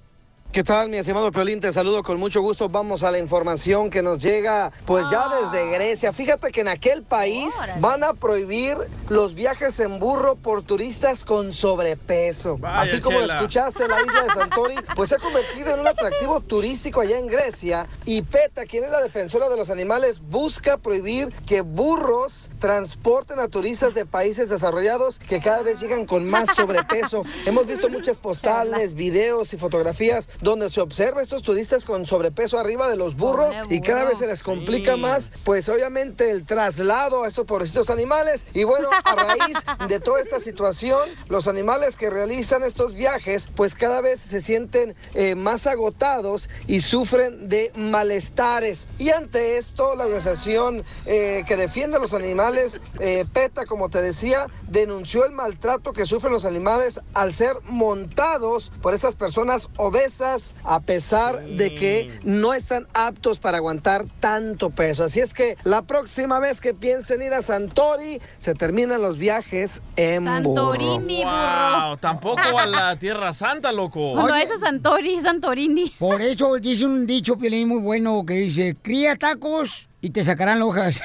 [SPEAKER 15] ¿Qué tal, mi estimado Piolín? Te saludo con mucho gusto. Vamos a la información que nos llega, pues ya desde Grecia. Fíjate que en aquel país van a prohibir los viajes en burro por turistas con sobrepeso.
[SPEAKER 24] Vaya,
[SPEAKER 15] Así como lo
[SPEAKER 24] Chela.
[SPEAKER 15] escuchaste, la isla de Santori, pues se ha convertido en un atractivo turístico allá en Grecia. Y PETA, quien es la defensora de los animales, busca prohibir que burros transporten a turistas de países desarrollados que cada vez llegan con más sobrepeso. Hemos visto muchas postales, videos y fotografías donde se observa a estos turistas con sobrepeso arriba de los burros y cada vez se les complica más, pues obviamente el traslado a estos pobrecitos animales. Y bueno, a raíz de toda esta situación, los animales que realizan estos viajes, pues cada vez se sienten eh, más agotados y sufren de malestares. Y ante esto, la organización eh, que defiende a los animales, eh, PETA, como te decía, denunció el maltrato que sufren los animales al ser montados por estas personas obesas, a pesar de que no están aptos para aguantar tanto peso. Así es que la próxima vez que piensen ir a Santori, se terminan los viajes en burro.
[SPEAKER 4] Wow, tampoco a la Tierra Santa, loco.
[SPEAKER 9] No, eso es Santori, Santorini.
[SPEAKER 3] Por eso dice un dicho Piolín muy bueno que dice, cría tacos y te sacarán hojas.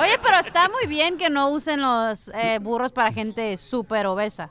[SPEAKER 9] Oye, pero está muy bien que no usen los eh, burros para gente súper obesa.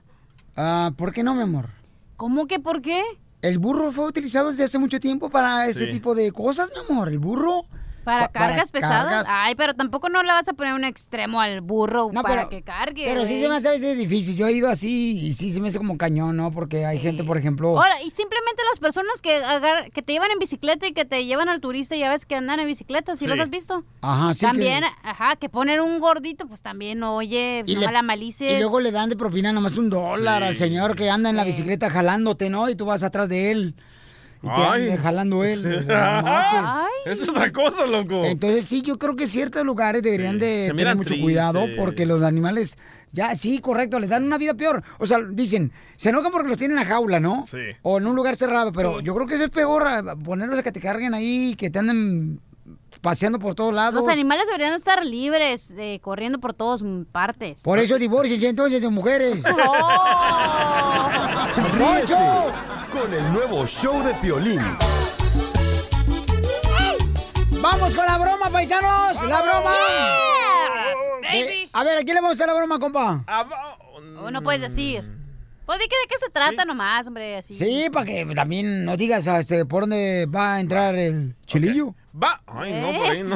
[SPEAKER 3] Ah, ¿Por qué no, mi amor?
[SPEAKER 9] ¿Cómo que por qué?
[SPEAKER 3] El burro fue utilizado desde hace mucho tiempo para ese
[SPEAKER 9] Sí.
[SPEAKER 3] tipo de cosas, mi amor. El burro
[SPEAKER 9] ¿Para
[SPEAKER 3] Pa- para
[SPEAKER 9] cargas pesadas?
[SPEAKER 3] cargas.
[SPEAKER 9] Ay, pero tampoco no la vas a poner un extremo al burro
[SPEAKER 3] No,
[SPEAKER 9] para
[SPEAKER 3] pero-
[SPEAKER 9] que cargue.
[SPEAKER 3] Pero sí
[SPEAKER 9] güey.
[SPEAKER 3] se me hace a veces difícil. Yo he ido así y sí se me hace como cañón, ¿no? Porque hay gente, por ejemplo.
[SPEAKER 9] Ahora, y simplemente las personas que agar- que te llevan en bicicleta y que te llevan al turista y ya ves que andan en bicicleta, si
[SPEAKER 3] Sí.
[SPEAKER 9] los has visto?
[SPEAKER 3] Ajá, sí que-
[SPEAKER 9] También, ajá, que poner un gordito, pues también, oye,
[SPEAKER 3] Y
[SPEAKER 9] no
[SPEAKER 3] le-
[SPEAKER 9] la malices.
[SPEAKER 3] Y luego le dan de propina nomás un dólar al señor que anda en la bicicleta jalándote, ¿no? Y tú vas atrás de él. Y te
[SPEAKER 4] Ay.
[SPEAKER 3] anda jalando él. No manches.
[SPEAKER 4] Ah, Es otra cosa, loco.
[SPEAKER 3] Entonces sí, yo creo que ciertos lugares deberían de
[SPEAKER 4] Se
[SPEAKER 3] tener
[SPEAKER 4] miran
[SPEAKER 3] mucho
[SPEAKER 4] tristes.
[SPEAKER 3] cuidado porque los animales, ya sí, correcto, les dan una vida peor. O sea, dicen, se enojan porque los tienen en la jaula, ¿no?
[SPEAKER 4] Sí.
[SPEAKER 3] O en un lugar cerrado, pero
[SPEAKER 9] Sí.
[SPEAKER 3] yo creo que eso es peor, a- ponerlos a que te carguen ahí, que te anden paseando por todos lados.
[SPEAKER 9] Los animales deberían estar libres, eh, corriendo por todas partes.
[SPEAKER 3] Por eso divorciense entonces de mujeres.
[SPEAKER 5] Ríete con el nuevo show de Piolín.
[SPEAKER 3] ¡Vamos con la broma, paisanos!
[SPEAKER 9] Oh,
[SPEAKER 3] ¡La broma! Eh, a ver, ¿a quién le vamos a hacer la broma, compa?
[SPEAKER 12] Mm.
[SPEAKER 9] O no puedes decir. Pues di que de qué se trata nomás, hombre, así.
[SPEAKER 3] Sí, para que también no digas este, por dónde va a entrar el chilillo.
[SPEAKER 4] Va. Ay, no, por ahí no.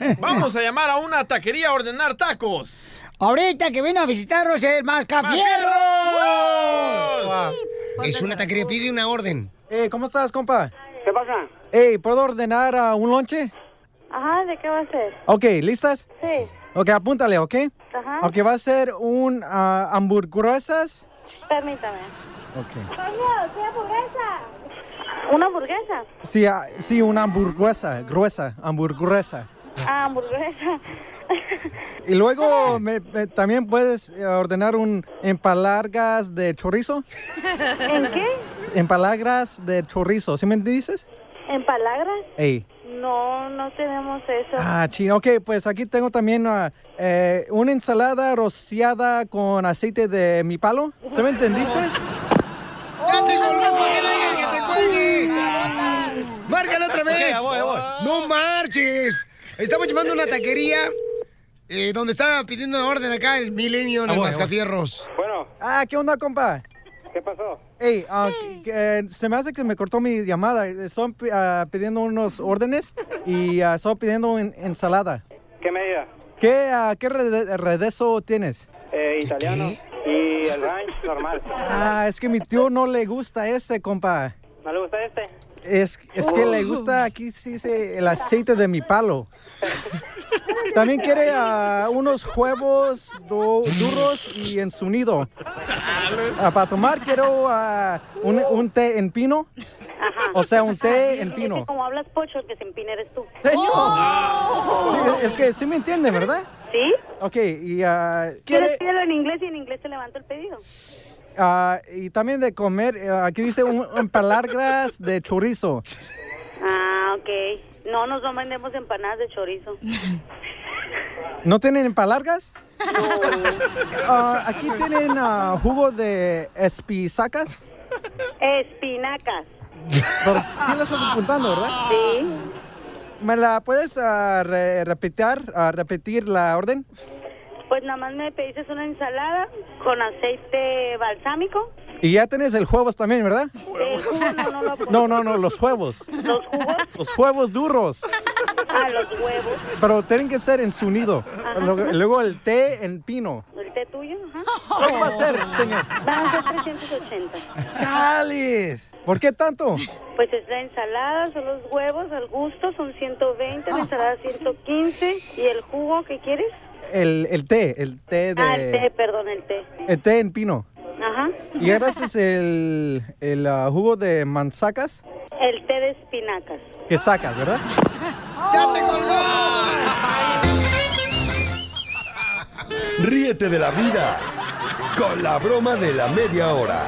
[SPEAKER 3] ¿Eh?
[SPEAKER 4] Vamos a llamar a una taquería a ordenar tacos.
[SPEAKER 3] Ahorita que vino a visitarnos el Mascafierro.
[SPEAKER 8] Es una taquería, pide una orden.
[SPEAKER 10] Eh, ¿cómo estás, compa?
[SPEAKER 8] ¿Qué pasa?
[SPEAKER 10] Hey, ¿puedo ordenar ah, un lonche?
[SPEAKER 8] Ajá, ¿de qué va a ser?
[SPEAKER 10] Ok, ¿listas?
[SPEAKER 8] Sí.
[SPEAKER 10] Ok, apúntale, ¿ok?
[SPEAKER 8] Ajá.
[SPEAKER 10] Ok, va a ser un ah, hamburguesas.
[SPEAKER 8] Permítame.
[SPEAKER 10] Ok.
[SPEAKER 8] Vamos, ¿qué hamburguesa? ¿Una hamburguesa?
[SPEAKER 10] Sí, ah, sí, una hamburguesa, gruesa, hamburguesa.
[SPEAKER 8] Ah, hamburguesa.
[SPEAKER 10] Y luego me- me- también puedes eh, ordenar un empalargas de chorizo.
[SPEAKER 8] ¿En qué?
[SPEAKER 10] Empalagas de chorizo, ¿sí me dices?
[SPEAKER 8] ¿En palabras?
[SPEAKER 10] Ey.
[SPEAKER 8] No, no tenemos eso.
[SPEAKER 10] Ah, chino. Ok, pues aquí tengo también ah, eh, una ensalada rociada con aceite de mi palo. ¿Tú me entendiste?
[SPEAKER 8] ¡Ya te
[SPEAKER 10] Márcala
[SPEAKER 8] otra vez.
[SPEAKER 10] No
[SPEAKER 8] marches. Estamos llevando una taquería eh, donde está pidiendo una orden acá el Milenio en
[SPEAKER 10] Ah,
[SPEAKER 8] el
[SPEAKER 10] voy,
[SPEAKER 8] Mascafierros.
[SPEAKER 10] Bueno. Ah, ¿qué onda, compa?
[SPEAKER 12] ¿Qué pasó?
[SPEAKER 10] Hey, ah, que- que, eh, se me hace que me cortó mi llamada. Están pidiendo unos órdenes y ah, están pidiendo en- ensalada.
[SPEAKER 12] ¿Qué medida?
[SPEAKER 10] ¿Qué, ah, qué rede- redeso tienes?
[SPEAKER 12] Eh, italiano y el ranch normal.
[SPEAKER 10] Ah, es que mi tío no le gusta ese, compa.
[SPEAKER 12] ¿No le gusta este?
[SPEAKER 10] Es, es que
[SPEAKER 3] Uh.
[SPEAKER 10] le gusta, aquí se dice, el aceite de mi palo. También quiere ah, unos huevos du- duros y en su nido. Ah, para tomar quiero ah, un, un té en pino. O sea,
[SPEAKER 24] Ah,
[SPEAKER 10] un té en
[SPEAKER 24] Es
[SPEAKER 10] pino.
[SPEAKER 24] que como hablas pocho, el que se empina eres tú.
[SPEAKER 10] Señor.
[SPEAKER 24] ¡Oh!
[SPEAKER 10] Es que sí me entiende, ¿verdad?
[SPEAKER 24] ¿Sí?
[SPEAKER 10] Ok, y ah,
[SPEAKER 24] ¿Quieres
[SPEAKER 10] quiere...
[SPEAKER 24] pídelo en inglés y en inglés te levanto el pedido?
[SPEAKER 10] ah, y también de comer, ah, aquí dice un, un palagras de chorizo.
[SPEAKER 24] Ah, ok. No, nos no vendemos empanadas de chorizo.
[SPEAKER 10] ¿No tienen palargas? Ah, aquí tienen ah, jugo de espisacas.
[SPEAKER 24] Espinacas.
[SPEAKER 10] Pero sí la estás apuntando, ¿verdad?
[SPEAKER 24] Sí.
[SPEAKER 10] ¿Me la puedes ah, re- repetir, ah, repetir la orden?
[SPEAKER 24] Pues nada más me pediste una ensalada con aceite balsámico.
[SPEAKER 10] Y ya tienes el huevos también, ¿verdad?
[SPEAKER 24] Eh, jugo, no, no, lo-
[SPEAKER 10] No, no, no, los huevos.
[SPEAKER 24] Los jugos
[SPEAKER 10] Los huevos duros.
[SPEAKER 24] a los huevos.
[SPEAKER 10] Pero tienen que ser en su nido. Luego- Luego el té en pino.
[SPEAKER 24] ¿El té tuyo? Ajá.
[SPEAKER 10] ¿Cómo va a ser, señor?
[SPEAKER 24] Van a ser 380.
[SPEAKER 10] ¡Cales! ¿Por qué tanto?
[SPEAKER 24] Pues es la ensalada, son los huevos al gusto, son 120, la ensalada 115. ¿Y el jugo qué quieres?
[SPEAKER 10] El, el té, el té de...
[SPEAKER 24] Ah, el té, perdón, el té.
[SPEAKER 10] El té en pino.
[SPEAKER 24] Ajá.
[SPEAKER 10] Y ahora ese es el, el ah, jugo de manzacas
[SPEAKER 24] El té de espinacas.
[SPEAKER 10] que sacas, ¿verdad?
[SPEAKER 8] ¡Ya te colgó!
[SPEAKER 5] Ríete de la vida con la broma de la media hora.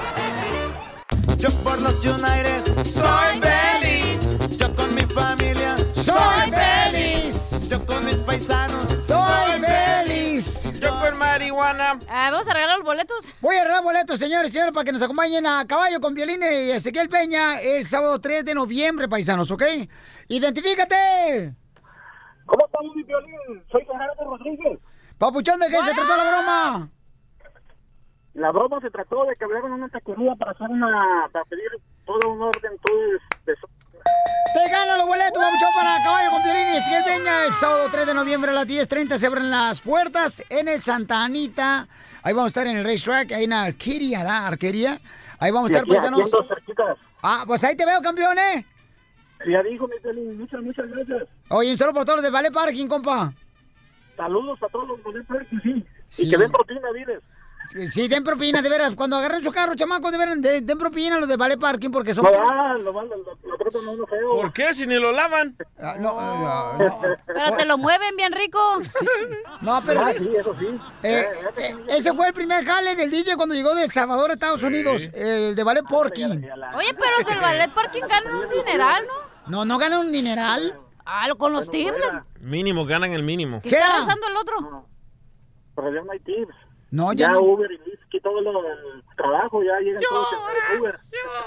[SPEAKER 11] Yo por los United soy feliz. Yo con mi familia
[SPEAKER 4] soy feliz.
[SPEAKER 11] Yo con mis paisanos
[SPEAKER 3] ¡Soy feliz!
[SPEAKER 4] Yo con marihuana.
[SPEAKER 9] Ah, ¿Vamos a arreglar los boletos?
[SPEAKER 3] Voy a arreglar boletos, señores y señores, para que nos acompañen a Caballo con Violín y Ezequiel Peña el sábado 3 de noviembre, paisanos, ¿ok? ¡Identifícate!
[SPEAKER 12] ¿Cómo estamos, mi violín? Soy Gerardo Rodríguez.
[SPEAKER 3] Papuchón, ¿de qué se trató la broma?
[SPEAKER 12] La broma se trató de que hablaron una taquería para hacer una... para pedir todo un orden, todo de... de-
[SPEAKER 3] ¡Te ganan los boletos, papuchón, para Caballo con Violín y Ezequiel El sábado 3 de noviembre a las 10.30 se abren las puertas en el Santa Anita. Ahí vamos a estar en el racetrack, ahí en la arquería, ¿da? Arquería. Ahí vamos a estar, pues, paisanos. Ah, pues ahí te veo, campeón, ¿eh?
[SPEAKER 12] Ya dijo, mi Piolín, muchas, muchas gracias.
[SPEAKER 3] Oye, un saludo por todos los de Vale Parking, compa.
[SPEAKER 12] Saludos a todos los boletos que sí.
[SPEAKER 3] Sí.
[SPEAKER 12] Y que den propina, diles.
[SPEAKER 3] Sí, den propina, de veras. Cuando agarren su carro, chamacos, de veras, de- den propina a los de Vale Parking porque son...
[SPEAKER 12] No, ah, lo mandan, lo, lo tratan a uno feo.
[SPEAKER 4] ¿Por qué? Si ni lo lavan.
[SPEAKER 3] Ah, no,
[SPEAKER 9] Pero te lo mueven bien rico.
[SPEAKER 3] No, pero...
[SPEAKER 9] Ah, sí, eso
[SPEAKER 3] Eh, eh, ese fue el primer jale del DJ cuando llegó de El Salvador a Estados Unidos, eh, el de Vale Parking.
[SPEAKER 9] Oye, pero es el ballet parking gana un dineral, ¿no?
[SPEAKER 3] No, no gana un dineral.
[SPEAKER 9] Ah, lo- con los tips.
[SPEAKER 4] Mínimo, ganan el mínimo.
[SPEAKER 9] ¿Qué está lanzando el otro?
[SPEAKER 12] Pero ya no hay tips.
[SPEAKER 3] No,
[SPEAKER 12] ya,
[SPEAKER 3] ya no.
[SPEAKER 12] Uber y Lyft quitó lo- el trabajo, ya llegan todos en Uber.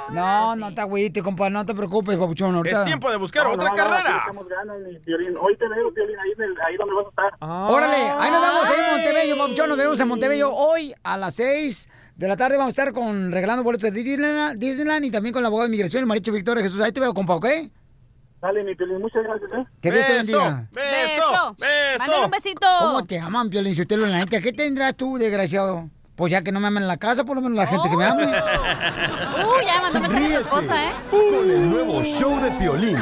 [SPEAKER 3] No, no te agüite, compa, no te preocupes, papuchón. Ahorita.
[SPEAKER 12] Es tiempo
[SPEAKER 4] de
[SPEAKER 12] buscar otra carrera. Hoy te veo, Piolín, ahí, en el- ahí donde vas a estar.
[SPEAKER 3] Órale, ahí nos vemos ahí en Montebello, papuchón. Nos vemos en Montebello hoy a las 6 de la tarde. Vamos a estar con regalando boletos de Disneyland, Disneyland y también con la abogada de migración, el maricho Víctor Jesús. Ahí te veo, compa, ¿ok?
[SPEAKER 12] Dale, mi Piolín, muchas gracias, ¿eh?
[SPEAKER 3] Que Dios te bendiga.
[SPEAKER 9] Beso. Beso. Mándale un besito.
[SPEAKER 3] ¿Cómo te aman, Piolín Sotelo, en la neta? ¿Qué tendrás tú, desgraciado? Pues ya que no me aman en la casa, por lo menos la gente que me ama.
[SPEAKER 9] Uh, ya mandó mensaje a tu esposa, ¿eh?
[SPEAKER 5] Con el nuevo show de Piolín.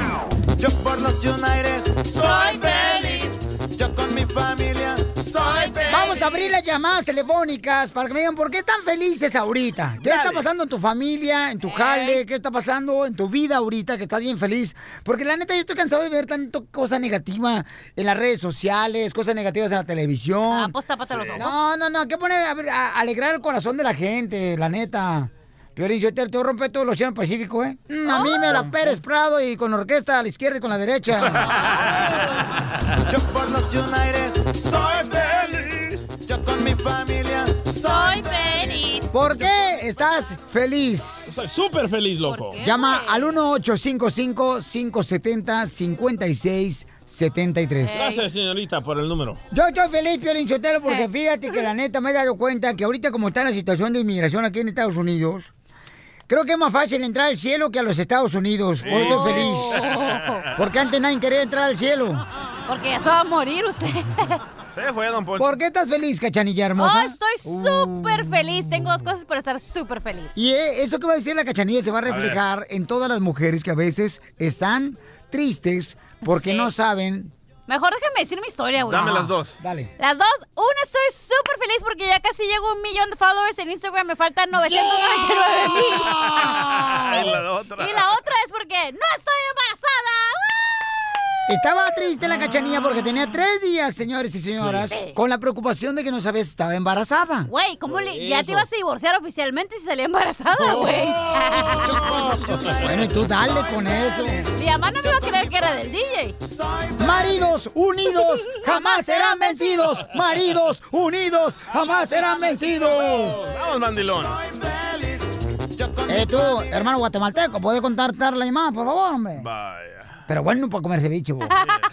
[SPEAKER 11] Yo por los United soy feliz. Yo con mi familia soy feliz.
[SPEAKER 3] Vamos a abrir las llamadas telefónicas para que me digan por qué están felices ahorita. ¿Qué está pasando en tu familia, en tu jale? ¿Qué está pasando en tu vida ahorita que estás bien feliz? Porque la neta yo estoy cansado de ver tanto cosa negativa en las redes sociales, cosas negativas en la televisión.
[SPEAKER 9] Ah, pues tápate los ojos.
[SPEAKER 3] No, no, no, hay que poner a, ver, a- a alegrar el corazón de la gente, la neta. Piolín, yo te, te voy a romper todo el Océano Pacífico, ¿eh? Mm, A mí me la Pérez Prado y con orquesta a la izquierda y con la derecha.
[SPEAKER 11] Yo por los United soy feliz. Yo con mi familia soy feliz.
[SPEAKER 3] ¿Por qué estás feliz?
[SPEAKER 4] Estoy súper feliz, loco.
[SPEAKER 3] Llama al 1-855-570-5673.
[SPEAKER 4] Gracias, señorita, por el número.
[SPEAKER 3] Yo estoy feliz, Piolín Sotelo, porque
[SPEAKER 9] Eh.
[SPEAKER 3] fíjate que la neta me he dado cuenta que ahorita como está la situación de inmigración aquí en Estados Unidos, creo que es más fácil entrar al cielo que a los Estados Unidos. Por eso estoy feliz. Porque antes nadie quería entrar al cielo.
[SPEAKER 9] Porque ya se va a morir usted.
[SPEAKER 4] Se fue, don Poncho.
[SPEAKER 3] ¿Por qué estás feliz, cachanilla
[SPEAKER 9] Oh,
[SPEAKER 3] hermosa? Uh.
[SPEAKER 9] estoy súper feliz. Tengo dos cosas para estar súper feliz.
[SPEAKER 3] Y eh, eso que va a decir la cachanilla se va a reflejar en todas las mujeres que a veces están tristes porque no saben.
[SPEAKER 9] Mejor déjame decir mi historia, güey.
[SPEAKER 3] Dame las dos. Ah, Dale.
[SPEAKER 9] Las dos. Una, estoy súper feliz porque ya casi llego a un millón de followers en Instagram. Me faltan 999 mil.
[SPEAKER 3] Ah.
[SPEAKER 4] Y la otra.
[SPEAKER 9] Y la otra es porque no estoy embarazada.
[SPEAKER 3] Estaba triste la cachanilla porque tenía tres días, señores y señoras,
[SPEAKER 9] Sí.
[SPEAKER 3] con la preocupación de que no sabía si estaba embarazada.
[SPEAKER 9] Güey, ¿cómo le, ya te
[SPEAKER 3] eso.
[SPEAKER 9] ibas a divorciar oficialmente si salí embarazada, güey?
[SPEAKER 3] Bueno, y tú dale con eso.
[SPEAKER 9] Mi mamá no me iba a creer que era del DJ.
[SPEAKER 3] Maridos unidos jamás serán vencidos. Maridos unidos jamás serán vencidos.
[SPEAKER 4] Vamos, mandilón.
[SPEAKER 3] Eh, tú, hermano guatemalteco, ¿puedes contar la llamada, por favor, hombre?
[SPEAKER 4] Vaya.
[SPEAKER 3] Pero bueno, para comerse bicho. bo.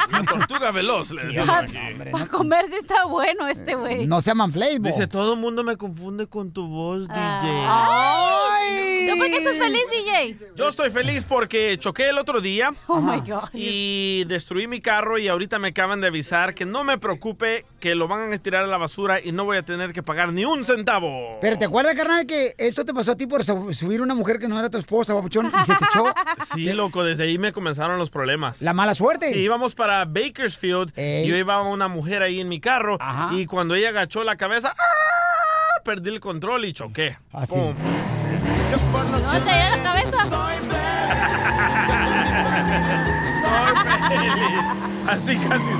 [SPEAKER 4] Una tortuga veloz, le decimos
[SPEAKER 9] ah,
[SPEAKER 4] aquí.
[SPEAKER 9] Para comer si está bueno este, güey.
[SPEAKER 3] No se aman flavor.
[SPEAKER 4] Dice, todo el mundo me confunde con tu voz,
[SPEAKER 9] Ay.
[SPEAKER 3] Ah.
[SPEAKER 4] DJ.
[SPEAKER 9] ¿Tú por qué estás feliz, DJ?
[SPEAKER 4] Yo estoy feliz porque choqué el otro día.
[SPEAKER 9] Oh, my God.
[SPEAKER 4] Y destruí mi carro y ahorita me acaban de avisar que no me preocupe, que lo van a tirar a la basura y no voy a tener que pagar ni un centavo.
[SPEAKER 3] Pero te acuerdas, carnal, que eso te pasó a ti por sub- subir una mujer que no era tu esposa, papuchón, y se te echó
[SPEAKER 4] Sí, loco, desde ahí me comenzaron los problemas.
[SPEAKER 3] la mala suerte.
[SPEAKER 4] Sí, íbamos para Bakersfield. y Yo iba a una mujer ahí en mi carro. Y cuando ella agachó la cabeza, ¡ah! perdí el control y choqué.
[SPEAKER 3] Ah,
[SPEAKER 4] Pum.
[SPEAKER 9] No, te iré la cabeza.
[SPEAKER 4] Así casi. sí.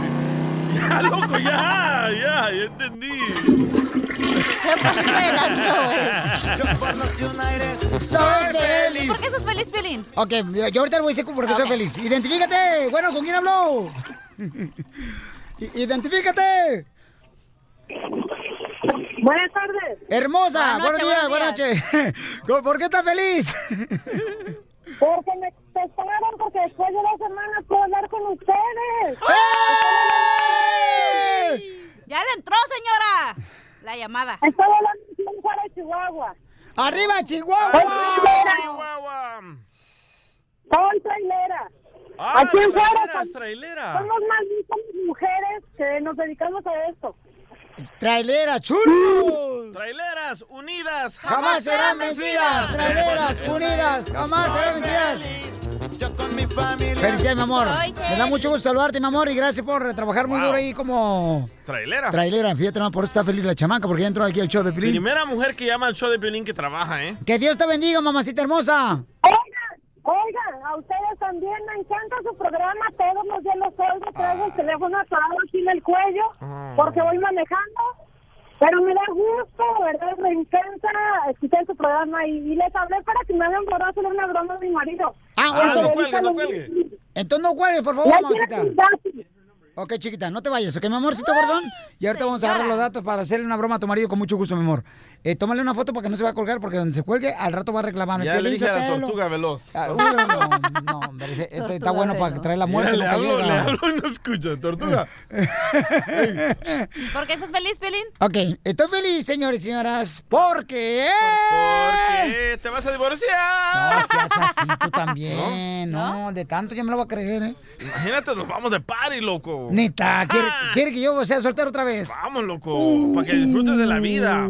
[SPEAKER 4] Ya, loco, ya, ya, ya entendí.
[SPEAKER 11] Yo por los United
[SPEAKER 3] Soy feliz.
[SPEAKER 9] ¿Por qué estás feliz, Piolín?
[SPEAKER 3] Ok, yo yo ahorita le voy a decir por qué soy feliz. Identifícate. Bueno, ¿con quién habló? I- Identifícate.
[SPEAKER 22] Buenas tardes.
[SPEAKER 3] Hermosa,
[SPEAKER 22] Buenas
[SPEAKER 3] buenos
[SPEAKER 22] noches,
[SPEAKER 3] días, buenas noches. ¿Por- ¿Por qué estás feliz?
[SPEAKER 22] Porque me pescaron porque después de dos semanas puedo hablar con ustedes.
[SPEAKER 9] Ya le entró, señora. La llamada.
[SPEAKER 22] Estoy hablando de Juárez, Chihuahua.
[SPEAKER 3] ¡Arriba, Chihuahua!
[SPEAKER 22] Soy trailera.
[SPEAKER 4] Ah,
[SPEAKER 22] Aquí en Juárez
[SPEAKER 11] Ah,
[SPEAKER 4] traileras, trailera.
[SPEAKER 22] somos malditas las mujeres. es que nos dedicamos a esto.
[SPEAKER 3] ¡Trailera, chulo!
[SPEAKER 4] Traileras unidas
[SPEAKER 3] Jamás serán vencidas, traileras unidas, jamás serán vencidas.
[SPEAKER 11] Mm.
[SPEAKER 3] Felicidades, mi amor.
[SPEAKER 4] Soy
[SPEAKER 3] Me da mucho gusto saludarte, mi amor, y gracias por trabajar muy
[SPEAKER 4] Wow.
[SPEAKER 3] duro ahí como
[SPEAKER 4] Trailera.
[SPEAKER 3] trailera. Fíjate, no, por eso está feliz la chamaca, porque ya entró aquí al show de Pilín.
[SPEAKER 4] Primera mujer que llama al show de Piolín que trabaja, ¿eh?
[SPEAKER 3] Que Dios te bendiga, mamacita hermosa.
[SPEAKER 22] Oigan, a ustedes también me encanta su programa, todos los días los oigo, traigo el teléfono atorado aquí en el cuello, porque voy manejando, pero me da gusto, ¿verdad? Me encanta escuchar su programa y, y les hablé para que me hagan por hacerle una broma a mi marido. Porque
[SPEAKER 3] ahora Ah, no
[SPEAKER 22] dedica
[SPEAKER 3] cuelgue, no
[SPEAKER 22] lo
[SPEAKER 3] cuelgue.
[SPEAKER 22] mismo.
[SPEAKER 3] Entonces no cuelgues, por favor,
[SPEAKER 22] Ya
[SPEAKER 3] mamacita.
[SPEAKER 22] quiero
[SPEAKER 3] Ok, chiquita, no te vayas, ¿ok, mi amorcito corazón? Y ahorita vamos a agarrar los datos para hacerle una broma a tu marido con mucho gusto, mi amor. Eh, tómale una foto para que no se va a colgar, porque donde se cuelgue, al rato va a reclamar.
[SPEAKER 4] Ya le dije a la tortuga veloz.
[SPEAKER 3] Ah, uy, no, no, hombre, ese- este está bueno para que trae la muerte.
[SPEAKER 4] Sí, le
[SPEAKER 3] nunca
[SPEAKER 4] hablo, le
[SPEAKER 3] llega.
[SPEAKER 4] hablo y no escucha, tortuga.
[SPEAKER 3] Eh.
[SPEAKER 9] ¿Por qué estás feliz, Pelín?
[SPEAKER 3] Ok, estoy feliz, señores y señoras, porque...
[SPEAKER 4] Eh, ¿Te vas a divorciar?
[SPEAKER 3] No seas así tú también, no, de tanto ya me lo va a creer, ¿eh?
[SPEAKER 4] Imagínate, nos vamos de party, loco. Ah.
[SPEAKER 3] Neta, ¿quiere, quiere que yo sea soltero otra vez? Uh.
[SPEAKER 4] Vamos, loco, para que disfrutes de la vida.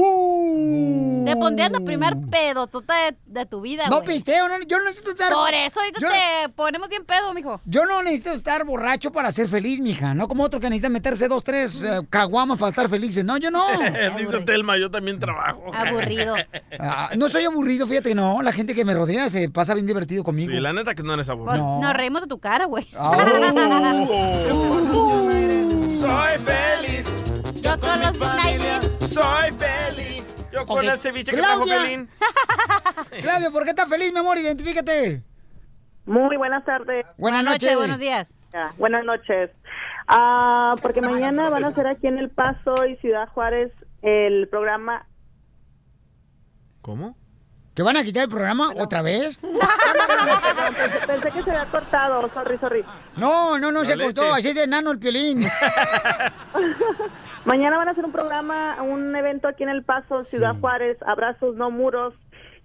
[SPEAKER 9] Te pondrías la primer pedo de, de tu vida,
[SPEAKER 3] No
[SPEAKER 9] güey.
[SPEAKER 3] pisteo, no, yo no necesito estar...
[SPEAKER 9] Por eso ahorita
[SPEAKER 3] Yo-
[SPEAKER 9] te ponemos bien pedo, mijo.
[SPEAKER 3] Yo no necesito estar borracho para ser feliz, mija. No como otro que necesita meterse dos, tres eh, caguamas para estar felices. No, yo no.
[SPEAKER 4] Dice Telma, yo también trabajo.
[SPEAKER 3] Aburrido. Ah, no soy aburrido, fíjate, no. La gente que me rodea se pasa bien divertido conmigo.
[SPEAKER 4] Sí, la neta que no eres aburrido.
[SPEAKER 9] Pues, Nos reímos de tu cara, güey.
[SPEAKER 3] Ah, oh.
[SPEAKER 4] Soy feliz.
[SPEAKER 9] Yo con los United.
[SPEAKER 4] Soy feliz. Yo con
[SPEAKER 3] Ok.
[SPEAKER 4] el ceviche que
[SPEAKER 3] Claudia.
[SPEAKER 4] trajo Pelín.
[SPEAKER 3] Claudio, ¿por qué estás feliz, mi amor? Identifícate.
[SPEAKER 13] Muy buenas tardes.
[SPEAKER 3] Buenas noches.
[SPEAKER 9] días.
[SPEAKER 13] buenas noches. Ah, porque mañana van a hacer aquí en El Paso y Ciudad Juárez el programa.
[SPEAKER 4] ¿Cómo?
[SPEAKER 3] ¿Que van a quitar el programa otra vez?
[SPEAKER 13] Pensé, pensé que se había cortado, sorry, sorry.
[SPEAKER 3] No, no, no,
[SPEAKER 13] La
[SPEAKER 3] se
[SPEAKER 13] leche.
[SPEAKER 3] cortó. Así es de nano el piolín.
[SPEAKER 13] Mañana van a hacer un programa, un evento aquí en El Paso, Ciudad Juárez, Abrazos No Muros.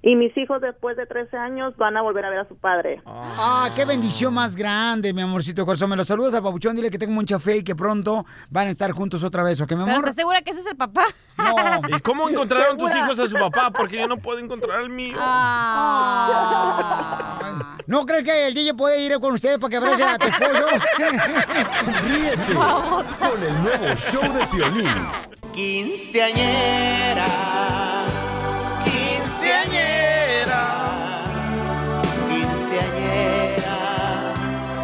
[SPEAKER 13] Y mis hijos después de 13 años van a volver a ver a su padre.
[SPEAKER 3] Ah, qué bendición más grande, mi amorcito corazón. Me lo saludas al papuchón, dile que tengo mucha fe y que pronto van a estar juntos otra vez, ¿ok, mi
[SPEAKER 9] Pero
[SPEAKER 3] amor?
[SPEAKER 9] ¿estás segura que ese es el papá?
[SPEAKER 4] ¿Y cómo encontraron tus hijos a su papá? Porque yo no puedo encontrar al mío.
[SPEAKER 3] Ah. ¿No crees que el DJ puede ir con ustedes para que abrace a tu esposo?
[SPEAKER 5] Ríete con el nuevo show de Piolín.
[SPEAKER 11] Quinceañera. Quinceañera. Quinceañera.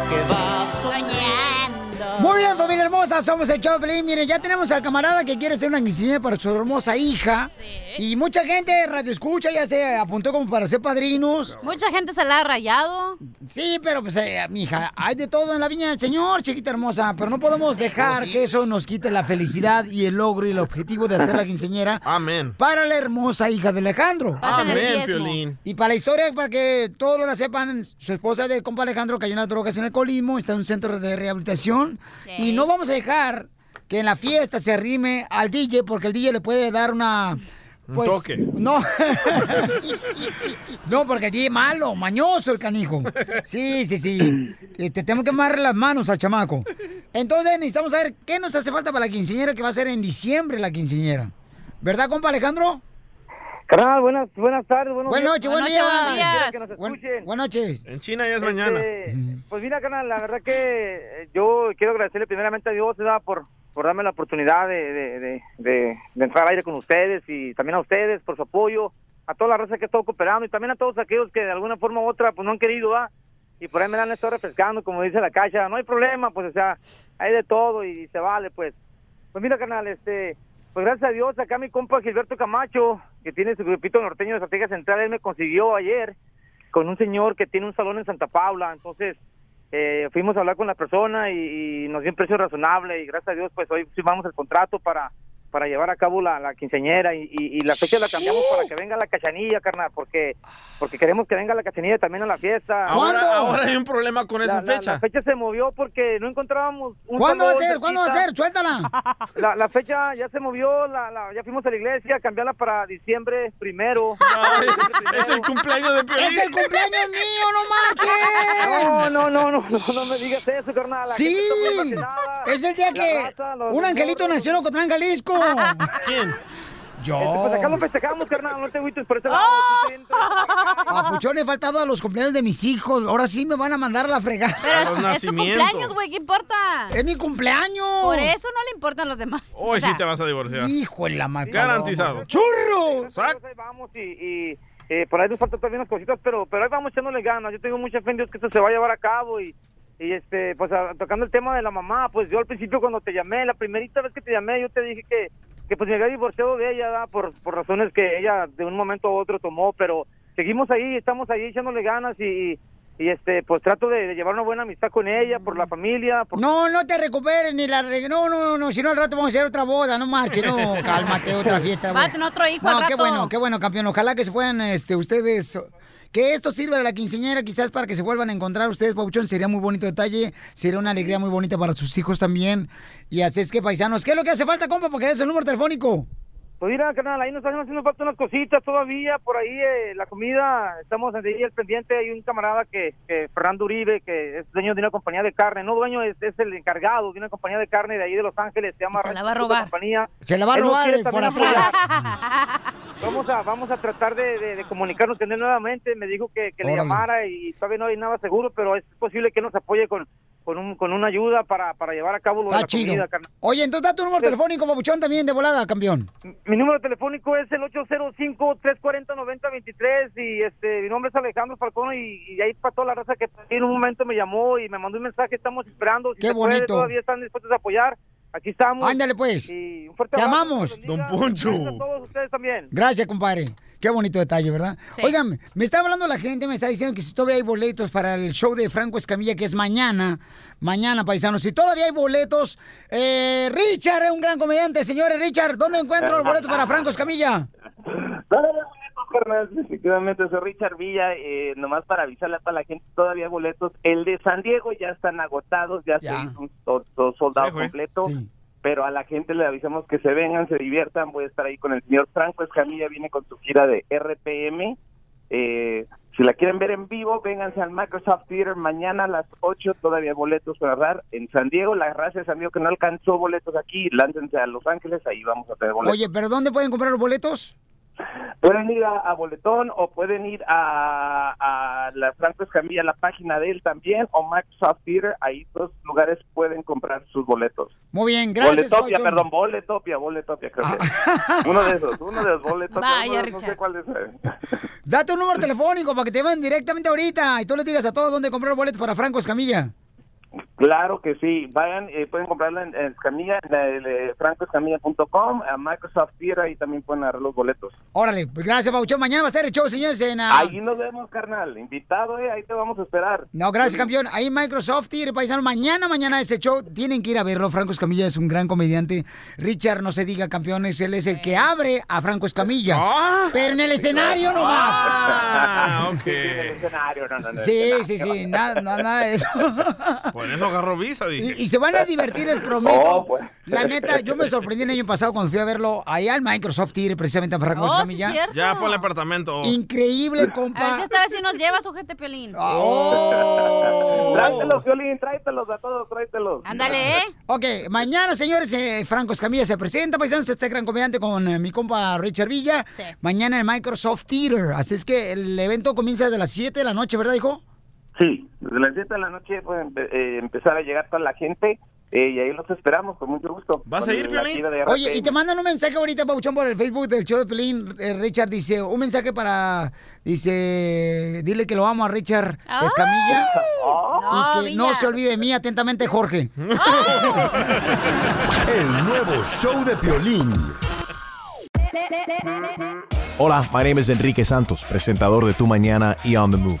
[SPEAKER 11] ¿Qué vas a
[SPEAKER 3] Muy bien, familia hermosa, somos el Choplin. Miren, ya tenemos al camarada que quiere hacer una quinceañera para su hermosa hija. Y mucha gente de radio escucha, ya se apuntó como para ser padrinos.
[SPEAKER 9] Mucha gente se la ha rayado.
[SPEAKER 3] Sí, pero pues, eh, mija, hay de todo en la viña del Señor, chiquita hermosa. Pero no podemos dejar que eso nos quite la felicidad y el logro y el objetivo de hacer la quinceañera.
[SPEAKER 4] Amén.
[SPEAKER 3] Para la hermosa hija de Alejandro.
[SPEAKER 4] Pasen el Amén, diezmo. Piolín.
[SPEAKER 3] Y para la historia, para que todos lo sepan, su esposa de compa Alejandro cayó en las drogas en el alcoholismo, está en un centro de rehabilitación. Y no vamos a dejar que en la fiesta se arrime al DJ, porque el DJ le puede dar una.
[SPEAKER 4] Un
[SPEAKER 3] pues,
[SPEAKER 4] toque.
[SPEAKER 3] No. no, porque el DJ es malo, mañoso el canijo. Sí, sí, sí. Eh, Te tenemos que amarrar las manos al chamaco. Entonces necesitamos saber qué nos hace falta para la quinceñera que va a ser en diciembre la quinceñera. ¿Verdad, compa Alejandro?
[SPEAKER 14] Carnal, buenas, buenas tardes, buenos
[SPEAKER 3] buenas noches,
[SPEAKER 14] días.
[SPEAKER 3] buenos días.
[SPEAKER 14] Buenas noches, buenos días.
[SPEAKER 3] Buen- buenas noches.
[SPEAKER 4] En China ya es mañana.
[SPEAKER 14] Este, pues mira, carnal, la verdad que eh, yo quiero agradecerle primeramente a Dios ¿verdad? por, por darme la oportunidad de, de- de- de- de entrar al aire con ustedes y también a ustedes por su apoyo, a toda la raza que ha estado cooperando y también a todos aquellos que de alguna forma u otra pues no han querido, ¿verdad? y por ahí me la han estado refrescando, como dice la cacha, no hay problema, pues, o sea, hay de todo y se vale, pues. Pues mira, carnal, este, pues gracias a Dios, acá mi compa Gilberto Camacho, que tiene su grupito norteño de Estrategia Central, él me consiguió ayer con un señor que tiene un salón en Santa Paula, entonces eh, fuimos a hablar con la persona y, y nos dio un precio razonable y gracias a Dios, pues hoy firmamos el contrato para para llevar a cabo la, la quinceañera y, y- y la fecha la cambiamos para que venga la cachanilla, carnal, porque porque queremos que venga la cachanilla también a la fiesta.
[SPEAKER 4] Ahora, ahora hay un problema con esa
[SPEAKER 14] La- la-
[SPEAKER 4] fecha.
[SPEAKER 14] La fecha se movió porque no encontrábamos. un
[SPEAKER 3] ¿Cuándo va a
[SPEAKER 14] salón
[SPEAKER 3] ser? ¿Cuándo va a
[SPEAKER 14] cerquita.
[SPEAKER 3] ser? Suéltala.
[SPEAKER 14] La, la fecha ya se movió, la, la- ya fuimos a la iglesia, cambiarla para diciembre primero.
[SPEAKER 4] es el cumpleaños de Piolín.
[SPEAKER 14] ¡Es el
[SPEAKER 3] cumpleaños mío, no marchen!
[SPEAKER 14] No, no, no, no, no, no me digas eso, carnal. La Sí. gente está muy emocionada,
[SPEAKER 3] Es el día que un angelito nació en Ocotlán, Jalisco.
[SPEAKER 4] ¿Quién? Oh,
[SPEAKER 3] Yo.
[SPEAKER 14] Este, pues acá lo festejamos, carnal, no te agüites por ese lado.
[SPEAKER 3] Papuchón, he faltado a los cumpleaños de mis hijos. Ahora sí me van a mandar a la fregada.
[SPEAKER 9] Pero es- es, tu cumpleaños, güey, ¿qué importa?
[SPEAKER 3] Es mi cumpleaños.
[SPEAKER 9] Por eso no le importan los demás.
[SPEAKER 4] Hoy
[SPEAKER 9] O sea,
[SPEAKER 4] sí te vas a divorciar.
[SPEAKER 3] Hijo de la macabra.
[SPEAKER 4] Garantizado.
[SPEAKER 3] ¡Churro!
[SPEAKER 14] Ahí vamos y, y, eh, por ahí nos faltan todavía unas cositas, pero, pero ahí vamos echándole ganas. Yo tengo mucha fe en Dios que esto se va a llevar a cabo y, y este, pues a- tocando el tema de la mamá, pues yo al principio cuando te llamé, la primerita vez que te llamé, yo te dije que, que pues me había divorciado de ella ¿verdad? por, por razones que ella de un momento a otro tomó, pero seguimos ahí, estamos ahí echándole ganas y, y, y, este, pues trato de, de llevar una buena amistad con ella, por la familia, por
[SPEAKER 3] No, no te recuperes ni la... re- No, no, no, si no al rato vamos a hacer otra boda, no marche, no, cálmate, otra fiesta.
[SPEAKER 9] Va a
[SPEAKER 3] güey.
[SPEAKER 9] tener otro hijo
[SPEAKER 3] No,
[SPEAKER 9] al
[SPEAKER 3] qué
[SPEAKER 9] rato.
[SPEAKER 3] bueno, qué bueno, campeón. Ojalá que se puedan, este, ustedes... Que esto sirva de la quinceñera quizás para que se vuelvan a encontrar ustedes, Pauchón. Sería muy bonito detalle, sería una alegría muy bonita para sus hijos también. Y así es que, paisanos, ¿qué es lo que hace falta, compa, para que des el número telefónico?
[SPEAKER 14] Pues mira, carnal, ahí nos están haciendo falta unas cositas todavía, por ahí eh, la comida, estamos ahí al pendiente, hay un camarada que, que, Fernando Uribe, que es dueño de una compañía de carne, no dueño, es, es el encargado de una compañía de carne de ahí de Los Ángeles, se llama...
[SPEAKER 9] Se la va a robar.
[SPEAKER 14] Compañía.
[SPEAKER 3] Se la va a
[SPEAKER 14] Él nos
[SPEAKER 3] robar
[SPEAKER 14] quiere
[SPEAKER 3] eh, por
[SPEAKER 14] también
[SPEAKER 3] atrás.
[SPEAKER 14] Vamos a, vamos a tratar de, de- de comunicarnos con él nuevamente. Me dijo que, que le
[SPEAKER 3] Órale.
[SPEAKER 14] llamara y todavía no hay nada seguro, pero es posible que él nos apoye con, con, un- con una ayuda para, para llevar a cabo lo de
[SPEAKER 3] Está
[SPEAKER 14] la
[SPEAKER 3] chido.
[SPEAKER 14] comida, carnal.
[SPEAKER 3] Oye, entonces da tu número
[SPEAKER 14] Sí.
[SPEAKER 3] telefónico, Pauchón, también de volada, campeón.
[SPEAKER 14] Mi número telefónico es el 805-340-9023 y este, mi nombre es Alejandro Falcón y, y ahí para toda la raza que en un momento me llamó y me mandó un mensaje, estamos esperando, si
[SPEAKER 3] Qué
[SPEAKER 14] se puede,
[SPEAKER 3] bonito.
[SPEAKER 14] todavía están dispuestos a apoyar, aquí estamos.
[SPEAKER 3] Ándale, pues.
[SPEAKER 14] Y un fuerte
[SPEAKER 3] Te
[SPEAKER 14] abrazo,
[SPEAKER 3] amamos.
[SPEAKER 14] Dios los
[SPEAKER 3] Don
[SPEAKER 14] bendiga.
[SPEAKER 3] Poncho.
[SPEAKER 14] Gracias a todos ustedes también.
[SPEAKER 3] Gracias, compadre. Qué bonito detalle, ¿verdad?
[SPEAKER 14] Sí.
[SPEAKER 3] Oigan, me está hablando la gente, me está diciendo que si todavía hay boletos para el show de Franco Escamilla, que es mañana, mañana, paisanos. Si todavía hay boletos, eh, Richard es un gran comediante, señores. Richard, ¿dónde encuentro los boletos para Franco Escamilla?
[SPEAKER 2] carnal, efectivamente, soy Richard Villa, eh, nomás para avisarle a toda la gente, todavía hay boletos. El de San Diego ya están agotados, ya, se hizo un so- so- soldado completo, pero a la gente le avisamos que se vengan, se diviertan, voy a estar ahí con el señor Franco Escamilla, viene con su gira de RPM. Eh, si la quieren ver en vivo, vénganse al Microsoft Theater mañana a las 8, todavía hay boletos para dar en San Diego, la raza de San Diego que no alcanzó boletos aquí, láncense a Los Ángeles, ahí vamos a tener boletos.
[SPEAKER 3] Oye, ¿pero dónde pueden comprar los boletos?
[SPEAKER 2] Pueden ir a, a Boletón o pueden ir a, a la Franco Escamilla, la página de él también, o Microsoft Theater. Ahí dos lugares pueden comprar sus boletos.
[SPEAKER 3] Muy bien, gracias. Ah.
[SPEAKER 2] Boletopia,
[SPEAKER 3] Pauchón.
[SPEAKER 2] perdón, Boletopia, Boletopia, creo que. uno de esos, uno de los Boletopia.
[SPEAKER 3] Vaya,
[SPEAKER 2] uno de- no
[SPEAKER 3] Richard.
[SPEAKER 2] sé cuál es. eh.
[SPEAKER 3] Da tu número telefónico para que te vean directamente ahorita y tú les digas a todos dónde comprar boletos para Franco Escamilla.
[SPEAKER 2] Claro que sí. Vayan, eh, pueden comprarlo en, en Escamilla, en el, eh, francoescamilla.com, a Microsoft Theater, ahí también pueden agarrar los boletos.
[SPEAKER 3] Órale, pues gracias, Pauchón. Mañana va a estar el show, señores. En, ah,
[SPEAKER 2] Ahí nos vemos, carnal. Invitado, eh, ahí te vamos a esperar.
[SPEAKER 3] No, gracias, campeón. Ahí Microsoft, Tigre Paisano. Mañana, mañana este show. Tienen que ir a verlo. Franco Escamilla es un gran comediante. Richard, no se diga, campeones. Él es el que abre a Franco Escamilla. Pero en el escenario nomás.
[SPEAKER 4] Ah,
[SPEAKER 2] ok.
[SPEAKER 3] Sí, sí, sí. Nada, nada, nada de eso.
[SPEAKER 4] Por eso agarró visa, dije.
[SPEAKER 3] Y, y se van a divertir, les prometo.
[SPEAKER 4] Oh, pues.
[SPEAKER 3] La neta, yo me sorprendí el año pasado cuando fui a verlo allá al Microsoft Tigre, precisamente a
[SPEAKER 4] Oh,
[SPEAKER 3] Franco Escamilla.
[SPEAKER 4] Ya por el apartamento.
[SPEAKER 3] Increíble,
[SPEAKER 9] A ver si
[SPEAKER 3] compa.
[SPEAKER 9] esta vez sí nos lleva su gente pelín.
[SPEAKER 3] Ah, oh.
[SPEAKER 2] Tráetelos, Violín, tráetelos a todos, tráetelos.
[SPEAKER 9] Ándale, ¿eh?
[SPEAKER 3] Ok, mañana, señores, eh, Franco Escamilla se presenta, paisanos, este gran comediante con eh, mi compa Richard Villa. Mañana en el Microsoft Theater. Así es que el evento comienza desde las 7 de la noche, ¿verdad, hijo?
[SPEAKER 2] Sí, desde las 7 de la noche puede empe- eh, empezar a llegar toda la gente eh, y ahí los esperamos con mucho gusto. ¿Vas
[SPEAKER 3] Oye, y te mandan un mensaje ahorita, Pauchón, por el Facebook del show de Pelín. Eh, Richard dice, un mensaje para, dice, dile que lo amo a Richard Escamilla. y que
[SPEAKER 2] No,
[SPEAKER 3] no se olvide de mí, atentamente, Jorge.
[SPEAKER 5] El nuevo show de Piolín.
[SPEAKER 16] Hola, my name is Enrique Santos, presentador de Tu Mañana y On the Move.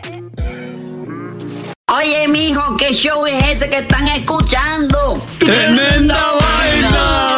[SPEAKER 25] Oye, mijo, ¿qué show es ese que están escuchando?
[SPEAKER 11] ¡Tremenda vaina!